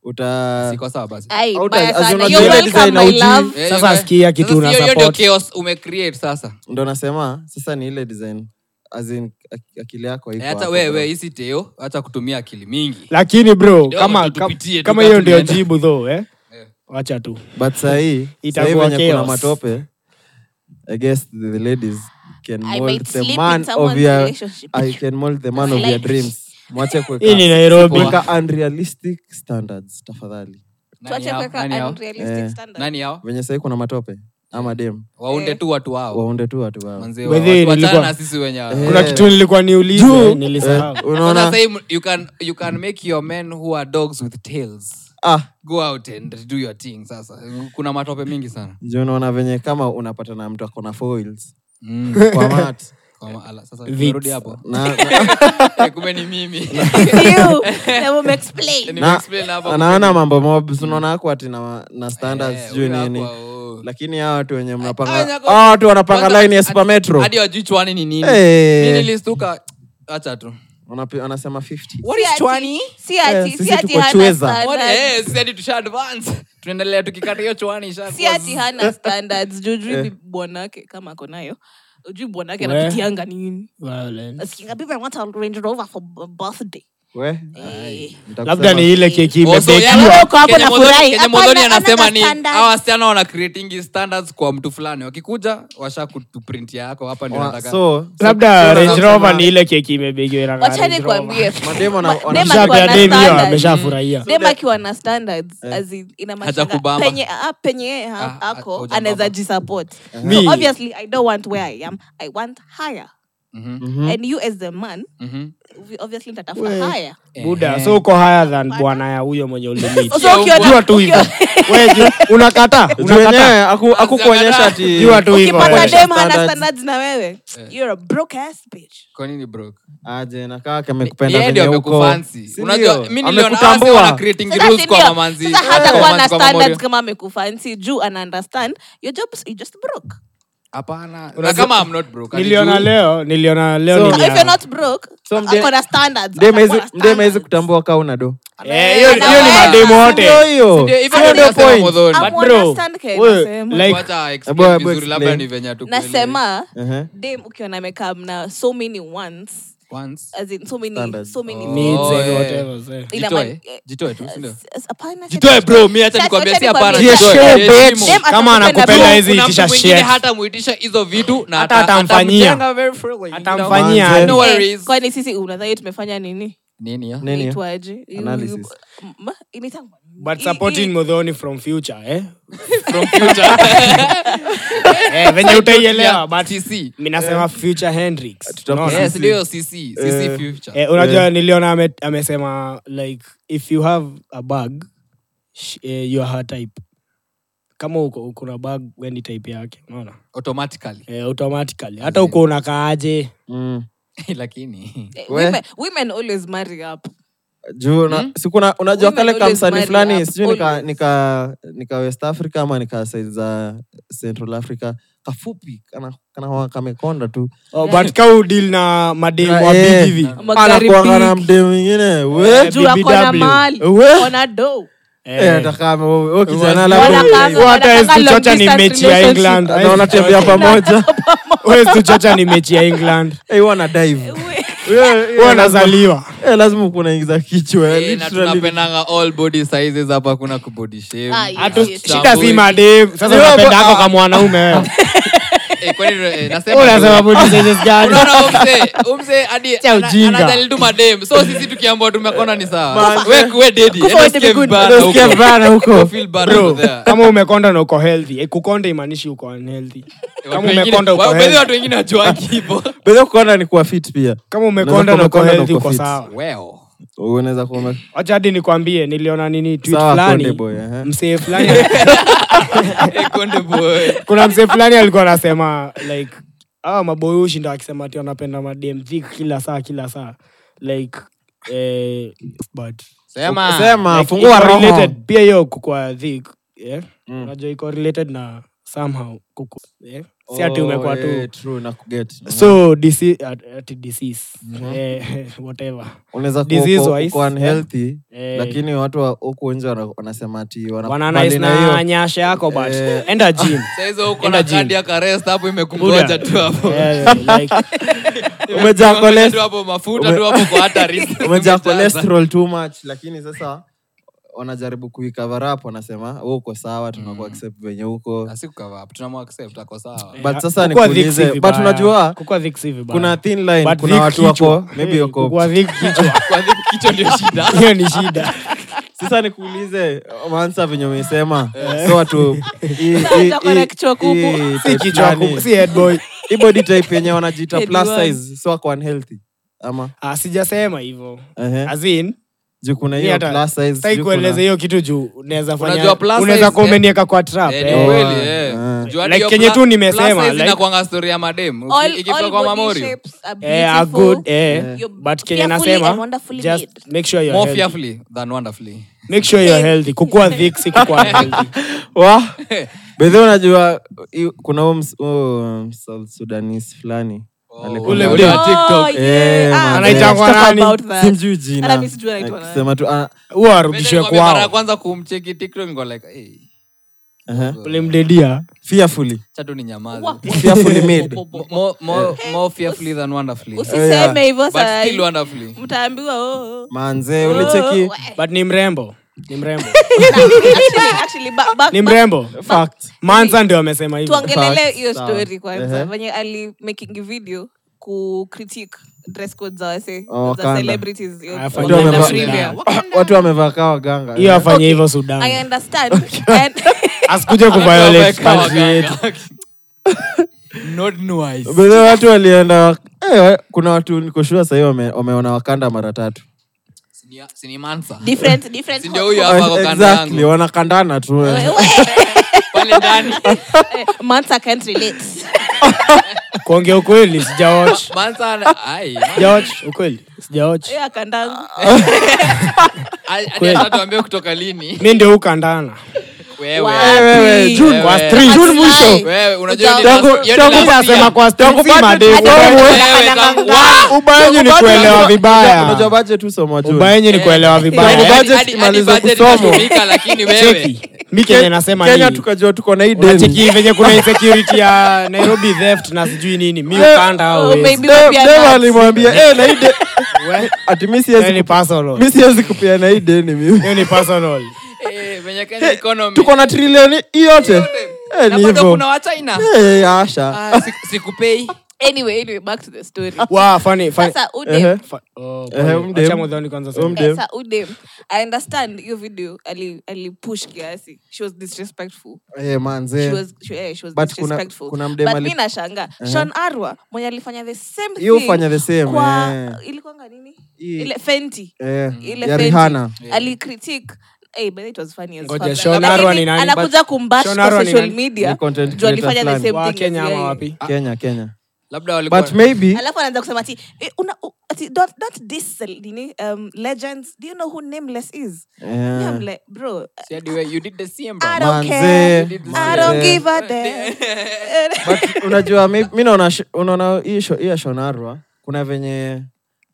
Speaker 3: uta
Speaker 5: Siko sawa basi.
Speaker 4: Ai,
Speaker 3: Auta-
Speaker 4: mbaya
Speaker 3: as
Speaker 4: sana.
Speaker 3: unajua
Speaker 4: You're
Speaker 3: ile
Speaker 4: welcome,
Speaker 3: design
Speaker 4: my
Speaker 3: hujui.
Speaker 4: love.
Speaker 5: Eh,
Speaker 6: Sasa
Speaker 5: eh.
Speaker 6: sikia kitu
Speaker 5: Sasa
Speaker 6: una
Speaker 5: hiyo- hiyo ndio
Speaker 6: support.
Speaker 5: chaos umecreate sasa
Speaker 3: ndo nasema sasa ni ile design as in, ak- akili yako haiko
Speaker 5: Eh, hata
Speaker 3: hapo, bro.
Speaker 5: wewe hisi teo acha kutumia akili mingi
Speaker 6: lakini bro
Speaker 5: Kidogo tu
Speaker 6: kama
Speaker 5: yaani.
Speaker 6: kam-
Speaker 5: tupitie,
Speaker 6: kama
Speaker 5: tukaa
Speaker 6: hiyo ndio
Speaker 5: tunaenda.
Speaker 6: jibu tho eh?
Speaker 5: Eh.
Speaker 6: wacha tu
Speaker 3: but sahii sahii
Speaker 6: Itakuwa
Speaker 3: venye kuna
Speaker 6: chaos.
Speaker 3: matope i guess the ladies can
Speaker 4: I
Speaker 3: mold
Speaker 4: might
Speaker 3: the
Speaker 4: sleep in
Speaker 3: man of
Speaker 4: someone's
Speaker 3: your
Speaker 4: relationship.
Speaker 3: i can mold the man of your
Speaker 4: Like-
Speaker 3: dreams mwache kuweka-
Speaker 6: hii ni
Speaker 5: Ah,
Speaker 6: nairobi
Speaker 3: kuweka unrealistic standards tafadhali
Speaker 5: Nani
Speaker 4: Tuache
Speaker 5: hao?
Speaker 4: kuweka
Speaker 5: Nani hao?
Speaker 4: unrealistic
Speaker 3: Eh.
Speaker 4: standards.
Speaker 5: Nani hao
Speaker 3: venye sahii kuna matope ama dem
Speaker 5: waunde
Speaker 4: Eh.
Speaker 5: tu watu wao
Speaker 3: waunde tu watu wao
Speaker 5: Manze,
Speaker 6: By
Speaker 5: wa-
Speaker 6: the way,
Speaker 5: watu wachana
Speaker 6: nilikuwa-
Speaker 5: na sisi wenyewe
Speaker 3: Eh.
Speaker 6: kuna kitu nilikuwa niulize
Speaker 3: Juu-
Speaker 6: nilisahau
Speaker 3: Eh, unaona
Speaker 5: Sasa hii, you can you can make your men who are dogs with tails
Speaker 3: ah
Speaker 5: go out and do your thing sasa kuna matope mingi sana
Speaker 3: juu unaona venye kama unapata na mtu akona four wheels
Speaker 5: Mm.
Speaker 3: kwa mat
Speaker 5: Kwa maala. Sasa
Speaker 6: Vits.
Speaker 5: tumerudi hapo
Speaker 3: na, na,
Speaker 5: Eh, kumbe ni mimi
Speaker 4: You, na mumeexplain.
Speaker 5: Nimeexplain hapa
Speaker 3: na,
Speaker 5: kumbe
Speaker 3: anaona mambo mobs unaona ako ati na, na standards
Speaker 5: Eh,
Speaker 3: juu
Speaker 5: huyu hapa,
Speaker 3: nini
Speaker 5: oh.
Speaker 3: lakini hawa watu wenye
Speaker 5: Ah,
Speaker 3: mnapanga
Speaker 5: nyako-
Speaker 3: hawa watu wanapanga
Speaker 5: Kwanza
Speaker 3: line ya
Speaker 5: hadi-
Speaker 3: super metro
Speaker 5: hadi wajui chwani ni nini
Speaker 3: Eh.
Speaker 5: Mi nilistuka acha tu
Speaker 3: Wanapi- wanasema 50
Speaker 5: What
Speaker 4: Si
Speaker 5: is
Speaker 4: ati-
Speaker 5: chwani?
Speaker 4: si ati-
Speaker 3: Eh,
Speaker 4: si
Speaker 3: sisi
Speaker 4: ati
Speaker 3: tuko
Speaker 4: hana
Speaker 3: chweza.
Speaker 4: standards.
Speaker 5: What- eh, si ati tusha advance tunaendelea tukikata hiyo chwani ishakuwa
Speaker 4: si ati
Speaker 5: zi-
Speaker 4: hana standards juu ujui bi- bwanake kama ako nayo ujui bwanake
Speaker 6: We.
Speaker 4: anapitianga nini
Speaker 6: Violence.
Speaker 4: Asikianga, "Babe, I want a Range Rover for b- birthday."
Speaker 3: we
Speaker 4: Eh.
Speaker 6: labda ni ile keki
Speaker 5: Oh, so
Speaker 6: imebakiwa.
Speaker 5: yani-
Speaker 4: Wewe uko hapo
Speaker 5: Kenya
Speaker 4: na
Speaker 5: Modhoni-
Speaker 4: furahi.
Speaker 5: Kenya
Speaker 4: Hapana,
Speaker 5: Modhoni
Speaker 4: hapana
Speaker 5: anasema ni
Speaker 4: standards.
Speaker 5: hawa wasichana wana creatingi standards kwa mtu fulani wakikuja washa kutuprint yako hapa ndio nataka
Speaker 3: so
Speaker 6: labda
Speaker 3: so- so-
Speaker 6: range rover
Speaker 3: so-
Speaker 6: ni ile keki imebegiwa inakaa
Speaker 4: wachani
Speaker 6: Range Rover.
Speaker 4: kuambie
Speaker 3: Mademu ana-
Speaker 4: Ma-
Speaker 3: ana-
Speaker 4: dem
Speaker 3: Shaka
Speaker 4: akiwa
Speaker 6: Ameshapea
Speaker 4: na
Speaker 6: deni hiyo,
Speaker 4: standards,
Speaker 6: ameshafurahia
Speaker 4: dem akiwa na standards as in, inamaanisha
Speaker 5: Hajakubamba.
Speaker 4: penye ah, penye yeye ha-
Speaker 5: Ah, ah,
Speaker 4: ako
Speaker 5: hujambamba.
Speaker 4: anaweza jisupport
Speaker 6: Me.
Speaker 4: so obviously i don't want where i am i want higher
Speaker 5: Mhm,
Speaker 4: and you as the man
Speaker 5: mhm. Eh,
Speaker 4: we- obviously utatafuta higher
Speaker 5: Mm.
Speaker 6: buda so uko higher than bwana ya huyo mwenye ulimit
Speaker 4: so ukiona-
Speaker 6: jua tu hivyo We, ju- unakata
Speaker 3: Juu
Speaker 6: unakata
Speaker 3: wenyewe haku- hakukuonyesha ati
Speaker 6: jua tu hivyo
Speaker 4: ukipata
Speaker 6: we.
Speaker 3: Kuonyesha
Speaker 4: dem hana
Speaker 3: standards.
Speaker 4: standards na wewe you're a broke ass bitch
Speaker 5: Kwa nini broke?
Speaker 3: aje nakaa kamekupenda
Speaker 5: Yeye
Speaker 3: venye
Speaker 5: ndio
Speaker 3: huko.
Speaker 5: amekufancy.
Speaker 3: Si
Speaker 5: Unajua,
Speaker 3: ndio?
Speaker 5: mi niliona hawa si wana
Speaker 3: Amekutambua.
Speaker 5: creating
Speaker 4: Sasa
Speaker 5: rules
Speaker 4: si
Speaker 5: kwa
Speaker 4: ndio?
Speaker 5: mamanzi.
Speaker 4: Sasa
Speaker 5: Kwa
Speaker 4: hata kuwa na
Speaker 5: mamanzi, kwa mamorio.
Speaker 4: standards kama amekufansi juu ana understand your job is- you just broke
Speaker 5: Hapana. Na
Speaker 6: Unajua-
Speaker 5: kama I'm not broke,
Speaker 6: niliona
Speaker 5: alijui.
Speaker 6: leo niliona
Speaker 3: So-
Speaker 6: leo
Speaker 4: If you're
Speaker 6: niliona-
Speaker 4: not broke,
Speaker 3: So mde-
Speaker 4: ako na standards,
Speaker 3: Dem
Speaker 4: atakuwa
Speaker 3: haizi- dem
Speaker 4: na
Speaker 3: haizi
Speaker 4: standards.
Speaker 3: kutambua kaa una do
Speaker 6: Eh, hiyo
Speaker 4: Na
Speaker 6: hiyo ni
Speaker 4: wewe-
Speaker 6: mademu wote
Speaker 3: Ndio hiyo
Speaker 5: Ndio, hivyo
Speaker 3: Hiyo
Speaker 5: ndio
Speaker 3: ndio
Speaker 5: nasema
Speaker 3: point.
Speaker 5: Modhoni.
Speaker 4: Hapo-
Speaker 6: But bro,
Speaker 4: Understand Kenya,
Speaker 6: we-
Speaker 4: nasema.
Speaker 6: like
Speaker 5: Wacha explain
Speaker 3: Ebu- ebu
Speaker 5: vizuri, labda
Speaker 3: explain.
Speaker 5: ni venye hatukuelewi.
Speaker 4: nasema
Speaker 3: Ehe.
Speaker 4: dem ukiona amekaa mna so many wants
Speaker 5: Once.
Speaker 4: as in so many
Speaker 3: Standards.
Speaker 4: so many
Speaker 5: Oh.
Speaker 6: needs and
Speaker 5: eh.
Speaker 6: whatever, say.
Speaker 4: Ina
Speaker 5: Jitoe.
Speaker 4: man- eh,
Speaker 5: Jitoe tu, si ndio?
Speaker 4: s- s- hapana,
Speaker 5: Jitoe
Speaker 4: sasa-
Speaker 5: bro, mi acha
Speaker 4: Sasa
Speaker 5: nikwambie,
Speaker 4: acha
Speaker 5: si hapana,
Speaker 4: nikwambie.
Speaker 5: jitoe,
Speaker 6: Jitoe,
Speaker 5: heshimu.
Speaker 6: bitch.
Speaker 4: Dem atakupenda
Speaker 6: Kama anakupenda
Speaker 4: bro.
Speaker 6: hizi
Speaker 5: Kuna mtu
Speaker 6: itisha
Speaker 5: mwingine
Speaker 6: shit.
Speaker 5: hata muitisha hizo vitu na
Speaker 6: Hata
Speaker 5: ata-
Speaker 6: atamfanyia.
Speaker 5: atamjenga very freely, you know?
Speaker 6: Atamfanyia,
Speaker 3: Manze.
Speaker 6: eh.
Speaker 5: No
Speaker 4: Eh,
Speaker 5: worries.
Speaker 4: kwani sisi unadhani tumefanya nini
Speaker 5: Nini ya?
Speaker 3: Nini?
Speaker 4: Itwaje? You-
Speaker 3: Analysis.
Speaker 4: you- ma- inaitangwa nini?
Speaker 6: but
Speaker 4: I-
Speaker 6: supporting
Speaker 4: i-
Speaker 6: modhoni from future eh
Speaker 5: From future.
Speaker 6: eh venye utaielewa but Oh,
Speaker 5: TC.
Speaker 6: mi nasema future hendrix
Speaker 3: Tutapo-
Speaker 6: Unaona?
Speaker 5: Eh. Yes, ndio CC. CC future.
Speaker 6: eh, unajua niliona ame, amesema like if you have a bag sh, eh, you are her type kama uko kuna bag we ni type yake unaona
Speaker 5: Automatically.
Speaker 6: eh, automatically hata uko unakaaje
Speaker 3: Mm.
Speaker 5: Lakini.
Speaker 4: eh,
Speaker 3: We.
Speaker 4: women- women always marry up
Speaker 3: juu na- si kuna- unajua
Speaker 4: Hmm? Women
Speaker 3: kale
Speaker 4: always
Speaker 3: kamsani
Speaker 4: marry
Speaker 3: fulani
Speaker 4: up,
Speaker 3: sijui nika,
Speaker 4: always.
Speaker 3: nika, nika west africa ama nika side za central africa kafupi kana, kana kamekonda tu
Speaker 6: oh, but ka udil na mademu wa
Speaker 3: Eh.
Speaker 6: big hivi
Speaker 4: Magari
Speaker 3: anakuanga na
Speaker 4: big.
Speaker 3: mdemu mwingine we
Speaker 4: juu akona
Speaker 6: BBW.
Speaker 4: mali
Speaker 3: We.
Speaker 4: kona do
Speaker 3: Eh, ataka- we- we kijana
Speaker 6: Wanakaanga-
Speaker 3: labda
Speaker 4: Wanakaanga-
Speaker 6: Who hata hawezi
Speaker 4: wanakaanga
Speaker 6: tuchocha
Speaker 4: long
Speaker 6: ni
Speaker 4: distance
Speaker 6: mechi ya
Speaker 4: relationship.
Speaker 6: england
Speaker 3: na wanatembea pamoja
Speaker 6: Hawezi tuchocha ni mechi ya england
Speaker 3: Eh, wana dive
Speaker 6: Huwa anazaliwa
Speaker 3: Eh, lazima kunaingiza kichwa eh,
Speaker 5: Eh, na
Speaker 3: literally.
Speaker 5: tunapendaga all body sizes hapa kuna kubody shame.
Speaker 4: Ah, yes,
Speaker 5: Ah,
Speaker 6: Hatu-
Speaker 4: yes.
Speaker 6: shida si
Speaker 5: Tambui.
Speaker 6: mademu sasa
Speaker 3: Wewe,
Speaker 6: unapenda
Speaker 3: ah.
Speaker 6: ako kama mwanaume wewe
Speaker 5: Eh, kwani, eh, nasema tu.
Speaker 6: unasema body sizes gani
Speaker 5: Unaona huyu mzee- huyu mzee hadi
Speaker 6: Cha
Speaker 5: ana-
Speaker 6: ujinga.
Speaker 5: anadhalili tu madem so sisi tukiambua tumekona ni sawa
Speaker 3: Man.
Speaker 5: We- we daddy,
Speaker 4: Kufa
Speaker 5: enda
Speaker 4: wote
Speaker 5: usikie
Speaker 4: miguuni.
Speaker 5: vibaya na
Speaker 3: Ndio
Speaker 5: huko.
Speaker 3: sikia bana huko
Speaker 5: Don't feel bad
Speaker 6: Bro,
Speaker 5: over there. Eh,
Speaker 6: kama umekonda na uko healthy eh, kukonda imaanishi uko unhealthy kama
Speaker 5: Watu wengine-
Speaker 6: umekonda uko
Speaker 5: wa- baadhi ya
Speaker 6: healthy
Speaker 5: watu wengine wajuangi hivo
Speaker 3: bedha kuona ni kuwa fit pia
Speaker 6: kama
Speaker 3: Unaweza
Speaker 6: umekonda na uko
Speaker 3: kukonda na
Speaker 6: healthy
Speaker 3: uko
Speaker 6: uko
Speaker 3: fit.
Speaker 6: sawa
Speaker 5: Well.
Speaker 3: unaweza kuwa
Speaker 6: wacha hadi nikwambie niliona nini tweet
Speaker 3: Sawa,
Speaker 6: fulani
Speaker 3: Konde boy, ehe.
Speaker 6: msee fulani
Speaker 5: Eh, Konde boy.
Speaker 6: kuna msee fulani alikuwa anasema like awa maboy hushinda akisema ati wanapenda madem thick kila saa kila saa like eh, but
Speaker 5: Sema.
Speaker 3: sema
Speaker 6: Like,
Speaker 3: fungua
Speaker 6: iko
Speaker 3: roho Mm.
Speaker 6: related. pia hiyo kukua thick yeah? eh, unajua iko related na somehow kuku yeah? si ati umekuwa tu
Speaker 3: eh, true, na kuget.
Speaker 6: so disi- at- ati disease Eh, whatever
Speaker 3: Mm-hmm. unaweza kuwa
Speaker 6: Disease
Speaker 3: uko-
Speaker 6: wise,
Speaker 3: uko unhealthy
Speaker 6: Eh.
Speaker 3: lakini watu wa- huku nje wana- wanasema ati wana-
Speaker 6: wananais
Speaker 3: mbali na hiyo- Eh.
Speaker 6: na nyasha yako but enda gym
Speaker 5: Saizo huko
Speaker 6: Enda
Speaker 5: na
Speaker 6: gym.
Speaker 5: kadi ya karest hapo imekungoja tu hapo.
Speaker 6: Yeah, Eh, like,
Speaker 3: umejaa
Speaker 5: Imekungoja tu
Speaker 3: cholesterol-
Speaker 5: hapo mafuta tu hapo kwa hatari.
Speaker 3: umejaa
Speaker 5: Zimejaza.
Speaker 3: cholesterol too much lakini sasa wanajaribu kuikavara up wanasema wewe uko sawa tunakuwa accept venye huko
Speaker 5: Asikucover up, tunamwa accept, ako sawa.
Speaker 6: eh,
Speaker 3: but sasa
Speaker 6: kukua thick si
Speaker 3: nikuulize but
Speaker 6: vibaya.
Speaker 3: unajua
Speaker 6: Kukua thick si vibaya.
Speaker 3: kuna thin line
Speaker 6: But
Speaker 3: kuna
Speaker 6: thick
Speaker 3: watu wako
Speaker 6: kichwa.
Speaker 3: maybe
Speaker 6: Eh,
Speaker 3: uko
Speaker 6: kukua thick kichwa.
Speaker 5: Kwa hivyo kichwa ndio shida.
Speaker 6: hiyo ni shida
Speaker 3: sasa nikuulize mansa venye umesema so watu hii- hii-
Speaker 4: Atakuwa na kichwa kubwa.
Speaker 3: hii-
Speaker 6: Eh. si kichwa
Speaker 3: nani?
Speaker 6: ku- si head boy
Speaker 3: hii body type yenye wanajiita
Speaker 4: Head
Speaker 3: plus
Speaker 4: one.
Speaker 3: size so wako unhealthy ama
Speaker 6: Ah, sijasema hivyo
Speaker 3: Ehe.
Speaker 6: As in,
Speaker 3: juu kuna
Speaker 6: mi
Speaker 3: Eh? hiyo
Speaker 6: hata
Speaker 3: plus size
Speaker 6: sitaki
Speaker 3: juu kuna-
Speaker 6: kueleza hiyo kitu juu unaweza fanya-
Speaker 5: Unajua plus size,
Speaker 6: unaweza kuwa
Speaker 5: eh,
Speaker 6: umenieka kwa trap
Speaker 5: Eh, ni
Speaker 6: eh.
Speaker 5: kweli,
Speaker 3: eh.
Speaker 5: eh.
Speaker 3: Eh.
Speaker 5: Juu hadi
Speaker 6: Like
Speaker 5: hiyo
Speaker 6: kenye
Speaker 5: pla-
Speaker 6: tu nimesema,
Speaker 5: plus size
Speaker 6: like-
Speaker 5: inakuanga story ya madem Uki-
Speaker 4: All-
Speaker 5: ikifika
Speaker 4: all
Speaker 5: kwa
Speaker 4: body
Speaker 5: mamorio
Speaker 4: shapes are
Speaker 6: Eh, are
Speaker 4: beautiful.
Speaker 6: good, eh.
Speaker 4: You're
Speaker 6: but kenye
Speaker 4: fearfully and
Speaker 6: nasema
Speaker 4: wonderfully
Speaker 6: just
Speaker 4: made.
Speaker 6: make sure you're
Speaker 5: more
Speaker 6: healthy.
Speaker 5: fearfully than wonderfully
Speaker 6: Make sure you're healthy. kukua thick si kukua healthy
Speaker 3: Wah. bedhi unajua i- kuna huyo ms- huyo um, south sudanis fulani Alikuwa-
Speaker 5: Ule-
Speaker 3: Eh,
Speaker 5: ule wa
Speaker 4: Oh,
Speaker 5: TikTok.
Speaker 4: yeah. Ah,
Speaker 3: man,
Speaker 6: Anaitangwa
Speaker 3: eh,
Speaker 4: talk
Speaker 6: nani?
Speaker 4: about that.
Speaker 3: simjui jina.
Speaker 4: Hata mi sijui anaitwa nani.
Speaker 3: Akisema tu, ah,
Speaker 6: huwa
Speaker 5: Mimi
Speaker 6: arudishwe
Speaker 5: nikwambia mara ya
Speaker 6: kwao
Speaker 5: kwanza kumcheki tiktok niko like hey,
Speaker 3: aha.
Speaker 6: mlimdedia
Speaker 3: Fearfully.
Speaker 5: chatu ni nyamaze
Speaker 4: Wa-
Speaker 3: Fearfully made. Eh.
Speaker 5: Mo- mo- mo- more fearfully than wonderfully
Speaker 4: usiseme hivyo
Speaker 5: but still
Speaker 4: sai
Speaker 5: wonderfully
Speaker 4: mtaambiwa oh, oh.
Speaker 3: manze
Speaker 4: Oh,
Speaker 3: ulicheki
Speaker 4: oh, eh.
Speaker 6: but ni mrembo ni mrembo
Speaker 4: Actually- actually, ba- ba-
Speaker 6: ni
Speaker 4: ba-
Speaker 6: mrembo
Speaker 3: Fact.
Speaker 6: mansa ndio amesema hivyo
Speaker 4: tuongelele
Speaker 3: Facts,
Speaker 4: hiyo
Speaker 3: sawa.
Speaker 4: story kwanza
Speaker 3: Ehe.
Speaker 4: venye ali making video ku critique dress code za wase
Speaker 3: Oh,
Speaker 4: za
Speaker 3: Wakanda.
Speaker 4: celebrities yo-
Speaker 6: Watu
Speaker 4: Wakanda
Speaker 3: wamevaa-
Speaker 4: Afrika. Wakanda.
Speaker 3: watu wamevaa kaa waganga
Speaker 6: hiyo afanye hivyo sudan
Speaker 4: I understand. And-
Speaker 6: asikuje kuviolate
Speaker 5: Wameweka
Speaker 6: country yetu
Speaker 5: waganga. Not nice.
Speaker 3: bedhi watu walienda eh, wa- kuna watu nikoshua sahii wame, wameona wakanda mara tatu
Speaker 5: Sini- sini mansa.
Speaker 4: different- different-
Speaker 5: Si ndio huyo
Speaker 3: Eh,
Speaker 5: hapa kwa kanda
Speaker 3: exactly
Speaker 5: yangu.
Speaker 3: wanakandana tu eh.
Speaker 5: Pale ndani.
Speaker 4: Eh, Mansa can't relate.
Speaker 6: kuongea ukweli sijawatch
Speaker 5: Mansa ana- ai, man-
Speaker 6: sijawatch ukweli sijawatch
Speaker 4: Eh, akandangu.
Speaker 5: ai, hadi hata tuambie kutoka lini
Speaker 6: mi ndio ukandana
Speaker 5: Wewe.
Speaker 4: Wapi?
Speaker 3: wewe, June,
Speaker 5: Wewe.
Speaker 6: kwa street.
Speaker 4: Atai.
Speaker 6: June mwisho.
Speaker 5: Wewe, unajua
Speaker 4: Uja-
Speaker 5: ni last-
Speaker 6: Tangu-
Speaker 5: yaani
Speaker 6: tangu
Speaker 5: last
Speaker 6: nasema
Speaker 5: year.
Speaker 6: kwa street si mademu.
Speaker 5: Wewe, tangu- Wow!
Speaker 6: ubayenyu ni kuelewa
Speaker 3: Unajua
Speaker 6: vibaya
Speaker 3: budget tu soma June.
Speaker 6: ubayenyu ni kuelewa
Speaker 3: Tangu
Speaker 6: vibaya
Speaker 3: budget
Speaker 5: Hadi- hadi-
Speaker 3: imalize
Speaker 5: hadi Yaani, budget
Speaker 3: kusomwa.
Speaker 5: inatumika, lakini wewe.
Speaker 6: cheki mi kenye nasema
Speaker 3: kenya
Speaker 6: nini
Speaker 3: tukajua tuko na hii deni.
Speaker 6: unacheki venye kuna insecurity ya nairobi theft na sijui nini mi
Speaker 3: Eh,
Speaker 6: ukanda au
Speaker 4: oh,
Speaker 6: wezi.
Speaker 4: baby.
Speaker 3: Dem-
Speaker 4: pia
Speaker 3: dem
Speaker 4: nuts.
Speaker 3: alimwambia "Eh, na hii de- ati mi siwezi
Speaker 6: Hiyo ni personal.
Speaker 3: mi siwezi kupia na hii deni mimi
Speaker 6: Hiyo ni personal.
Speaker 5: Eh, venye Kenya economy.
Speaker 3: tuko na trilioni hii yote Eh,
Speaker 5: Na
Speaker 3: ni
Speaker 5: bado
Speaker 3: hivyo
Speaker 5: kuna wachina
Speaker 3: Eh, asha
Speaker 5: Ah, si- sikupei
Speaker 4: Anyway, anyway, back to the story.
Speaker 6: Wow, funny, funny.
Speaker 4: Sasa, eh, udem.
Speaker 3: Ehe.
Speaker 6: Fa- oh,
Speaker 3: Ehe,
Speaker 6: funny.
Speaker 3: umdem.
Speaker 6: Acha mudhoni kwanza sema.
Speaker 3: Umdem.
Speaker 4: Eh, sa udem i understand hiyo video ali- alipush kiasi she was disrespectful
Speaker 3: Eh,
Speaker 4: She
Speaker 3: manze
Speaker 4: was- she- eh, she was
Speaker 3: But kuna-
Speaker 4: disrespectful.
Speaker 3: kuna
Speaker 4: But
Speaker 3: mdem ali-
Speaker 4: mi nashanga shon arwa mwenye alifanya the same
Speaker 3: Yu
Speaker 4: thing
Speaker 3: hufanya the same,
Speaker 4: kwa
Speaker 3: eh.
Speaker 4: ilikwanga nini
Speaker 3: Hii-
Speaker 4: ile fenti
Speaker 3: Eh,
Speaker 4: ile
Speaker 3: ya
Speaker 4: Fenty.
Speaker 3: Rihanna.
Speaker 4: Alicritique. Eh, by the way, it was funny as
Speaker 6: Ngoja,
Speaker 4: fuck.
Speaker 6: Sean
Speaker 4: Lakini
Speaker 6: Arwa ni nani?
Speaker 4: anakuja kumbash
Speaker 6: Sean
Speaker 4: kwa
Speaker 6: Arwa ni
Speaker 4: social
Speaker 6: nani?
Speaker 4: media
Speaker 3: Ni content
Speaker 4: juu alifanya
Speaker 3: creator
Speaker 4: the same
Speaker 6: Wa
Speaker 4: thing
Speaker 6: Kenya
Speaker 4: as
Speaker 6: ama
Speaker 4: yeye.
Speaker 6: wapi?
Speaker 3: kenya kenya
Speaker 5: labda walikuwa-
Speaker 3: but maybe
Speaker 4: alafu anaanza kusema ati eh, una- u- ati don't don't diss nini um, legends do you know who nameless is Me, I'm
Speaker 3: eh,
Speaker 4: like, bro uh,
Speaker 5: Si hadi we- you did the same, bro.
Speaker 4: I don't care.
Speaker 3: manze
Speaker 4: I don't
Speaker 3: manze.
Speaker 4: give a damn.
Speaker 3: But unajua mi mi naona sh- unaona hii sho- hii ya shonarwa kuna venye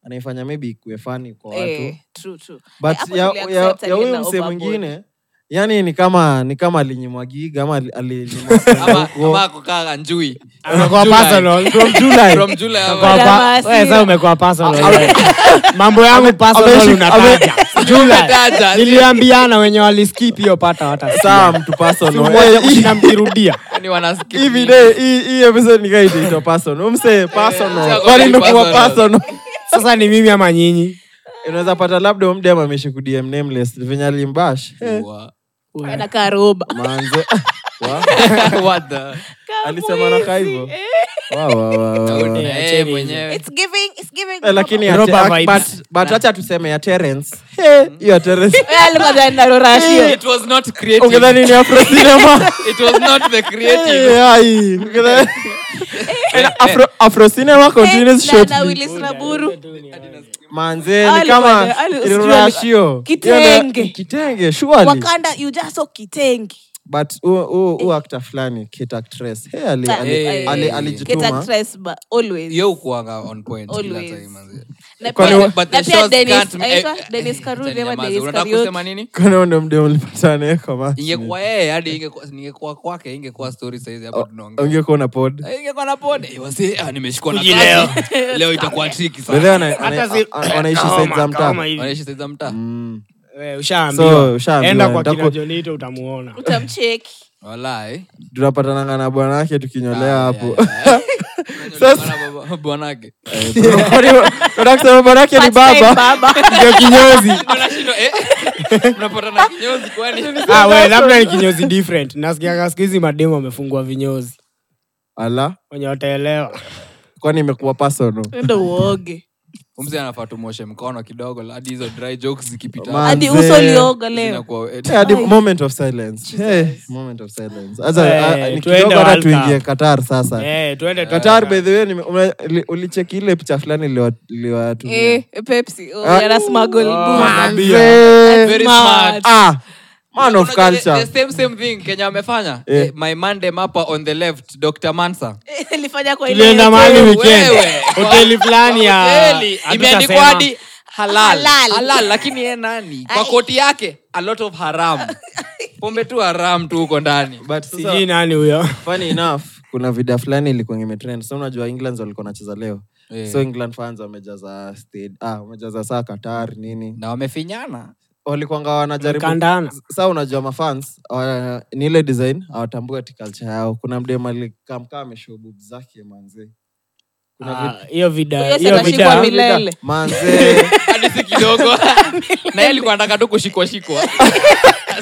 Speaker 3: anaifanya maybe ikuwe fani kwa watu
Speaker 4: Eh, true, true.
Speaker 3: but
Speaker 4: Eh, hapo
Speaker 3: ya-
Speaker 4: tuli
Speaker 3: ya
Speaker 4: accept
Speaker 3: ya huyu
Speaker 4: alienda
Speaker 3: msee
Speaker 4: overboard.
Speaker 3: mwingine yani ni kama ni kama alinyimwa giga ama ali- alinyimwa
Speaker 5: Ama-
Speaker 3: kwenda huko.
Speaker 5: ama kukaa njui.
Speaker 6: Amekuwa
Speaker 5: July.
Speaker 6: personal.
Speaker 3: From July,
Speaker 5: From July hapo.
Speaker 6: Kwa pa-
Speaker 4: Hasira.
Speaker 6: Wewe, sasa umekuwa personal, wewe. mambo yangu personal
Speaker 3: ameshika-
Speaker 6: unataja.
Speaker 5: Unataja.
Speaker 6: niliambiana wenye waliskip hiyo pata hata
Speaker 3: saa mtu personal.
Speaker 6: moja
Speaker 3: Eh, hii-
Speaker 6: kushinda mkirudia
Speaker 5: Yaani wanaskip
Speaker 3: hii
Speaker 5: nini?
Speaker 3: video- hii- hii episode ni kama itaitwa personal. Huyu msee
Speaker 4: Eh,
Speaker 5: msee
Speaker 3: personal.
Speaker 5: ako
Speaker 3: Kwani
Speaker 5: very
Speaker 3: ndio kuwa
Speaker 5: personal.
Speaker 3: personal?
Speaker 6: sasa ni mimi ama nyinyi
Speaker 3: unaweza pata labda huyu mdem ameishi ku DM nameless venye alimbash Eh,
Speaker 5: Wa-
Speaker 4: Anakaa roba.
Speaker 3: manze Wa-
Speaker 5: What the-
Speaker 3: alisema nakaa hivyo
Speaker 4: Eh.
Speaker 3: Wa- wa- wa- wa- wa.
Speaker 5: Eh,
Speaker 6: acheni hizo.
Speaker 5: mwenyewe.
Speaker 4: It's giving, it's giving.
Speaker 3: Eh, lakini ya
Speaker 6: Roba
Speaker 3: Te-
Speaker 6: vibes.
Speaker 3: but- but acha tuseme ya Terence. Eh, hiyo ya Eh, Terence.
Speaker 4: Eh, alikuwa anaenda rora shio.
Speaker 5: It was not creative.
Speaker 3: ungedhani ni afro cinema
Speaker 5: It was not the creative.
Speaker 3: Eh, ai. Ungedhani- Eh, afro afro cinema
Speaker 4: Eh,
Speaker 3: continues
Speaker 4: na- na
Speaker 3: shortly
Speaker 4: Willis Raburu.
Speaker 5: Hadi na-
Speaker 3: manzee ni
Speaker 4: Ali
Speaker 3: kama
Speaker 4: bwana, ali- sijui
Speaker 3: rashio
Speaker 4: ali- kitenge.
Speaker 3: kitenge surely
Speaker 4: wakanda you just so kitengi
Speaker 3: but huo- huo
Speaker 4: Eh.
Speaker 3: huo actor fulani kit actress hey, ali, ali,
Speaker 5: Eh.
Speaker 3: ali,
Speaker 4: Get
Speaker 3: alijituma
Speaker 4: actress, but always.
Speaker 5: Yo ukuanga on point kila
Speaker 4: Always.
Speaker 5: time, manze.
Speaker 4: Na
Speaker 3: Kwani
Speaker 4: pia-
Speaker 3: wa-
Speaker 5: But
Speaker 4: na
Speaker 5: the
Speaker 4: pia
Speaker 5: shots
Speaker 4: Dennis-
Speaker 5: can't- eh,
Speaker 4: anaitwa
Speaker 5: eh,
Speaker 4: Dennis Karuri
Speaker 5: Tani
Speaker 4: ama
Speaker 5: Nyamaza.
Speaker 4: Dennis
Speaker 5: Unataka
Speaker 4: Kariuki.
Speaker 5: kusema nini
Speaker 3: Kwani ndo mde mlipatana yako macho?
Speaker 5: ingekuwa yeye hadi ingekuwa- ningekuwa kwake ingekuwa story saizi
Speaker 3: Oh,
Speaker 5: hapa tunaongea
Speaker 3: ungekuwa na pod
Speaker 5: Eh, ingekuwa na pode Eh, wasi, ah, nimeshikwa na kazi. leo itakuwa triki
Speaker 3: By the way,
Speaker 5: sana
Speaker 3: ana- ana-
Speaker 6: Hata si-
Speaker 3: ana- anaishi side za
Speaker 6: Kama
Speaker 3: mtaa
Speaker 6: hivi.
Speaker 5: wanaishi saizi za mtaa
Speaker 6: Eh,
Speaker 3: So,
Speaker 6: ushaambiwa
Speaker 3: ushaambiwa.
Speaker 6: enda kwa
Speaker 3: Nitaku-
Speaker 6: kina jonito utamuona
Speaker 4: Utamcheki.
Speaker 5: Walai. Eh,
Speaker 3: tunapatananga na bwana wake tukinyolea
Speaker 5: Ah,
Speaker 3: hapo
Speaker 5: yeah, yeah. Bwana baba- bwanake
Speaker 3: Eh. Unataka kusema bwana wake ni
Speaker 4: Part-time
Speaker 3: baba
Speaker 4: baba.
Speaker 3: ndio kinyozi
Speaker 5: Unashindwa, eh? unapata na kinyozi kwani
Speaker 6: Ah, we, labda ni kinyozi different nasikiaga siku hizi mademu wamefungua vinyozi
Speaker 3: ala
Speaker 6: wenye wataelewa
Speaker 3: kwani imekuwa personal
Speaker 4: Enda uoge
Speaker 5: mzee anafaa tumoshe mkono kidogo hadi hizo dry jokes zikipita
Speaker 3: Ma-
Speaker 4: hadi
Speaker 3: Manze.
Speaker 4: uso ulioga leo
Speaker 5: zinakuwa eh,
Speaker 3: Eh, hadi moment of silence Eh, moment of silence Sasa,
Speaker 6: Eh,
Speaker 3: ah, ah, ni
Speaker 6: tuende
Speaker 3: kidogo hata
Speaker 6: World Cup.
Speaker 3: tuingie qatar sasa
Speaker 6: Eh, tuende tu-
Speaker 3: qatar by the way nime- ume- uli- ulicheki ile picha fulani iliwa- iliwatumia
Speaker 4: Eh, Pepsi. Oh,
Speaker 3: Ah.
Speaker 4: yana smuggle goods.
Speaker 3: Manze.
Speaker 5: Very smart.
Speaker 3: Ah, man of
Speaker 5: Unajua the-
Speaker 3: culture
Speaker 5: the same same thing kenya amefanya
Speaker 3: Eh.
Speaker 5: Eh, my monday mapa on the left dr mansa
Speaker 4: Ilifanya kwa ile
Speaker 6: tulienda
Speaker 4: yote.
Speaker 6: mahali
Speaker 5: Wewe.
Speaker 6: weekend hoteli fulani ya
Speaker 5: Hoteli, imeandikwa
Speaker 6: hatutasema.
Speaker 5: hadi halal.
Speaker 4: Halal.
Speaker 5: Halal, lakini ye nani kwa
Speaker 4: Ai.
Speaker 5: koti yake a lot of haram pombe tu haram tu huko ndani
Speaker 3: but sasa-
Speaker 6: sijui nani huyo
Speaker 5: Ah,
Speaker 3: funny enough kuna video fulani ilikuwa imetrend so unajua england walikuwa nacheza leo
Speaker 5: Eh.
Speaker 3: so england fans wamejaza stad- ah, wamejaza saa qatar nini
Speaker 5: na wamefinyana
Speaker 3: walikuanga wanajaribu
Speaker 6: Kandana.
Speaker 3: saa unajua mafans uh, ni ile design awatambue ati culture yao kuna mdem alikamkaa ameshobub zake manze
Speaker 6: Ah, hiyo vida
Speaker 4: Huyo si
Speaker 6: hiyo
Speaker 4: atashikwa
Speaker 6: vida
Speaker 4: mila- Milele.
Speaker 3: manze
Speaker 5: hadi si kidogo na yeye alikuwa anataka tu kushikwashikwa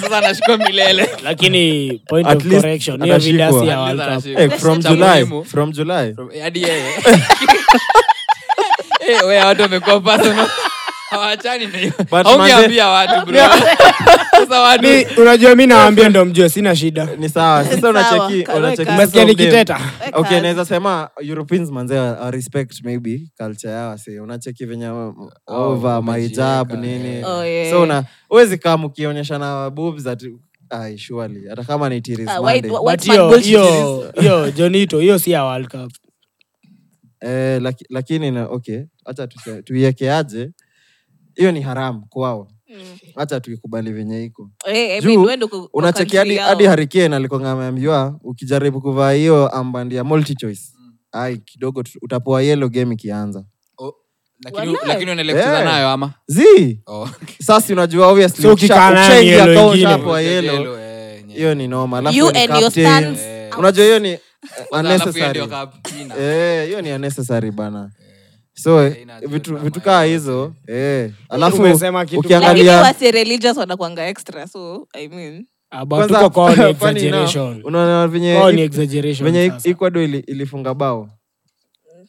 Speaker 5: sasa anashikwa milele
Speaker 6: lakini point
Speaker 3: At
Speaker 6: of
Speaker 3: least
Speaker 6: correction hiyo vida
Speaker 3: atashikwa.
Speaker 6: si ya
Speaker 5: At
Speaker 6: World
Speaker 5: least
Speaker 6: Cup.
Speaker 5: anashikwa.
Speaker 3: eh, from
Speaker 5: Cha
Speaker 3: july
Speaker 5: muhimu.
Speaker 3: from july
Speaker 5: hadi yeye Eh, wewe, watu wamekuwa personal hawachani na hiyo Haungeambia watu bro sasa watu
Speaker 6: Mi- unajua mi nawambia ndo mjue sina shida
Speaker 3: ni sawa sasa
Speaker 4: Sawa,
Speaker 3: unacheki
Speaker 4: kaweka.
Speaker 3: unacheki
Speaker 6: umesikia
Speaker 3: sasa mdem-
Speaker 6: nikiteta
Speaker 4: Weka.
Speaker 3: okay naweza sema europeans manze wa- wa respect maybe culture yao si unacheki venye wa- over mahijab
Speaker 5: wamejiweka,
Speaker 3: nini
Speaker 4: Oh, yeah.
Speaker 3: so una huwezi kaa mkionyeshana boobs ati ai surely hata kama ni tiris
Speaker 4: Ah, white-
Speaker 3: Monday.
Speaker 4: white-
Speaker 6: But
Speaker 4: man
Speaker 6: hiyo-
Speaker 4: bullshit
Speaker 6: hiyo- hiyo jonito hiyo si ya World Cup.
Speaker 3: eh, laki, lakini na okay hacha tuiekeaje hiyo ni haramu kwao hacha tuikubali venye iko
Speaker 4: Mm. Eh, I
Speaker 3: Juu,
Speaker 4: mean, wewe ndo kwa- kwa
Speaker 3: unacheki
Speaker 4: country
Speaker 3: hadi
Speaker 4: yao.
Speaker 3: hadi harikieni alikuwa ameambiwa ukijaribu kuvaa hiyo ambandi ya multi choice
Speaker 4: Mm.
Speaker 3: ai kidogo tu- utapoa yelo game ikianza
Speaker 5: Oh, lakini-
Speaker 4: Walai.
Speaker 5: lakini unaendelea kucheza
Speaker 3: Eh.
Speaker 5: nayo ama
Speaker 3: zii
Speaker 5: Oh.
Speaker 3: sasa unajua obviously
Speaker 6: So
Speaker 3: ukisha-
Speaker 6: ukikaa naye
Speaker 3: ukishaingia
Speaker 6: ni yellow
Speaker 3: account
Speaker 6: ingine.
Speaker 3: hapo ya
Speaker 5: Oh, Yellow,
Speaker 3: yellow,
Speaker 5: eh, nye-
Speaker 3: hiyo ni noma Alafu
Speaker 4: You
Speaker 3: ni
Speaker 4: and your
Speaker 3: captain.
Speaker 4: stands
Speaker 5: Eh.
Speaker 4: out.
Speaker 3: unajua hiyo ni eh,
Speaker 5: Kwanza alafu hiyo
Speaker 3: unnecessary
Speaker 5: ndio kapina.
Speaker 3: Eh, hiyo ni unnecessary bana so eh,
Speaker 5: Haina
Speaker 3: vitu
Speaker 5: drama
Speaker 3: vitu kaa
Speaker 5: hiyo.
Speaker 3: hizo eh, alafu
Speaker 6: Umesema kitu-
Speaker 4: lakini
Speaker 3: ukiangalia
Speaker 4: wasi religious wanakwanga extra so i mean
Speaker 6: About
Speaker 3: kwanza
Speaker 6: tuko kwao ni
Speaker 3: funny enough,
Speaker 6: exaggeration.
Speaker 3: unaona
Speaker 6: Kwao ni
Speaker 3: venye
Speaker 6: exaggeration
Speaker 3: venye
Speaker 6: sasa.
Speaker 3: Ecuador ili- ilifunga bao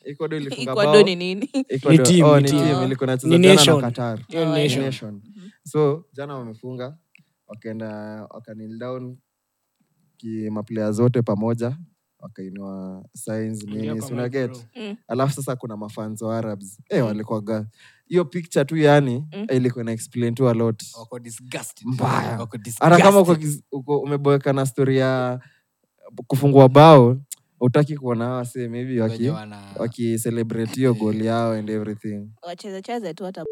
Speaker 3: Ecuador ilifunga bao
Speaker 4: Ecuador ni nini
Speaker 3: Ecuador-
Speaker 6: Ni team,
Speaker 3: oh,
Speaker 6: ni
Speaker 3: ni
Speaker 6: team.
Speaker 3: team, ilikuwa inacheza
Speaker 6: Ni
Speaker 3: jana
Speaker 6: nation.
Speaker 3: na Qatar.
Speaker 6: Hiyo ni
Speaker 5: Ah,
Speaker 4: Oh,
Speaker 6: nation.
Speaker 3: nation so jana wamefunga wakaenda wakanil down kimapleya zote pamoja wakainua signs nini
Speaker 6: Ndio
Speaker 3: si una get
Speaker 6: kama
Speaker 4: Mm.
Speaker 3: alafu sasa kuna mafans wa arabs e
Speaker 5: Mm.
Speaker 3: walikwaga hiyo picture tu yani
Speaker 4: Mm.
Speaker 3: ilikuwa na explain tu a lot
Speaker 5: Wako disgusted.
Speaker 3: Mbaya.
Speaker 5: Wako
Speaker 3: hata kama uko,
Speaker 5: disgusted.
Speaker 3: uko umeboeka na stori ya kufungua bao utaki kuona hawa see maybe
Speaker 5: Wenye
Speaker 3: waki
Speaker 5: wana-
Speaker 3: wakicelebrate hiyo goli yao and everything
Speaker 4: wachezacheze tu hata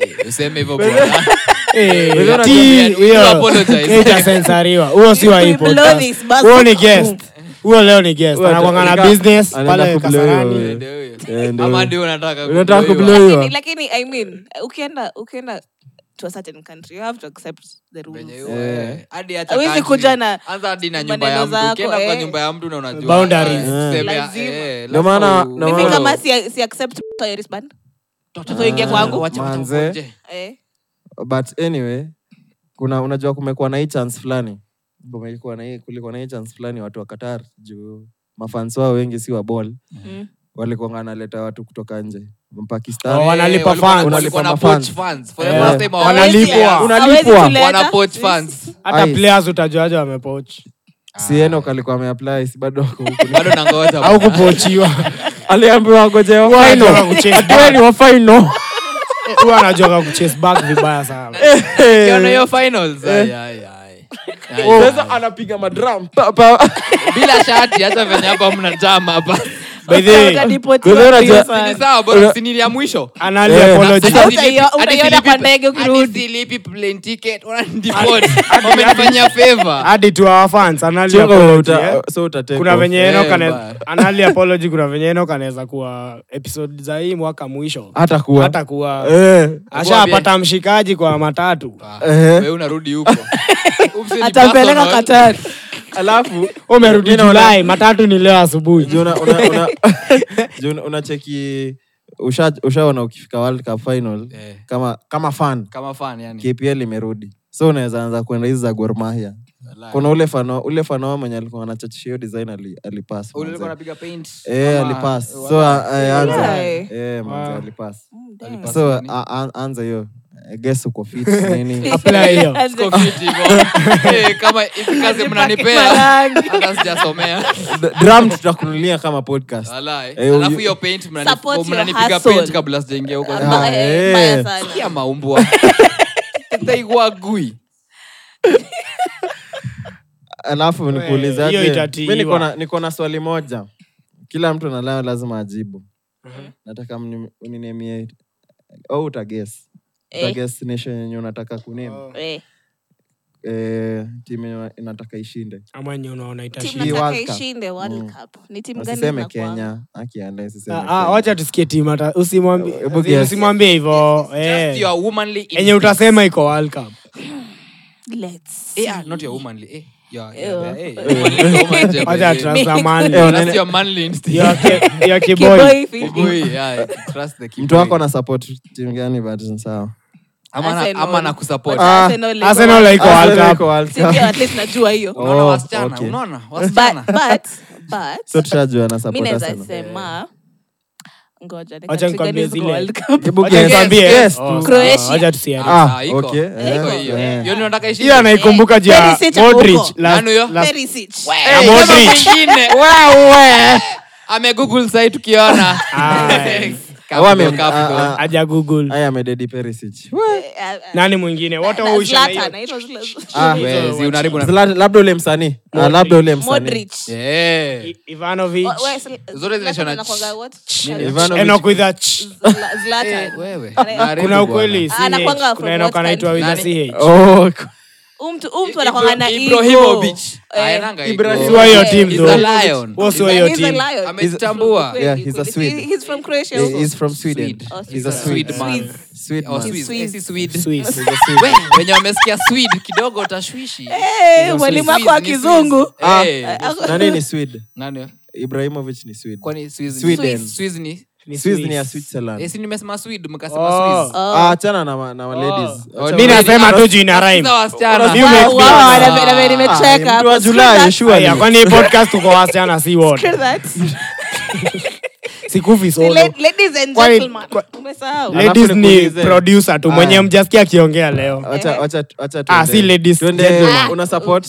Speaker 5: Eh, useme hivyo bwana.
Speaker 6: Eh,
Speaker 3: Wewe
Speaker 6: ati
Speaker 5: unatuambia,
Speaker 6: hiyo-
Speaker 5: you apologize.
Speaker 6: hiyo itasensariwa. huo si wa hii
Speaker 4: We blow
Speaker 6: podcast.
Speaker 4: this bus
Speaker 6: huo ni
Speaker 4: up.
Speaker 6: guest huo leo ni guest
Speaker 3: Huyo
Speaker 6: anakwanga na
Speaker 3: anaenda-
Speaker 6: business
Speaker 3: anaenda
Speaker 6: pale
Speaker 3: kublow hiyo.
Speaker 6: kasarani
Speaker 5: Ndio huyo.
Speaker 3: Eh, ndio.
Speaker 5: Ama ndio unataka
Speaker 3: Unataka
Speaker 5: kublowiwa.
Speaker 3: kublowiwa.
Speaker 4: lakini, lakini i mean ukienda ukienda to a certain country you have to accept the
Speaker 5: Venye
Speaker 4: rules
Speaker 5: huyo, eh. Hadi acha
Speaker 4: Hawezi
Speaker 5: country.
Speaker 4: kuja na
Speaker 5: Anza hadi na nyumba
Speaker 4: maneno
Speaker 5: ya mtu.
Speaker 4: zako,
Speaker 5: Ukienda kwa
Speaker 4: eh.
Speaker 5: nyumba ya mtu na unajua.
Speaker 6: Boundaries.
Speaker 5: Eh, tuseme,
Speaker 4: Lazima.
Speaker 5: eh,
Speaker 3: Ndio maana-
Speaker 5: lazima u-
Speaker 3: ndio
Speaker 4: mimi
Speaker 3: maana-
Speaker 4: kama si, si accept kwa hiyo wristband, mtoto ingia kwangu
Speaker 5: Wacha watu
Speaker 3: Manze.
Speaker 5: wakunje.
Speaker 4: eh,
Speaker 3: but anyway kuna unajua kumekuwa na hii chance fulani kumekuwa na hii kulikuwa na hii chance fulani watu wa qatar juu mafans wao wengi si wa ball
Speaker 4: mm.
Speaker 3: walikuwa analeta watu kutoka nje
Speaker 6: Oh,
Speaker 3: pakistan
Speaker 6: wana- wanalipa
Speaker 5: Eh, walikuwa na-
Speaker 6: fans.
Speaker 5: walikuwa na
Speaker 3: Wanalipa
Speaker 5: poach fans. For the
Speaker 3: Eh.
Speaker 5: first time
Speaker 6: Wanalipwa.
Speaker 5: hawakulipia.
Speaker 3: Una-
Speaker 4: Hawezi
Speaker 3: Unalipwa.
Speaker 4: kuleta.
Speaker 5: Wana poach fans.
Speaker 6: hata
Speaker 3: Ice.
Speaker 6: players utajuaje wamepoch
Speaker 3: sieno kalikuwa ameapply si bado wako huku.
Speaker 5: bado nangoja
Speaker 6: au kupochiwa
Speaker 3: aliambiwa ngojewa
Speaker 6: Huwa
Speaker 3: final.
Speaker 6: anataka kuchase back.
Speaker 3: Wewe ni wa final.
Speaker 6: huwa anajoka kuchase back vibaya sana
Speaker 3: Eh.
Speaker 5: Ukiona hiyo finals, ai, ai, ai. Ai,
Speaker 3: Sasa anapiga madrum Oh. pa, pa.
Speaker 5: ai. bila shati hata venye hapa mna jama hapa
Speaker 6: By the way,
Speaker 4: Utadeportiwa
Speaker 3: Kwa hiyo
Speaker 4: mbio
Speaker 3: unajua-
Speaker 4: sana.
Speaker 5: Ni sawa bora sinili ya mwisho
Speaker 6: anali
Speaker 3: Eh.
Speaker 6: apology.
Speaker 5: Hata
Speaker 4: Utaiona-
Speaker 5: silipi- hata
Speaker 4: utaiona
Speaker 5: silipi-
Speaker 4: kwa ndege ukirudi.
Speaker 5: hata silipi plane ticket, wananideport. Wamenifanyia favor.
Speaker 6: hadi to our fans anali
Speaker 3: Chunga
Speaker 6: apology,
Speaker 3: uta-
Speaker 6: eh.
Speaker 3: so uta take
Speaker 6: kuna
Speaker 3: off.
Speaker 6: venye
Speaker 5: Eh,
Speaker 6: Enoch ane-
Speaker 5: bye.
Speaker 6: anali apology kuna venye Enoch anaweza kuwa episode za hii mwaka mwisho
Speaker 3: hata kuwa
Speaker 6: hata kuwa
Speaker 3: Eh,
Speaker 6: ashapata mshikaji kwa matatu
Speaker 3: eh.
Speaker 5: Wewe unarudi huko Oops, ni
Speaker 4: Atampeleka
Speaker 5: personal.
Speaker 4: Katari.
Speaker 3: alafu
Speaker 6: umerudi julai matatu ni leo asubuhi
Speaker 3: juu una- una- una- juu una- unacheki usha- ushaona ukifika world cup final
Speaker 5: Eh,
Speaker 3: kama kama fan
Speaker 5: kama fan yani
Speaker 3: kpl imerudi so unaweza anza kwenda hizi za Gor Mahia
Speaker 5: Wallahi.
Speaker 3: kuna ule fano ule fanoa mwenye alikuwa anachachisha hiyo design ali- alipass
Speaker 5: Ule
Speaker 3: manze.
Speaker 5: alikuwa anapiga paint.
Speaker 3: Eh,
Speaker 5: Ama-
Speaker 3: alipass
Speaker 5: Wala-
Speaker 3: so a- a- anza
Speaker 4: Wallahi.
Speaker 3: eh manze
Speaker 6: Ah.
Speaker 3: alipass
Speaker 5: alipass
Speaker 3: so
Speaker 5: nani?
Speaker 3: a- a- anza hiyo I guess uko fit nini
Speaker 6: apply hiyo
Speaker 5: Siko fit hivyo. Eh, kama hizi kazi mnanipea
Speaker 4: Marangi.
Speaker 5: hata sijasomea
Speaker 3: drum tutakunulia kama podcast
Speaker 5: Walai.
Speaker 3: Eh,
Speaker 5: alafu
Speaker 3: you-
Speaker 5: hiyo paint mnani-
Speaker 4: Support your
Speaker 5: mnanipiga
Speaker 4: hustle.
Speaker 5: paint kabla sijaingia huko
Speaker 4: Amba-
Speaker 3: Ah,
Speaker 4: eh,
Speaker 3: eh.
Speaker 4: mbaya sana.
Speaker 5: Sikia maumbwa taigua gui
Speaker 3: alafu
Speaker 6: hiyo
Speaker 3: nikuulizaje
Speaker 6: itatiiwa.
Speaker 3: mi niko na- niko na swali moja kila mtu nalao lazima ajibu nataka mni- oh, uniniemie au utages
Speaker 4: Eh.
Speaker 3: utages nation yenye unataka kunim
Speaker 4: Eh,
Speaker 3: eh, timu yenye inataka ishinde
Speaker 6: ama enye unaona
Speaker 4: timu
Speaker 3: Hii
Speaker 6: itashinda
Speaker 3: World
Speaker 4: nataka
Speaker 3: Cup.
Speaker 4: ishinde World
Speaker 3: Mm.
Speaker 4: Cup. Ni timu gani
Speaker 3: usiseme
Speaker 4: zinakuanga?
Speaker 3: kenya akiandae
Speaker 6: Ah, ah, wacha tusikie timu ata- usimwambie-
Speaker 3: Hebu guess.
Speaker 6: usimwambie hivo
Speaker 3: Eh.
Speaker 5: Just your womanly
Speaker 6: enye
Speaker 5: instinct.
Speaker 6: utasema iko World Cup.
Speaker 4: Let's see.
Speaker 5: Eh, ah, not your womanly. Eh, your-
Speaker 4: Eh,
Speaker 5: your-
Speaker 4: eh.
Speaker 5: eh, your womanly- your
Speaker 6: Wacha
Speaker 5: womanly-
Speaker 6: trust na man.
Speaker 3: Eh,
Speaker 5: That's
Speaker 3: nene-
Speaker 5: your manly instinct.
Speaker 6: Your ki- your kiboi.
Speaker 4: Kiboi feeling.
Speaker 5: Kiboi, yeah, trust the kiboi.
Speaker 3: mtu wako ana support timu gani but ni sawa
Speaker 5: Ama ana-
Speaker 4: Arsenal.
Speaker 5: ama anakusupport.
Speaker 3: Ah,
Speaker 4: Arsenal iko-
Speaker 6: Arsenal haiko World
Speaker 3: Arsenal
Speaker 6: Cup.
Speaker 3: iko World
Speaker 4: Si ndio,
Speaker 3: Cup.
Speaker 4: at least najua hiyo.
Speaker 5: Unaona
Speaker 3: Oh,
Speaker 5: wasichana,
Speaker 3: okay.
Speaker 5: unaona?
Speaker 4: But-
Speaker 5: Wasichana.
Speaker 4: but- but,
Speaker 3: so tushajua ana
Speaker 4: mi
Speaker 3: support
Speaker 4: naweza
Speaker 3: Arsenal.
Speaker 4: sema ngoja
Speaker 6: Wacha
Speaker 4: nikacheki
Speaker 6: nikwambie
Speaker 4: who's
Speaker 6: zile.
Speaker 4: World Cup.
Speaker 3: Hebu
Speaker 6: Wacha
Speaker 3: guess.
Speaker 6: nikwambie.
Speaker 3: Guess
Speaker 6: Oh,
Speaker 3: tu.
Speaker 4: Croatia.
Speaker 6: sawa, wacha tusiende.
Speaker 3: Ah,
Speaker 5: Iko.
Speaker 3: okay.
Speaker 5: Iko
Speaker 3: Eh,
Speaker 5: hiyo.
Speaker 3: eh.
Speaker 5: Hiyo ndio nataka ishinde.
Speaker 6: Hiyo anaikumbuka juu ya
Speaker 4: Perisic ako
Speaker 6: Modric.
Speaker 4: huko.
Speaker 6: Last-
Speaker 5: Nani huyo?
Speaker 6: last-
Speaker 4: Perisic.
Speaker 5: Eh,
Speaker 6: Modric.
Speaker 5: kama mwingine. Amegoogle sahi tukiona.
Speaker 3: Ah,
Speaker 6: Aye.
Speaker 5: Capital,
Speaker 3: Au ame-
Speaker 5: capital.
Speaker 3: ah, ah,
Speaker 6: Aja Google.
Speaker 3: haya amededi perisic
Speaker 4: Eh, eh,
Speaker 6: nani mwingine wote
Speaker 4: na
Speaker 6: wauisha na
Speaker 4: Zlatan,
Speaker 6: hiyo.
Speaker 4: it was Zlatan.
Speaker 3: Ah,
Speaker 5: Wezi, unaribu na-
Speaker 3: Zlatan- labda ule msanii Ah,
Speaker 6: Modric.
Speaker 3: labda ule msanii
Speaker 4: Modric.
Speaker 5: Yeah.
Speaker 6: I- Ivanovic.
Speaker 4: Wa- wa- Zl-
Speaker 5: Zote zinashona
Speaker 4: Zlatan
Speaker 5: ch-
Speaker 4: anakuanga what?
Speaker 3: Ivanovic.
Speaker 6: Enoch with a ch.
Speaker 4: Zla- Zlatan.
Speaker 5: Eh, wewe.
Speaker 6: kuna
Speaker 5: Unaribu
Speaker 6: ukweli
Speaker 5: bwana.
Speaker 4: Ah, anakuanga
Speaker 6: CH.
Speaker 4: from
Speaker 6: kuna Enoch
Speaker 4: what
Speaker 6: anaitwa with a
Speaker 5: country?
Speaker 6: CH.
Speaker 3: Oh, k-
Speaker 4: Huyu mtu- huyu mtu um anakuanga na ego.
Speaker 5: Ibrahimovic.
Speaker 4: Eh,
Speaker 5: Ayenanga ego.
Speaker 3: Ibrahimovic.
Speaker 6: Siwa hiyo
Speaker 4: Eh,
Speaker 6: team
Speaker 5: He's
Speaker 6: though.
Speaker 5: a lion.
Speaker 6: Wao siwa
Speaker 4: he's
Speaker 6: hiyo
Speaker 4: a
Speaker 6: team.
Speaker 4: lion.
Speaker 5: Amejitambua.
Speaker 4: Kweli,
Speaker 3: Yeah, he's a
Speaker 4: kweli.
Speaker 3: Swede.
Speaker 4: He- he's from Croatia
Speaker 3: he-
Speaker 4: also.
Speaker 3: he's from sweden
Speaker 5: Swede.
Speaker 4: Oh,
Speaker 3: he's a
Speaker 4: Sweden.
Speaker 3: swede
Speaker 5: Swede
Speaker 3: man
Speaker 5: man.
Speaker 3: swede
Speaker 5: Oh,
Speaker 3: man
Speaker 5: Swede.
Speaker 4: Swede.
Speaker 5: Eh, si Swede.
Speaker 6: Swiss.
Speaker 5: We, wenye wamesikia swid kidogo utashwishi
Speaker 4: Eh, mwalimu wako wa
Speaker 5: Ni Swiss.
Speaker 4: kizungu
Speaker 3: Ah.
Speaker 5: Eh,
Speaker 3: nani ni swede
Speaker 5: nani?
Speaker 3: ibrahimovic ni swede
Speaker 5: Kwani Swiss ni-
Speaker 3: Sweden.
Speaker 5: Swiss ni-
Speaker 6: Ni
Speaker 3: Swiss ni ya
Speaker 6: Swiss.
Speaker 5: eh,
Speaker 3: switzerland
Speaker 5: si nimesema swid
Speaker 6: Oh.
Speaker 5: mkasema
Speaker 3: Ah, achana na ma- na ma- ladies.
Speaker 5: Oh,
Speaker 3: Acha
Speaker 5: mi
Speaker 3: ma-
Speaker 5: na-
Speaker 6: nasema tu juu ina rhyme. You
Speaker 5: wasichana
Speaker 6: make
Speaker 4: Wow,
Speaker 6: me
Speaker 4: wow,
Speaker 6: laugh.
Speaker 4: na- na- na- nimecheka.
Speaker 3: Ah, mtu wa Julai,
Speaker 4: Screen that.
Speaker 3: sure.
Speaker 6: Aya, kwani hii podcast tuko wasichana si wote
Speaker 4: Screen that.
Speaker 6: sikufi
Speaker 4: The
Speaker 6: solo
Speaker 4: la- ladies and
Speaker 6: Kwa-
Speaker 4: gentlemen.
Speaker 6: kwa-
Speaker 4: Umesahau.
Speaker 3: Alafu
Speaker 6: ladies ni
Speaker 3: nikuulize.
Speaker 6: producer tu mwenye
Speaker 3: Aya.
Speaker 6: mjasikia akiongea leo
Speaker 3: acha- acha- acha
Speaker 6: Ah,
Speaker 3: tuende.
Speaker 6: si ladies,
Speaker 3: Tuende,
Speaker 4: Ah.
Speaker 6: gentlemen.
Speaker 3: una support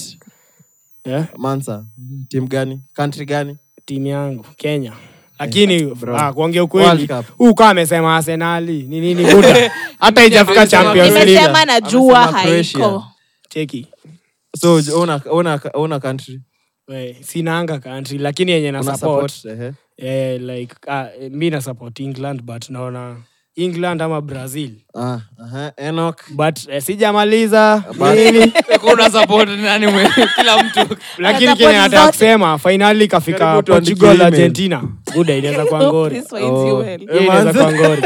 Speaker 3: Eh?
Speaker 6: Yeah.
Speaker 3: mansa tim gani country gani
Speaker 6: timu yangu kenya lakini ah, kuongea
Speaker 3: Eh, World
Speaker 6: ukweli
Speaker 3: Cup.
Speaker 6: huu kaa amesema arsenali ni nini muda hata ijafika
Speaker 5: Nimesema-
Speaker 6: champions league
Speaker 4: Nimesema najua
Speaker 3: Amesema Croatia.
Speaker 4: haiko.
Speaker 6: cheki
Speaker 3: so una, una, una country
Speaker 6: We, sinaanga country lakini yenye na
Speaker 3: una
Speaker 6: support
Speaker 3: support ehe.
Speaker 6: eh, like ah, eh, mi na support england but naona england ama brazil
Speaker 3: ah aha enoch
Speaker 6: but eh, sijamaliza
Speaker 3: But-
Speaker 6: nini
Speaker 5: kuna support nani mwe- kila mtu
Speaker 6: lakini
Speaker 4: Anataka
Speaker 6: kenye
Speaker 4: boli
Speaker 6: nataka
Speaker 4: zote.
Speaker 6: kusema fainali ikafika
Speaker 3: Karibu tuandikie
Speaker 6: portugal
Speaker 3: email.
Speaker 6: argentina buda inaweza kuwa
Speaker 4: Hope
Speaker 6: ngori
Speaker 4: this finds Oh, you well.
Speaker 6: Hiyo inaweza
Speaker 3: Manze.
Speaker 6: kuwa ngori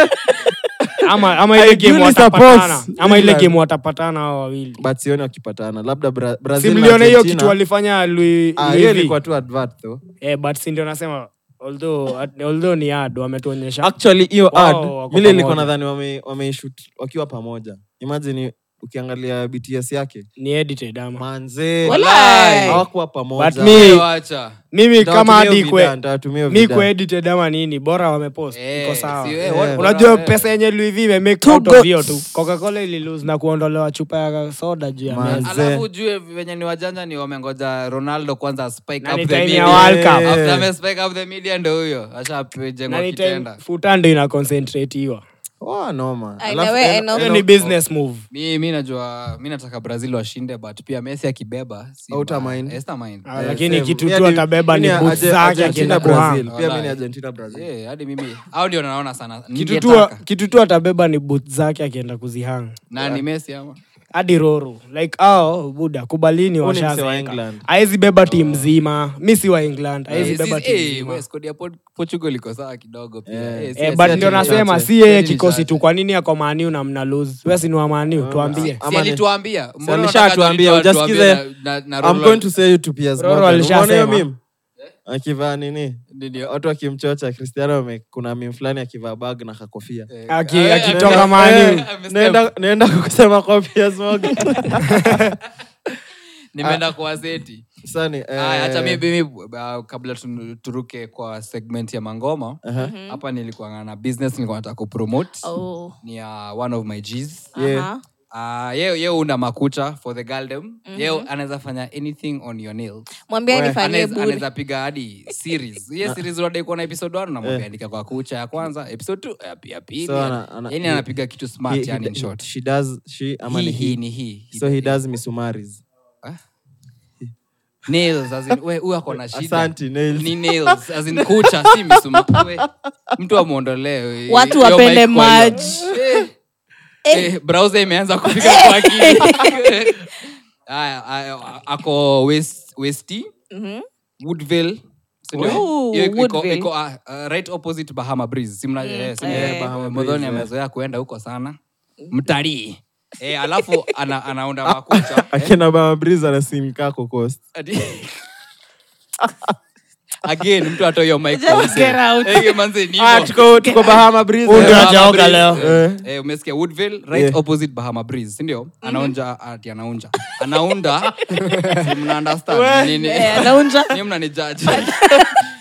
Speaker 6: ama ama ile
Speaker 3: I
Speaker 6: game
Speaker 3: duly
Speaker 6: watapatana
Speaker 3: support
Speaker 6: ama ile
Speaker 3: England.
Speaker 6: game watapatana hao wawili
Speaker 3: but sioni wakipatana labda Bra-
Speaker 6: si
Speaker 3: brazil na
Speaker 6: mliona hiyo
Speaker 3: Argentina.
Speaker 6: kitu walifanya Lui-
Speaker 3: Ah, hiyo
Speaker 6: Luivi?
Speaker 3: ilikuwa tu advert though
Speaker 6: eh, but si ndio nasema although at- although ni ad
Speaker 3: Ah.
Speaker 6: wametuonyesha
Speaker 3: actually hiyo
Speaker 6: Wao
Speaker 3: ad
Speaker 6: wako
Speaker 3: mile ilikuwa
Speaker 6: pamoja.
Speaker 3: nadhani wameishut wame wameishoot wakiwa pamoja imagine ukiangalia bts yake
Speaker 6: ni edited ama
Speaker 3: manzee
Speaker 5: Walai.
Speaker 3: hawakuwa
Speaker 6: but
Speaker 3: pamoja
Speaker 6: mi,
Speaker 5: wacha
Speaker 6: mimi kama hadi kwe
Speaker 3: ntatumia
Speaker 6: mi kuedited ama nini bora wamepost
Speaker 5: Eh,
Speaker 6: iko sawa
Speaker 5: si, eh, what-
Speaker 6: unajua
Speaker 5: eh.
Speaker 6: pesa yenye Louis V imemake out of hiyo tu coca-cola ililose na kuondolewa chupa ya soda juu ya
Speaker 3: Man.
Speaker 6: meza
Speaker 3: Mzee.
Speaker 5: alafu jue venye ni wajanja ni wamengoja ronaldo kwanza spike
Speaker 6: na
Speaker 5: up
Speaker 6: ni
Speaker 5: the
Speaker 6: time ya
Speaker 5: media.
Speaker 6: World Cup.
Speaker 5: After ame spike up the media ndo huyo
Speaker 6: Na
Speaker 5: ashapijengwa
Speaker 6: ni time
Speaker 5: kitenda
Speaker 6: futa ndo ina concentrate hiyo
Speaker 3: Oh,
Speaker 4: I know eh, where I know.
Speaker 6: hiyo ni business move
Speaker 5: mi mi najua mi nataka brazil washinde but pia messi akibeba si
Speaker 3: Outer
Speaker 5: mbaya.
Speaker 3: mind.
Speaker 5: Esta mind.
Speaker 6: Ah, lakini kitu
Speaker 3: Yaani,
Speaker 6: tu atabeba ni boots zake akienda kuhang
Speaker 5: Eh, hadi mimi au ndio naona sana
Speaker 6: Kitu tu-
Speaker 5: Ningetaka.
Speaker 6: kitu tu atabeba ni boot zake akienda kuzihang
Speaker 5: na ni messi ama
Speaker 6: hadi roru like ao buda kubalini
Speaker 3: Huyu ni msee wa
Speaker 6: washazeeka
Speaker 3: England.
Speaker 6: aezi beba tim mzima mi si wa england aezi
Speaker 5: Eh,
Speaker 6: beba
Speaker 5: sisi- eh,
Speaker 6: tim mzima
Speaker 5: West Coast ya Pod- portugal iko sawa kidogo pia Eh, si-
Speaker 6: Eh,
Speaker 5: si
Speaker 6: but
Speaker 5: ati
Speaker 6: ndio
Speaker 5: ni
Speaker 6: nasema
Speaker 5: chache.
Speaker 6: si yeye
Speaker 5: Ati Yaani ni
Speaker 6: kikosi
Speaker 5: chache.
Speaker 6: tu kwa nini ako maniu na mna lose we si ni wa
Speaker 5: Ah,
Speaker 6: maniu tuambie
Speaker 5: Si alituambia Mbona
Speaker 3: alisha
Speaker 5: unataka
Speaker 3: tuambia,
Speaker 5: tulitoa
Speaker 3: hujasikiza-
Speaker 5: tuambie na- na- na Roland-
Speaker 6: Roro alishasema.
Speaker 3: alishasema akivaa nini
Speaker 5: Ndio.
Speaker 3: watu wakimchocha cristiano ame- kuna mim fulani akivaa bag na kakofia
Speaker 6: Aki-
Speaker 5: Eh,
Speaker 6: akitoka
Speaker 5: eh,
Speaker 6: maniu
Speaker 5: eh, amestep.
Speaker 3: Naenda- naenda kukusema kopia smoke.
Speaker 6: Ah.
Speaker 5: nimeenda kwa seti
Speaker 3: Sani, eh,
Speaker 5: Aya, acha mi- mimi uh, kabla tunu- turuke kwa segment ya mangoma
Speaker 3: Aha.
Speaker 5: hapa nilikuwa na business nilikuwa nataka kupromote
Speaker 4: Mhm. Oh.
Speaker 5: ni uh, one of my gs
Speaker 4: Uh-huh.
Speaker 5: Uh, yeo yeo una makucha for the galdem
Speaker 4: Mhm.
Speaker 5: mm-hmm. yeo anaweza fanya anything on your nail
Speaker 4: mwambie anifanyie
Speaker 5: Anaweza-
Speaker 4: buri
Speaker 5: anaweza piga hadi series hiyo series unadai kuona episode 1 namwambia andika kwa kucha ya kwanza episode 2 ya pia pili
Speaker 3: Eh. So, ana- ana-
Speaker 5: yani
Speaker 3: he-
Speaker 5: anapiga kitu
Speaker 3: he-
Speaker 5: smart
Speaker 3: he-
Speaker 5: yani in short
Speaker 3: she does- she- ama
Speaker 5: hii
Speaker 3: ni
Speaker 5: hii
Speaker 3: he.
Speaker 5: ni hii
Speaker 3: So he does misumaris.
Speaker 5: nails as in we huyu ako na shida
Speaker 3: Asante, nails.
Speaker 5: ni nails as in kucha si misuma we mtu amwondolee
Speaker 4: Watu
Speaker 5: hiyo
Speaker 4: wapende
Speaker 5: mic kwa hiyo.
Speaker 4: Maj.
Speaker 5: Eh, eh, browser imeanza kupiga
Speaker 4: Eh.
Speaker 5: kwa akili Aya, aya, ako west westi woodville Si ndio?
Speaker 4: Mhm. Ooh,
Speaker 5: Hiyo iko-
Speaker 4: Woodville.
Speaker 5: iko, ah, ah, right opposite bahama breeze si mna- eh, si mna-
Speaker 4: eh.
Speaker 5: Bahama Modhoni amezoea kuenda huko sana mtalii Eh, alafu ana, anaunda makucha
Speaker 3: akina Baba Breeze anasimkaa kukost
Speaker 5: Ati- again mtu atoe hiyo mic kwa mzee.
Speaker 6: get out.
Speaker 5: Eh, hiyo manze ni hivyo.
Speaker 3: tuko, tuko bahama
Speaker 5: Eh,
Speaker 6: Unda-
Speaker 3: breeze
Speaker 5: Bahama
Speaker 6: hajaoga
Speaker 5: Breeze.
Speaker 3: leo.
Speaker 5: Eh, eh, umesikia woodville right
Speaker 3: Yeah.
Speaker 5: opposite bahama breeze sindio anaonja ah, ati anaunja anaunda si mna understand nini
Speaker 4: Eh, anaunja.
Speaker 5: Ni mnanijaji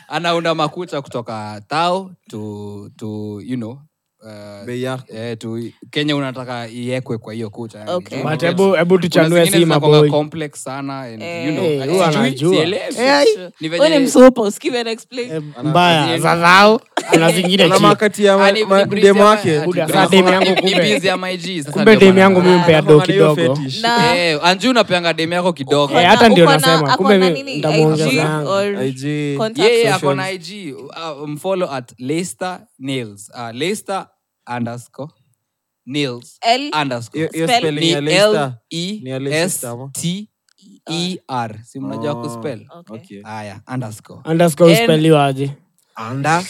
Speaker 5: anaunda makucha kutoka tao to, to you know uh,
Speaker 3: Bei yako.
Speaker 5: eh, to kenya unataka iekwe kwa hiyo kucha yani.
Speaker 4: Okay.
Speaker 5: Juu
Speaker 6: But
Speaker 5: Eh, kuna
Speaker 6: hebu- hebu tuchanue
Speaker 5: zingine
Speaker 6: si
Speaker 5: zinakuwanga
Speaker 6: maboi.
Speaker 5: complex sana and, you know,
Speaker 6: Eh,
Speaker 5: ati
Speaker 6: huwa
Speaker 5: sijui,
Speaker 6: anajua.
Speaker 5: sielewi. Ni venye-
Speaker 4: Eh, Wewe ni msopa usikive and explain.
Speaker 6: Eh, mbaya zadhau na zingine
Speaker 3: ana
Speaker 6: chini.
Speaker 3: makati Ah, ya ma-
Speaker 5: Ani-
Speaker 3: ma-
Speaker 5: ni breeze
Speaker 3: demo
Speaker 5: ya-
Speaker 3: wake
Speaker 5: ati
Speaker 6: Buda,
Speaker 5: breeze
Speaker 6: saa demu
Speaker 5: ya-
Speaker 6: yangu
Speaker 5: ni- ni
Speaker 6: kumbe.
Speaker 5: breeze ya my G, sasa
Speaker 6: kumbe
Speaker 5: ndio
Speaker 6: demu
Speaker 5: maana-
Speaker 6: yangu mi mpea do
Speaker 3: Anakuwa na hiyo
Speaker 6: kidogo
Speaker 3: fetish.
Speaker 4: Na-
Speaker 5: Eh, anju unapeanga demu yako kidogo
Speaker 6: Eh, hata
Speaker 4: Uko
Speaker 6: ndio
Speaker 4: na-
Speaker 6: nasema.
Speaker 4: ako
Speaker 6: Kumbe
Speaker 4: na
Speaker 6: mimi
Speaker 4: nini?
Speaker 6: nitamuongeza
Speaker 4: IG
Speaker 6: yangu.
Speaker 4: or
Speaker 3: IG.
Speaker 4: contact?
Speaker 5: yeye
Speaker 3: Social.
Speaker 5: ako na ig uh, mfollow at Leicester nails uh, Leicester underscore nails
Speaker 4: L-
Speaker 5: underscore
Speaker 3: Hiyo- hiyo
Speaker 4: Eh, Spell.
Speaker 3: spelling
Speaker 5: ni
Speaker 3: ya Leicester.
Speaker 5: l e
Speaker 3: Ni ya
Speaker 5: s
Speaker 3: Leicester ama?
Speaker 5: t e r si mnajua
Speaker 3: Oh,
Speaker 5: kuspell
Speaker 4: Okay.
Speaker 5: haya underscore
Speaker 6: underscore
Speaker 5: And-
Speaker 6: uspeliwaje
Speaker 5: under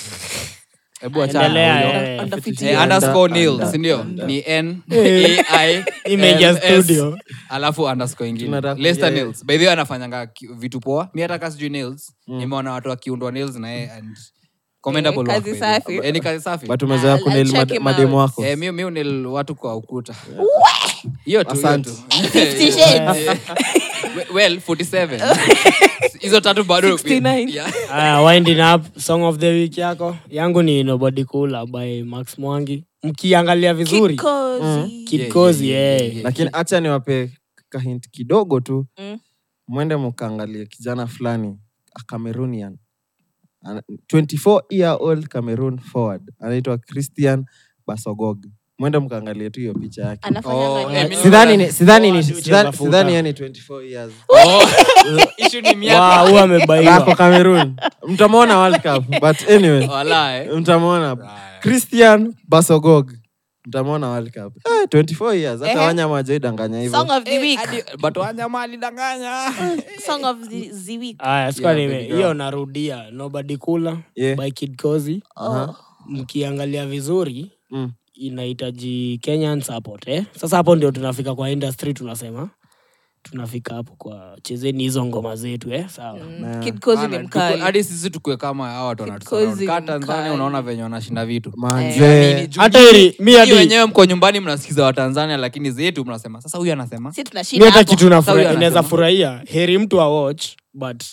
Speaker 5: hebu
Speaker 6: endelea
Speaker 5: achana
Speaker 6: eh.
Speaker 4: Under fifty.
Speaker 5: Eh, underscore nil
Speaker 3: Under,
Speaker 5: sindio
Speaker 3: under.
Speaker 5: ni n
Speaker 6: Eh.
Speaker 5: ai
Speaker 6: Image ya
Speaker 5: L, S,
Speaker 6: studio.
Speaker 5: alafu underscore ingine
Speaker 3: Tunataka
Speaker 5: Leicester
Speaker 3: kujua-
Speaker 5: nils by the way anafanyanga ki- vitu poa mi hata kasijui nils nimeona watu wakiundwa nils na yeye and commendable
Speaker 4: Eh,
Speaker 5: work,
Speaker 4: kazi
Speaker 5: by the way.
Speaker 4: safi.
Speaker 5: Eh, ni kazi safi
Speaker 3: But umezoea
Speaker 4: I'll- I'll
Speaker 3: kunel
Speaker 4: check
Speaker 3: mad-
Speaker 4: him
Speaker 3: mademu
Speaker 4: out.
Speaker 3: wako
Speaker 5: Eh, mi- mi unil watu kwa ukuta hiyo tu, hiyo
Speaker 3: Asante.
Speaker 5: tu. Eh, well 47 hizo tatu bado
Speaker 4: 69.
Speaker 5: Yeah.
Speaker 6: Aya, Ah, winding up song of the week yako yangu ni nobody cooler by max mwangi mkiangalia vizuri
Speaker 4: Kikozi.
Speaker 6: Kid
Speaker 5: Yeah,
Speaker 6: Kozi,
Speaker 5: yeah, yeah,
Speaker 6: eh.
Speaker 5: yeah, yeah.
Speaker 3: lakini hacha niwape kahint kidogo tu
Speaker 4: Mm.
Speaker 3: mwende mkaangalie kijana fulani a cameroonian Ana- 24 year old cameroon forward anaitwa christian basogog mwende mkaangalie tu hiyo picha yake
Speaker 5: Oh,
Speaker 4: Anafanyanga
Speaker 5: eh,
Speaker 4: nini?
Speaker 5: mi-
Speaker 3: sidhani ni- sidhani ni-
Speaker 6: Oh,
Speaker 3: sidhani-
Speaker 6: futa.
Speaker 3: sidhani yani 24 years
Speaker 5: Oh, issue ni miaka
Speaker 6: Wow, huyu
Speaker 3: ako
Speaker 6: amebaiwa
Speaker 3: cameroon mtamwona world cup but anyway
Speaker 5: Wala, eh.
Speaker 3: mtamwona christian basogog mtamwona world cup eh, 24 years hata
Speaker 4: Ehe.
Speaker 3: wanyama wajaidanganya hivyo
Speaker 4: Song of the week.
Speaker 5: Hadi- Eh, but wanyama alidanganya
Speaker 4: Song of the- the week.
Speaker 6: aya sikuwa
Speaker 5: Yeah,
Speaker 6: nime-
Speaker 5: baby girl.
Speaker 6: hiyo narudia nobody cooler
Speaker 3: Yeah.
Speaker 6: by kid kozi mkiangalia vizuri
Speaker 3: Mm.
Speaker 6: inahitaji kenyan support eh? sasa hapo ndio tunafika kwa industry tunasema tunafika hapo kwa chezeni hizo ngoma zetu eh? sawa
Speaker 3: Na-
Speaker 4: Kid Kozi ni
Speaker 5: Maana,
Speaker 4: mkali.
Speaker 5: tuko- hadi sisi tukue kama hawa watu
Speaker 4: Kid
Speaker 5: wanatusurround.
Speaker 4: Kozi
Speaker 5: Kaa
Speaker 4: ni
Speaker 5: tanzania
Speaker 4: mkali.
Speaker 5: unaona venye wanashinda vitu
Speaker 3: manze
Speaker 5: Juu-
Speaker 6: hata heri mi
Speaker 5: Nyinyi
Speaker 6: hadi
Speaker 5: wenyewe mko nyumbani mnasikiza watanzania lakini zetu mnasema sasa huyu anasema
Speaker 4: si
Speaker 6: mi
Speaker 4: tunashinda
Speaker 6: hata
Speaker 4: hapo.
Speaker 6: kitu
Speaker 5: Sawa,
Speaker 6: nafura-
Speaker 5: anasema.
Speaker 6: inaweza furahia heri mtu awatch but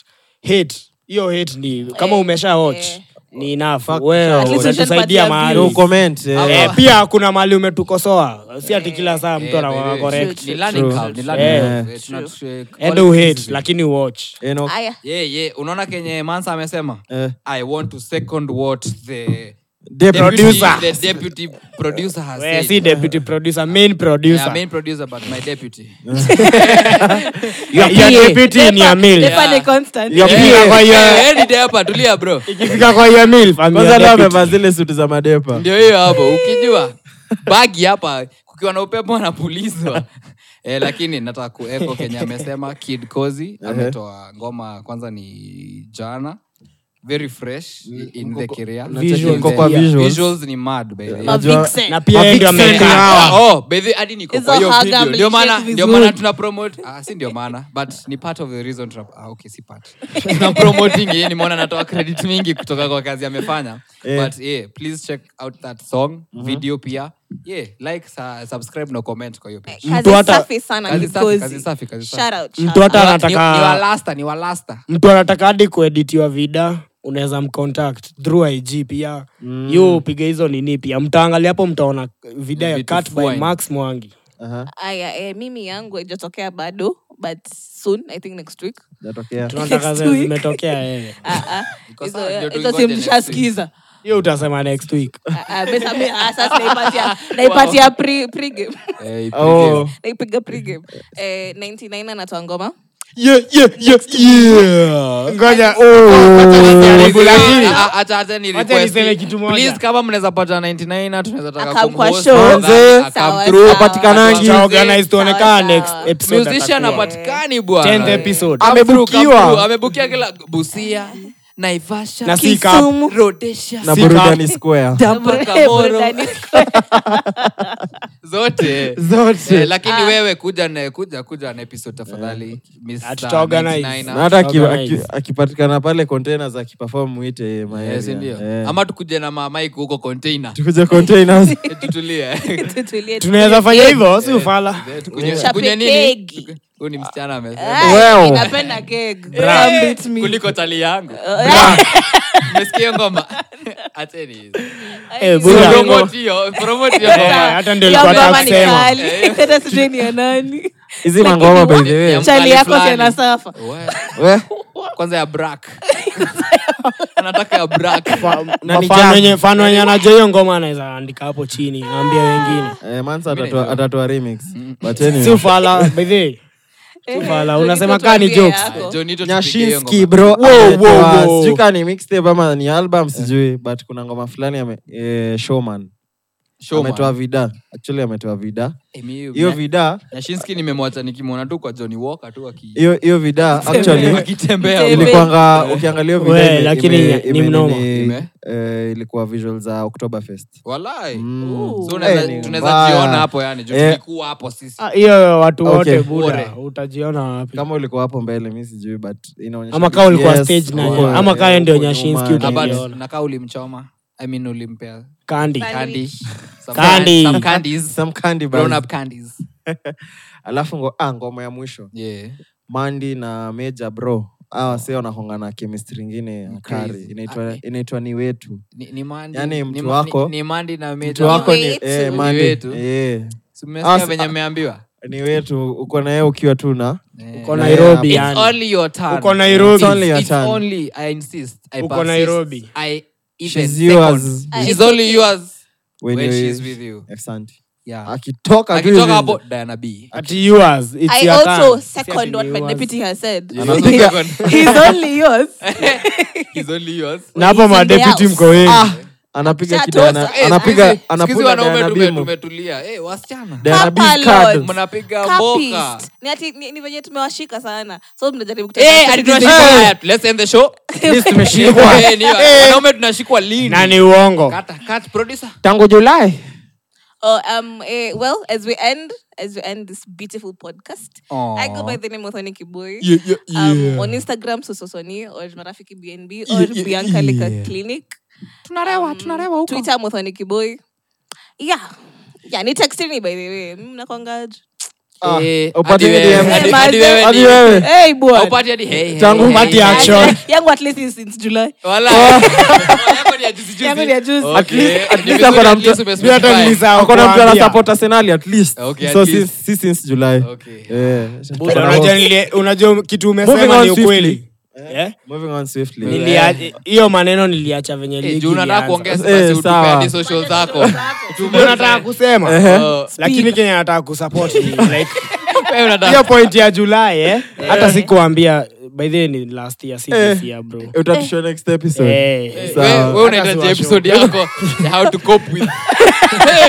Speaker 6: hate hiyo hate ni kama
Speaker 4: Eh,
Speaker 6: umesha watch
Speaker 4: eh.
Speaker 6: ni enough
Speaker 3: Fuck.
Speaker 6: wewe
Speaker 3: At
Speaker 4: least ushapatia
Speaker 6: unatusaidia
Speaker 3: no
Speaker 6: mahali
Speaker 4: views.
Speaker 3: comment eh.
Speaker 6: eh, pia kuna mahali umetukosoa si ati kila saa mtu anakuwa
Speaker 4: True,
Speaker 6: correct
Speaker 5: Eh, Ni learning
Speaker 3: true,
Speaker 5: curve, ni
Speaker 4: true.
Speaker 5: learning
Speaker 3: Eh.
Speaker 5: curve. Eh, tuna- tuna-
Speaker 6: ende uhate
Speaker 5: criticism.
Speaker 6: lakini watch
Speaker 3: Eh, no-
Speaker 4: Aya.
Speaker 5: Yeah, yeah. unaona kenye mansa amesema
Speaker 3: eh.
Speaker 5: i want to second what the
Speaker 3: The
Speaker 5: deputy-
Speaker 3: producer.
Speaker 5: the deputy producer has
Speaker 6: Wewe
Speaker 5: said.
Speaker 6: si deputy producer main producer
Speaker 5: Yeah, main producer but my deputy
Speaker 6: Your
Speaker 4: PA.
Speaker 6: deputy ni
Speaker 4: Pepa-
Speaker 6: Amil.
Speaker 4: Pepa ni
Speaker 5: Yeah.
Speaker 4: constant.
Speaker 6: Your
Speaker 5: Yeah.
Speaker 6: PA kwa hiyo-
Speaker 5: Eh, ndio hapa tulia bro
Speaker 6: ikifika kwa hiyo Amil, familia
Speaker 3: kwanza leo
Speaker 6: deputy.
Speaker 3: amevaa zile suti za madepa
Speaker 5: ndio hiyo hapo ukijua bagi hapa kukiwa na upepo anapulizwa eh, lakini nataka kueko kenye amesema kid kozi ametoa ngoma kwanza ni jana very fresh in the career.
Speaker 3: Visual.
Speaker 5: In
Speaker 3: Uko
Speaker 5: the-
Speaker 3: kwa visuals.
Speaker 5: visuals ni mad by the way.
Speaker 3: Unajua-
Speaker 4: Mavixen.
Speaker 6: na pia yeye ndio
Speaker 3: Mavixen.
Speaker 6: ameweka-
Speaker 5: Ah, oh, by the way, hadi niko
Speaker 4: Hizo
Speaker 5: kwa hiyo
Speaker 4: hugger
Speaker 5: video. Ndio
Speaker 4: milkshake
Speaker 5: maana- ndio
Speaker 4: vizuri.
Speaker 5: maana tuna promote ah, si ndio maana but ni part of the reason tuna, ah, okay, si part. tuna promoting yeye nimeona anatoa credit mingi kutoka kwa kazi amefanya
Speaker 3: Eh.
Speaker 5: but yeah, please check out that song video pia yeah, like sa- subscribe na comment kwa hiyo page.
Speaker 4: Kazi
Speaker 6: Mtu hata-
Speaker 4: safi sana,
Speaker 5: Kazi
Speaker 4: Kid
Speaker 5: safi,
Speaker 4: Kozi.
Speaker 5: kazi safi, kazi safi.
Speaker 4: Shout out, shout
Speaker 6: Mtu
Speaker 4: out.
Speaker 6: hata
Speaker 5: Ni wa- ni- ni wa
Speaker 6: anataka
Speaker 5: lasta, ni wa lasta.
Speaker 6: mtu anataka hadi kueditiwa vida unaweza mcontact through ig pia mm. yu upige hizo nini pia mtaangalia hapo mtaona vida ya
Speaker 5: Vitu
Speaker 6: cut by
Speaker 5: fine.
Speaker 6: max mwangi
Speaker 3: Aha,
Speaker 4: Aya, eh, mimi yangu haijatokea bado but soon i think next week
Speaker 3: natokea.
Speaker 6: tunataka
Speaker 4: Next
Speaker 6: zi-
Speaker 4: week.
Speaker 6: zimetokea eh.
Speaker 4: Ah, ah.
Speaker 5: Iko
Speaker 4: Hizo-
Speaker 5: sawa, ndio
Speaker 4: hizo
Speaker 5: tuingoje next
Speaker 4: simshasikiza
Speaker 6: hiyo utasema next week
Speaker 4: Ah, ah, mesa- me- ah, sasa naipatia- naipatia pre- pregame.
Speaker 5: Eh, ipige.
Speaker 3: Oh.
Speaker 4: naipiga pregame eh, 99 anatoa ngoma
Speaker 6: yeah, yeah, yeah, yeah. ngoja hebu lakini-
Speaker 5: Ah, ah, acha- acha ni
Speaker 6: Wacha
Speaker 5: request.
Speaker 6: niseme kitu moja.
Speaker 5: Please, kama mnaweza pata 99 tunaweza taka
Speaker 4: Akam kwa
Speaker 5: kumhost
Speaker 4: show.
Speaker 5: afadhali,
Speaker 3: Mzee,
Speaker 5: akam
Speaker 4: sawa,
Speaker 5: through.
Speaker 4: sawa.
Speaker 3: Patikanan-
Speaker 5: Sawa,
Speaker 6: Tutaorganize, tuonekane next
Speaker 4: sawa.
Speaker 6: episode
Speaker 5: musician
Speaker 6: atakuwa.
Speaker 5: apatikani
Speaker 6: 10th
Speaker 5: bwana
Speaker 6: episode
Speaker 3: Ah,
Speaker 5: Come through, come
Speaker 3: Amebukiwa.
Speaker 5: through. amebukia kila busia naivasha
Speaker 6: Na si
Speaker 5: Kisumu,
Speaker 6: cup.
Speaker 5: Rhodesia,
Speaker 3: na
Speaker 6: Sika.
Speaker 3: burudani square
Speaker 5: Tampa, Kamoro,
Speaker 4: Burudani.
Speaker 5: zote
Speaker 3: zote
Speaker 5: Eh, lakini wewe kuja na kuja kuja na episode tafadhali Mr.
Speaker 6: Hatutaorganize.
Speaker 5: 99.
Speaker 3: Eh, na hata aki-
Speaker 6: Organize.
Speaker 3: aki- akipatikana pale containers akiperform mwite my
Speaker 5: Eh, si
Speaker 3: area.
Speaker 5: ndio?
Speaker 3: Eh.
Speaker 5: ama tukuje na mamaik huko container
Speaker 3: tukuje containers
Speaker 5: Eh, tutulie
Speaker 4: Tutulie.
Speaker 6: tunaweza fanya hivyo si ufala
Speaker 5: Eh, tukunye-
Speaker 4: Chape
Speaker 5: tukunye nini?
Speaker 4: kegi.
Speaker 5: Tuku- huyu ni msichana ame-
Speaker 4: Ai,
Speaker 3: Wow.
Speaker 4: napenda keg.
Speaker 6: Bra.
Speaker 4: Come beat me.
Speaker 5: kuliko tali yangu Umesikia hiyo ngoma acheni hizo.
Speaker 6: Eh, bura.
Speaker 5: Promote hiyo, promote hiyo
Speaker 6: Eh,
Speaker 5: ngoma.
Speaker 6: hata ndio
Speaker 4: Hiyo
Speaker 6: nilikuwa nataka
Speaker 4: ngoma ni
Speaker 6: kusema
Speaker 4: kali. Hata sijui ni ya nani.
Speaker 3: hizi
Speaker 4: Lakini
Speaker 3: mangoma by the
Speaker 5: Ya
Speaker 3: way
Speaker 5: mkali
Speaker 4: Chali yako
Speaker 5: fulani.
Speaker 4: tena safa.
Speaker 5: We,
Speaker 3: We,
Speaker 5: kwanza ya brak anataka ya brak
Speaker 3: Na ni
Speaker 6: Mafano
Speaker 3: jazz.
Speaker 6: wenye- fano wenye anajua hiyo ngoma anaweza andika hapo chini
Speaker 3: Ah.
Speaker 6: naambia wengine
Speaker 3: eh, Mansa atatoa atatoa remix but anyway.
Speaker 6: si ufala by the way.
Speaker 4: Eh,
Speaker 6: Fala,
Speaker 4: ndio
Speaker 6: unasema
Speaker 4: kitu
Speaker 6: kaa ni
Speaker 4: tuambie
Speaker 6: jokes.
Speaker 4: yako.
Speaker 5: jonito tupigie hiyo
Speaker 3: nyashinski
Speaker 5: ngoma.
Speaker 3: bro ametoa-
Speaker 6: wow, wow.
Speaker 3: sijui kaa ni mixtape ama ni album sijui but kuna ngoma fulani ame, eh, showman
Speaker 5: Showman.
Speaker 3: ametoa vida actually ametoa vida
Speaker 5: Eh, mi-
Speaker 3: hiyo
Speaker 5: na-
Speaker 3: vida
Speaker 5: nyashinski nimemwacha nikimwona tu kwa johnny walker tu aki-
Speaker 3: hiyo hiyo vida actually
Speaker 5: akitembea
Speaker 4: Ime-
Speaker 3: ilikuwanga ukiangalia hiyo
Speaker 6: We,
Speaker 3: video ime-
Speaker 6: lakini
Speaker 3: ime-
Speaker 6: ni
Speaker 3: ime-
Speaker 6: mnoma.
Speaker 3: nini,
Speaker 5: Ime?
Speaker 3: eh, ilikuwa visual za octoberfest
Speaker 5: Walai.
Speaker 3: Mm.
Speaker 5: So unaweza-
Speaker 3: Eh, ni
Speaker 5: tunaweza
Speaker 3: mbaya.
Speaker 5: jiona hapo yani juu
Speaker 3: Eh.
Speaker 5: tulikuwa hapo sisi
Speaker 6: Ah, hiyo watu
Speaker 3: Okay.
Speaker 6: wote
Speaker 5: Bure.
Speaker 6: buda utajiona wapi
Speaker 3: kama ulikuwa hapo mbele mi sijui but inaonyesha
Speaker 6: Ama
Speaker 3: tu
Speaker 6: kaa ulikuwa
Speaker 3: yes,
Speaker 6: stage na-
Speaker 3: uko-
Speaker 6: ama kaa yeye ndio
Speaker 3: uko
Speaker 6: Nyashinski
Speaker 3: nyuma,
Speaker 5: Na
Speaker 6: utaona.
Speaker 3: nini.
Speaker 5: Ah, but- nakaa ulimchoma I mean ulimpea
Speaker 4: Kandi.
Speaker 6: kandi
Speaker 5: candy. Some
Speaker 6: Candy.
Speaker 5: can- some candies.
Speaker 3: Some candy bars.
Speaker 5: Grown up candies.
Speaker 3: alafu ngo- ah, ngoma ya mwisho
Speaker 5: Yeah.
Speaker 3: mandi na meja bro
Speaker 5: Oh.
Speaker 3: awase wanakonga na chemistry ingine hatari
Speaker 5: Crazy.
Speaker 3: Inaitwa-
Speaker 5: Ah,
Speaker 3: inaitwa ni wetu
Speaker 5: Ni- ni Mandy-
Speaker 3: Yani
Speaker 5: ni-
Speaker 3: Yaani mtu
Speaker 5: ni-
Speaker 3: wako-
Speaker 5: ni Mandy na Major
Speaker 3: mtu wako ni,
Speaker 4: wetu.
Speaker 3: eh,
Speaker 4: Ni
Speaker 3: Mandi.
Speaker 5: wetu.
Speaker 3: Eh,
Speaker 5: Si mmesikia
Speaker 3: As-
Speaker 5: venye mmeambiwa?
Speaker 3: ni wetu uko naye ukiwa tu na
Speaker 5: Eh.
Speaker 6: uko
Speaker 3: Na-
Speaker 6: nairobi
Speaker 3: It's
Speaker 5: It's
Speaker 6: yani
Speaker 5: only your turn.
Speaker 6: Uko Nairobi.
Speaker 5: It's-
Speaker 3: It's only your
Speaker 5: it's
Speaker 3: turn.
Speaker 5: only- I insist. I
Speaker 6: Uko
Speaker 5: persist.
Speaker 6: Nairobi.
Speaker 5: I even
Speaker 3: She's
Speaker 5: second.
Speaker 3: yours.
Speaker 4: Ah,
Speaker 5: She's
Speaker 4: it's
Speaker 5: only yours
Speaker 3: when
Speaker 5: when
Speaker 3: you-
Speaker 5: she's with you.
Speaker 3: Asante.
Speaker 5: Yeah.
Speaker 3: akitoka tu hivi-
Speaker 5: akitoka hapo Diana B.
Speaker 6: ati yours it's
Speaker 4: I
Speaker 6: your
Speaker 4: also
Speaker 6: turn. Si ati
Speaker 4: second what
Speaker 6: ni
Speaker 4: my
Speaker 6: yours.
Speaker 4: deputy has said.
Speaker 5: She's also
Speaker 4: He's
Speaker 5: second.
Speaker 4: only yours.
Speaker 5: He's only yours.
Speaker 6: na hapo
Speaker 4: He's in the
Speaker 6: madepiti
Speaker 4: house.
Speaker 6: mko wengi
Speaker 3: Ah, anapiga
Speaker 4: Shut
Speaker 3: kidana
Speaker 4: up.
Speaker 5: Eh, siku
Speaker 3: anapiga
Speaker 5: hizi- siku hizi
Speaker 3: anapiga
Speaker 5: Eh. wanaume
Speaker 3: Diana
Speaker 5: tume-
Speaker 3: Bimu.
Speaker 5: tumetulia Eh, wasichana
Speaker 3: Diana B
Speaker 4: Kapa
Speaker 3: card.
Speaker 4: lords.
Speaker 5: mnapiga mboka
Speaker 4: Capist. Ni ati- ni- ni venye tumewashika sana so mnajaribu
Speaker 5: Eh,
Speaker 4: kuteka-
Speaker 5: hadi tunashikwa haya. Let's end the show. Eh, ni- wanaume tunashikwa lini
Speaker 6: na ni uongo
Speaker 5: Kata- cut, producer.
Speaker 3: tangu julai
Speaker 4: Oh, um, eh, well, as we end, as we end this beautiful podcast, I go
Speaker 5: Aw.
Speaker 4: by the name of Thoni Kiburi.
Speaker 6: Yeah, yeah, yeah.
Speaker 4: Um, on Instagram, Sososoni or Marafiki BNB or
Speaker 6: Yeah, yeah,
Speaker 4: Bianca Lika
Speaker 6: yeah.
Speaker 4: Clinic. Tunarewa, tunarewa huko. Twitter, Mothoni Kiburi. Yeah. Yeah, ni text me by the way. Mnakongaje?
Speaker 3: Ah,
Speaker 5: Eh,
Speaker 3: upate
Speaker 5: hadi
Speaker 3: DM.
Speaker 5: wewe, hadi-
Speaker 4: Eh,
Speaker 5: hadi
Speaker 4: manze.
Speaker 5: wewe
Speaker 3: Hadi
Speaker 5: ni-
Speaker 3: wewe.
Speaker 4: Hey, boy.
Speaker 5: Haupati hadi hey, hey,
Speaker 3: Tangu
Speaker 5: hey,
Speaker 6: upate
Speaker 5: hey.
Speaker 6: action. Sure.
Speaker 4: Yangu at least is since July.
Speaker 5: Wala. Yako ni ya juzi juzi.
Speaker 4: Yangu ni ya juzi.
Speaker 5: Okay. Ni
Speaker 3: least
Speaker 5: vizuri,
Speaker 3: ako na
Speaker 5: at least
Speaker 3: mtu-
Speaker 5: umespecify.
Speaker 3: akona mtu
Speaker 6: kuambia.
Speaker 3: anasupport Arsenali at least.
Speaker 5: Okay, at
Speaker 3: So
Speaker 5: least.
Speaker 3: si- si since July. Eh,
Speaker 5: Okay.
Speaker 3: Yeah.
Speaker 6: Bwana, unajua nili- unajua kitu
Speaker 3: Moving
Speaker 6: umesema
Speaker 3: on
Speaker 6: ni ukweli Eh?
Speaker 3: swiftly.
Speaker 6: Yeah?
Speaker 3: Moving on swiftly.
Speaker 5: Yeah.
Speaker 6: Nilia- hiyo maneno niliacha venye
Speaker 5: Eh,
Speaker 6: ligi
Speaker 5: juu unataka
Speaker 6: ilianza.
Speaker 5: kuongea
Speaker 3: Eh,
Speaker 5: basi utupe
Speaker 3: sawa.
Speaker 5: hadi social zako. Tupe.
Speaker 6: Ndio nataka kusema
Speaker 5: Oh,
Speaker 6: Eh, lakini kenye nataka kusupport ni like
Speaker 5: wewe unataka-
Speaker 6: hiyo point ya julai eh? hata sikuambia by the way ni last year si this year bro
Speaker 3: Eh, utatushua next episode.
Speaker 6: Eh.
Speaker 5: Eh,
Speaker 3: Sawa.
Speaker 5: wewe- wewe
Speaker 6: Hata
Speaker 5: unahitaji
Speaker 6: si
Speaker 5: episode yako ya how to cope with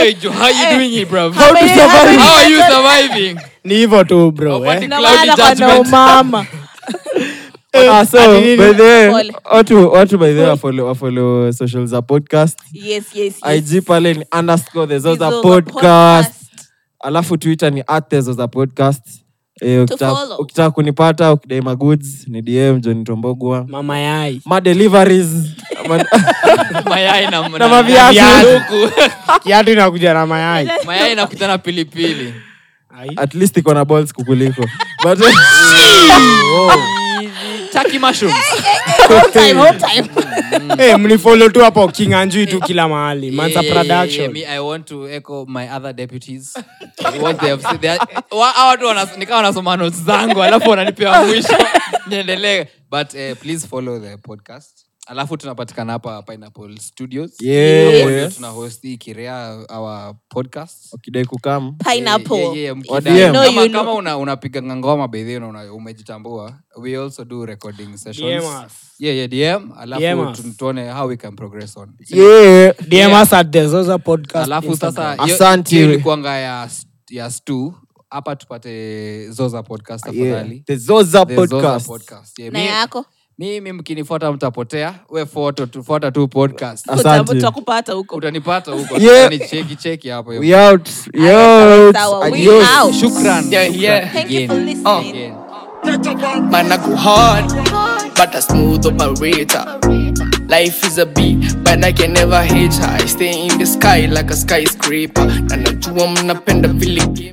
Speaker 5: Hey, Joe, how you doing it, bruv?
Speaker 3: How to
Speaker 4: Hey,
Speaker 3: survive?
Speaker 5: How are you surviving?
Speaker 6: ni hivyo tu bro
Speaker 5: Upati
Speaker 6: eh?
Speaker 4: Na
Speaker 5: cloudy
Speaker 4: maana kwa
Speaker 5: judgment.
Speaker 4: naumama.
Speaker 3: Ah, so, by the way,
Speaker 4: Pole.
Speaker 3: watu- watu by the way wafollow- wafollow social za podcast.
Speaker 4: Yes, yes, yes.
Speaker 3: ig pale ni underscore the zoza
Speaker 4: Zoza
Speaker 3: podcast
Speaker 4: podcast.
Speaker 3: alafu twitter ni at the zoza podcast Eh,
Speaker 4: To
Speaker 3: ukita-
Speaker 4: follow.
Speaker 3: ukitaka kunipata ukidai magoods ni dm john tombogwa
Speaker 6: mama yai
Speaker 3: ma deliveries Ma-
Speaker 5: Mayai na- na-
Speaker 3: maviazi.
Speaker 5: na huku.
Speaker 6: kiatu inakuja na mayai
Speaker 5: mayai nakutana pilipili
Speaker 6: Ai.
Speaker 3: at least iko na balls kukuliko but eh,
Speaker 5: Turkey mushrooms.
Speaker 4: Home time, home time.
Speaker 6: Eh, mlifollow tu hapo kinganjui
Speaker 5: Eh.
Speaker 6: tu kila mahali manza
Speaker 5: Yeah, yeah,
Speaker 6: production
Speaker 5: me, I want to echo my other deputies. What they have said. They are- wa- hawa watu wana- ni kama wanasoma notes zangu alafu wananipea mwisho niendelee but eh, please follow the podcast alafu tunapatikana hapa pineapple studios
Speaker 3: Yeah.
Speaker 5: Hapo ndio tuna host hii kirea our podcast
Speaker 3: ukidai kukam
Speaker 5: Yeah,
Speaker 4: Pineapple.
Speaker 5: yeah, yeah, mkidai.
Speaker 3: What DM?
Speaker 4: No, you
Speaker 5: Kama-
Speaker 4: know.
Speaker 5: kama una- unapiga ngoma bedhi na una- umejitambua we also do recording sessions
Speaker 6: DM us.
Speaker 5: yeah, yeah, dm
Speaker 6: DM
Speaker 5: alafu
Speaker 6: us.
Speaker 5: tu- tuone how we can progress on
Speaker 3: yeah
Speaker 6: DM us at the Zoza Podcast
Speaker 5: alafu sasa
Speaker 6: Instagram.
Speaker 5: hiyo-
Speaker 3: Asante.
Speaker 5: hiyo ilikuanga ya s- ya stu hapa tupate zoza podcast
Speaker 3: yeah.
Speaker 5: tafadhali
Speaker 3: the zoza
Speaker 5: The Zoza
Speaker 3: podcast
Speaker 5: Podcast. Yeah,
Speaker 4: Na
Speaker 5: mi-
Speaker 4: yako?
Speaker 5: mimi mkinifuata mtapotea we foto tufuata tu podcast
Speaker 3: Asante.
Speaker 4: Tutakupata huko.
Speaker 5: utanipata huko
Speaker 3: Yeah.
Speaker 5: Yaani cheki cheki hapo
Speaker 3: we out yo
Speaker 4: Alright, sawa, sawa. We
Speaker 3: adios
Speaker 4: out.
Speaker 5: shukran
Speaker 1: Yeah, yeah.
Speaker 4: Thank you for
Speaker 5: Again.
Speaker 4: listening.
Speaker 5: Yeah.
Speaker 1: Man, I go hard, but a smooth operator. Life is a beat, but I can never hate her. I stay in the sky like a skyscraper. Na najua mnapenda vile game.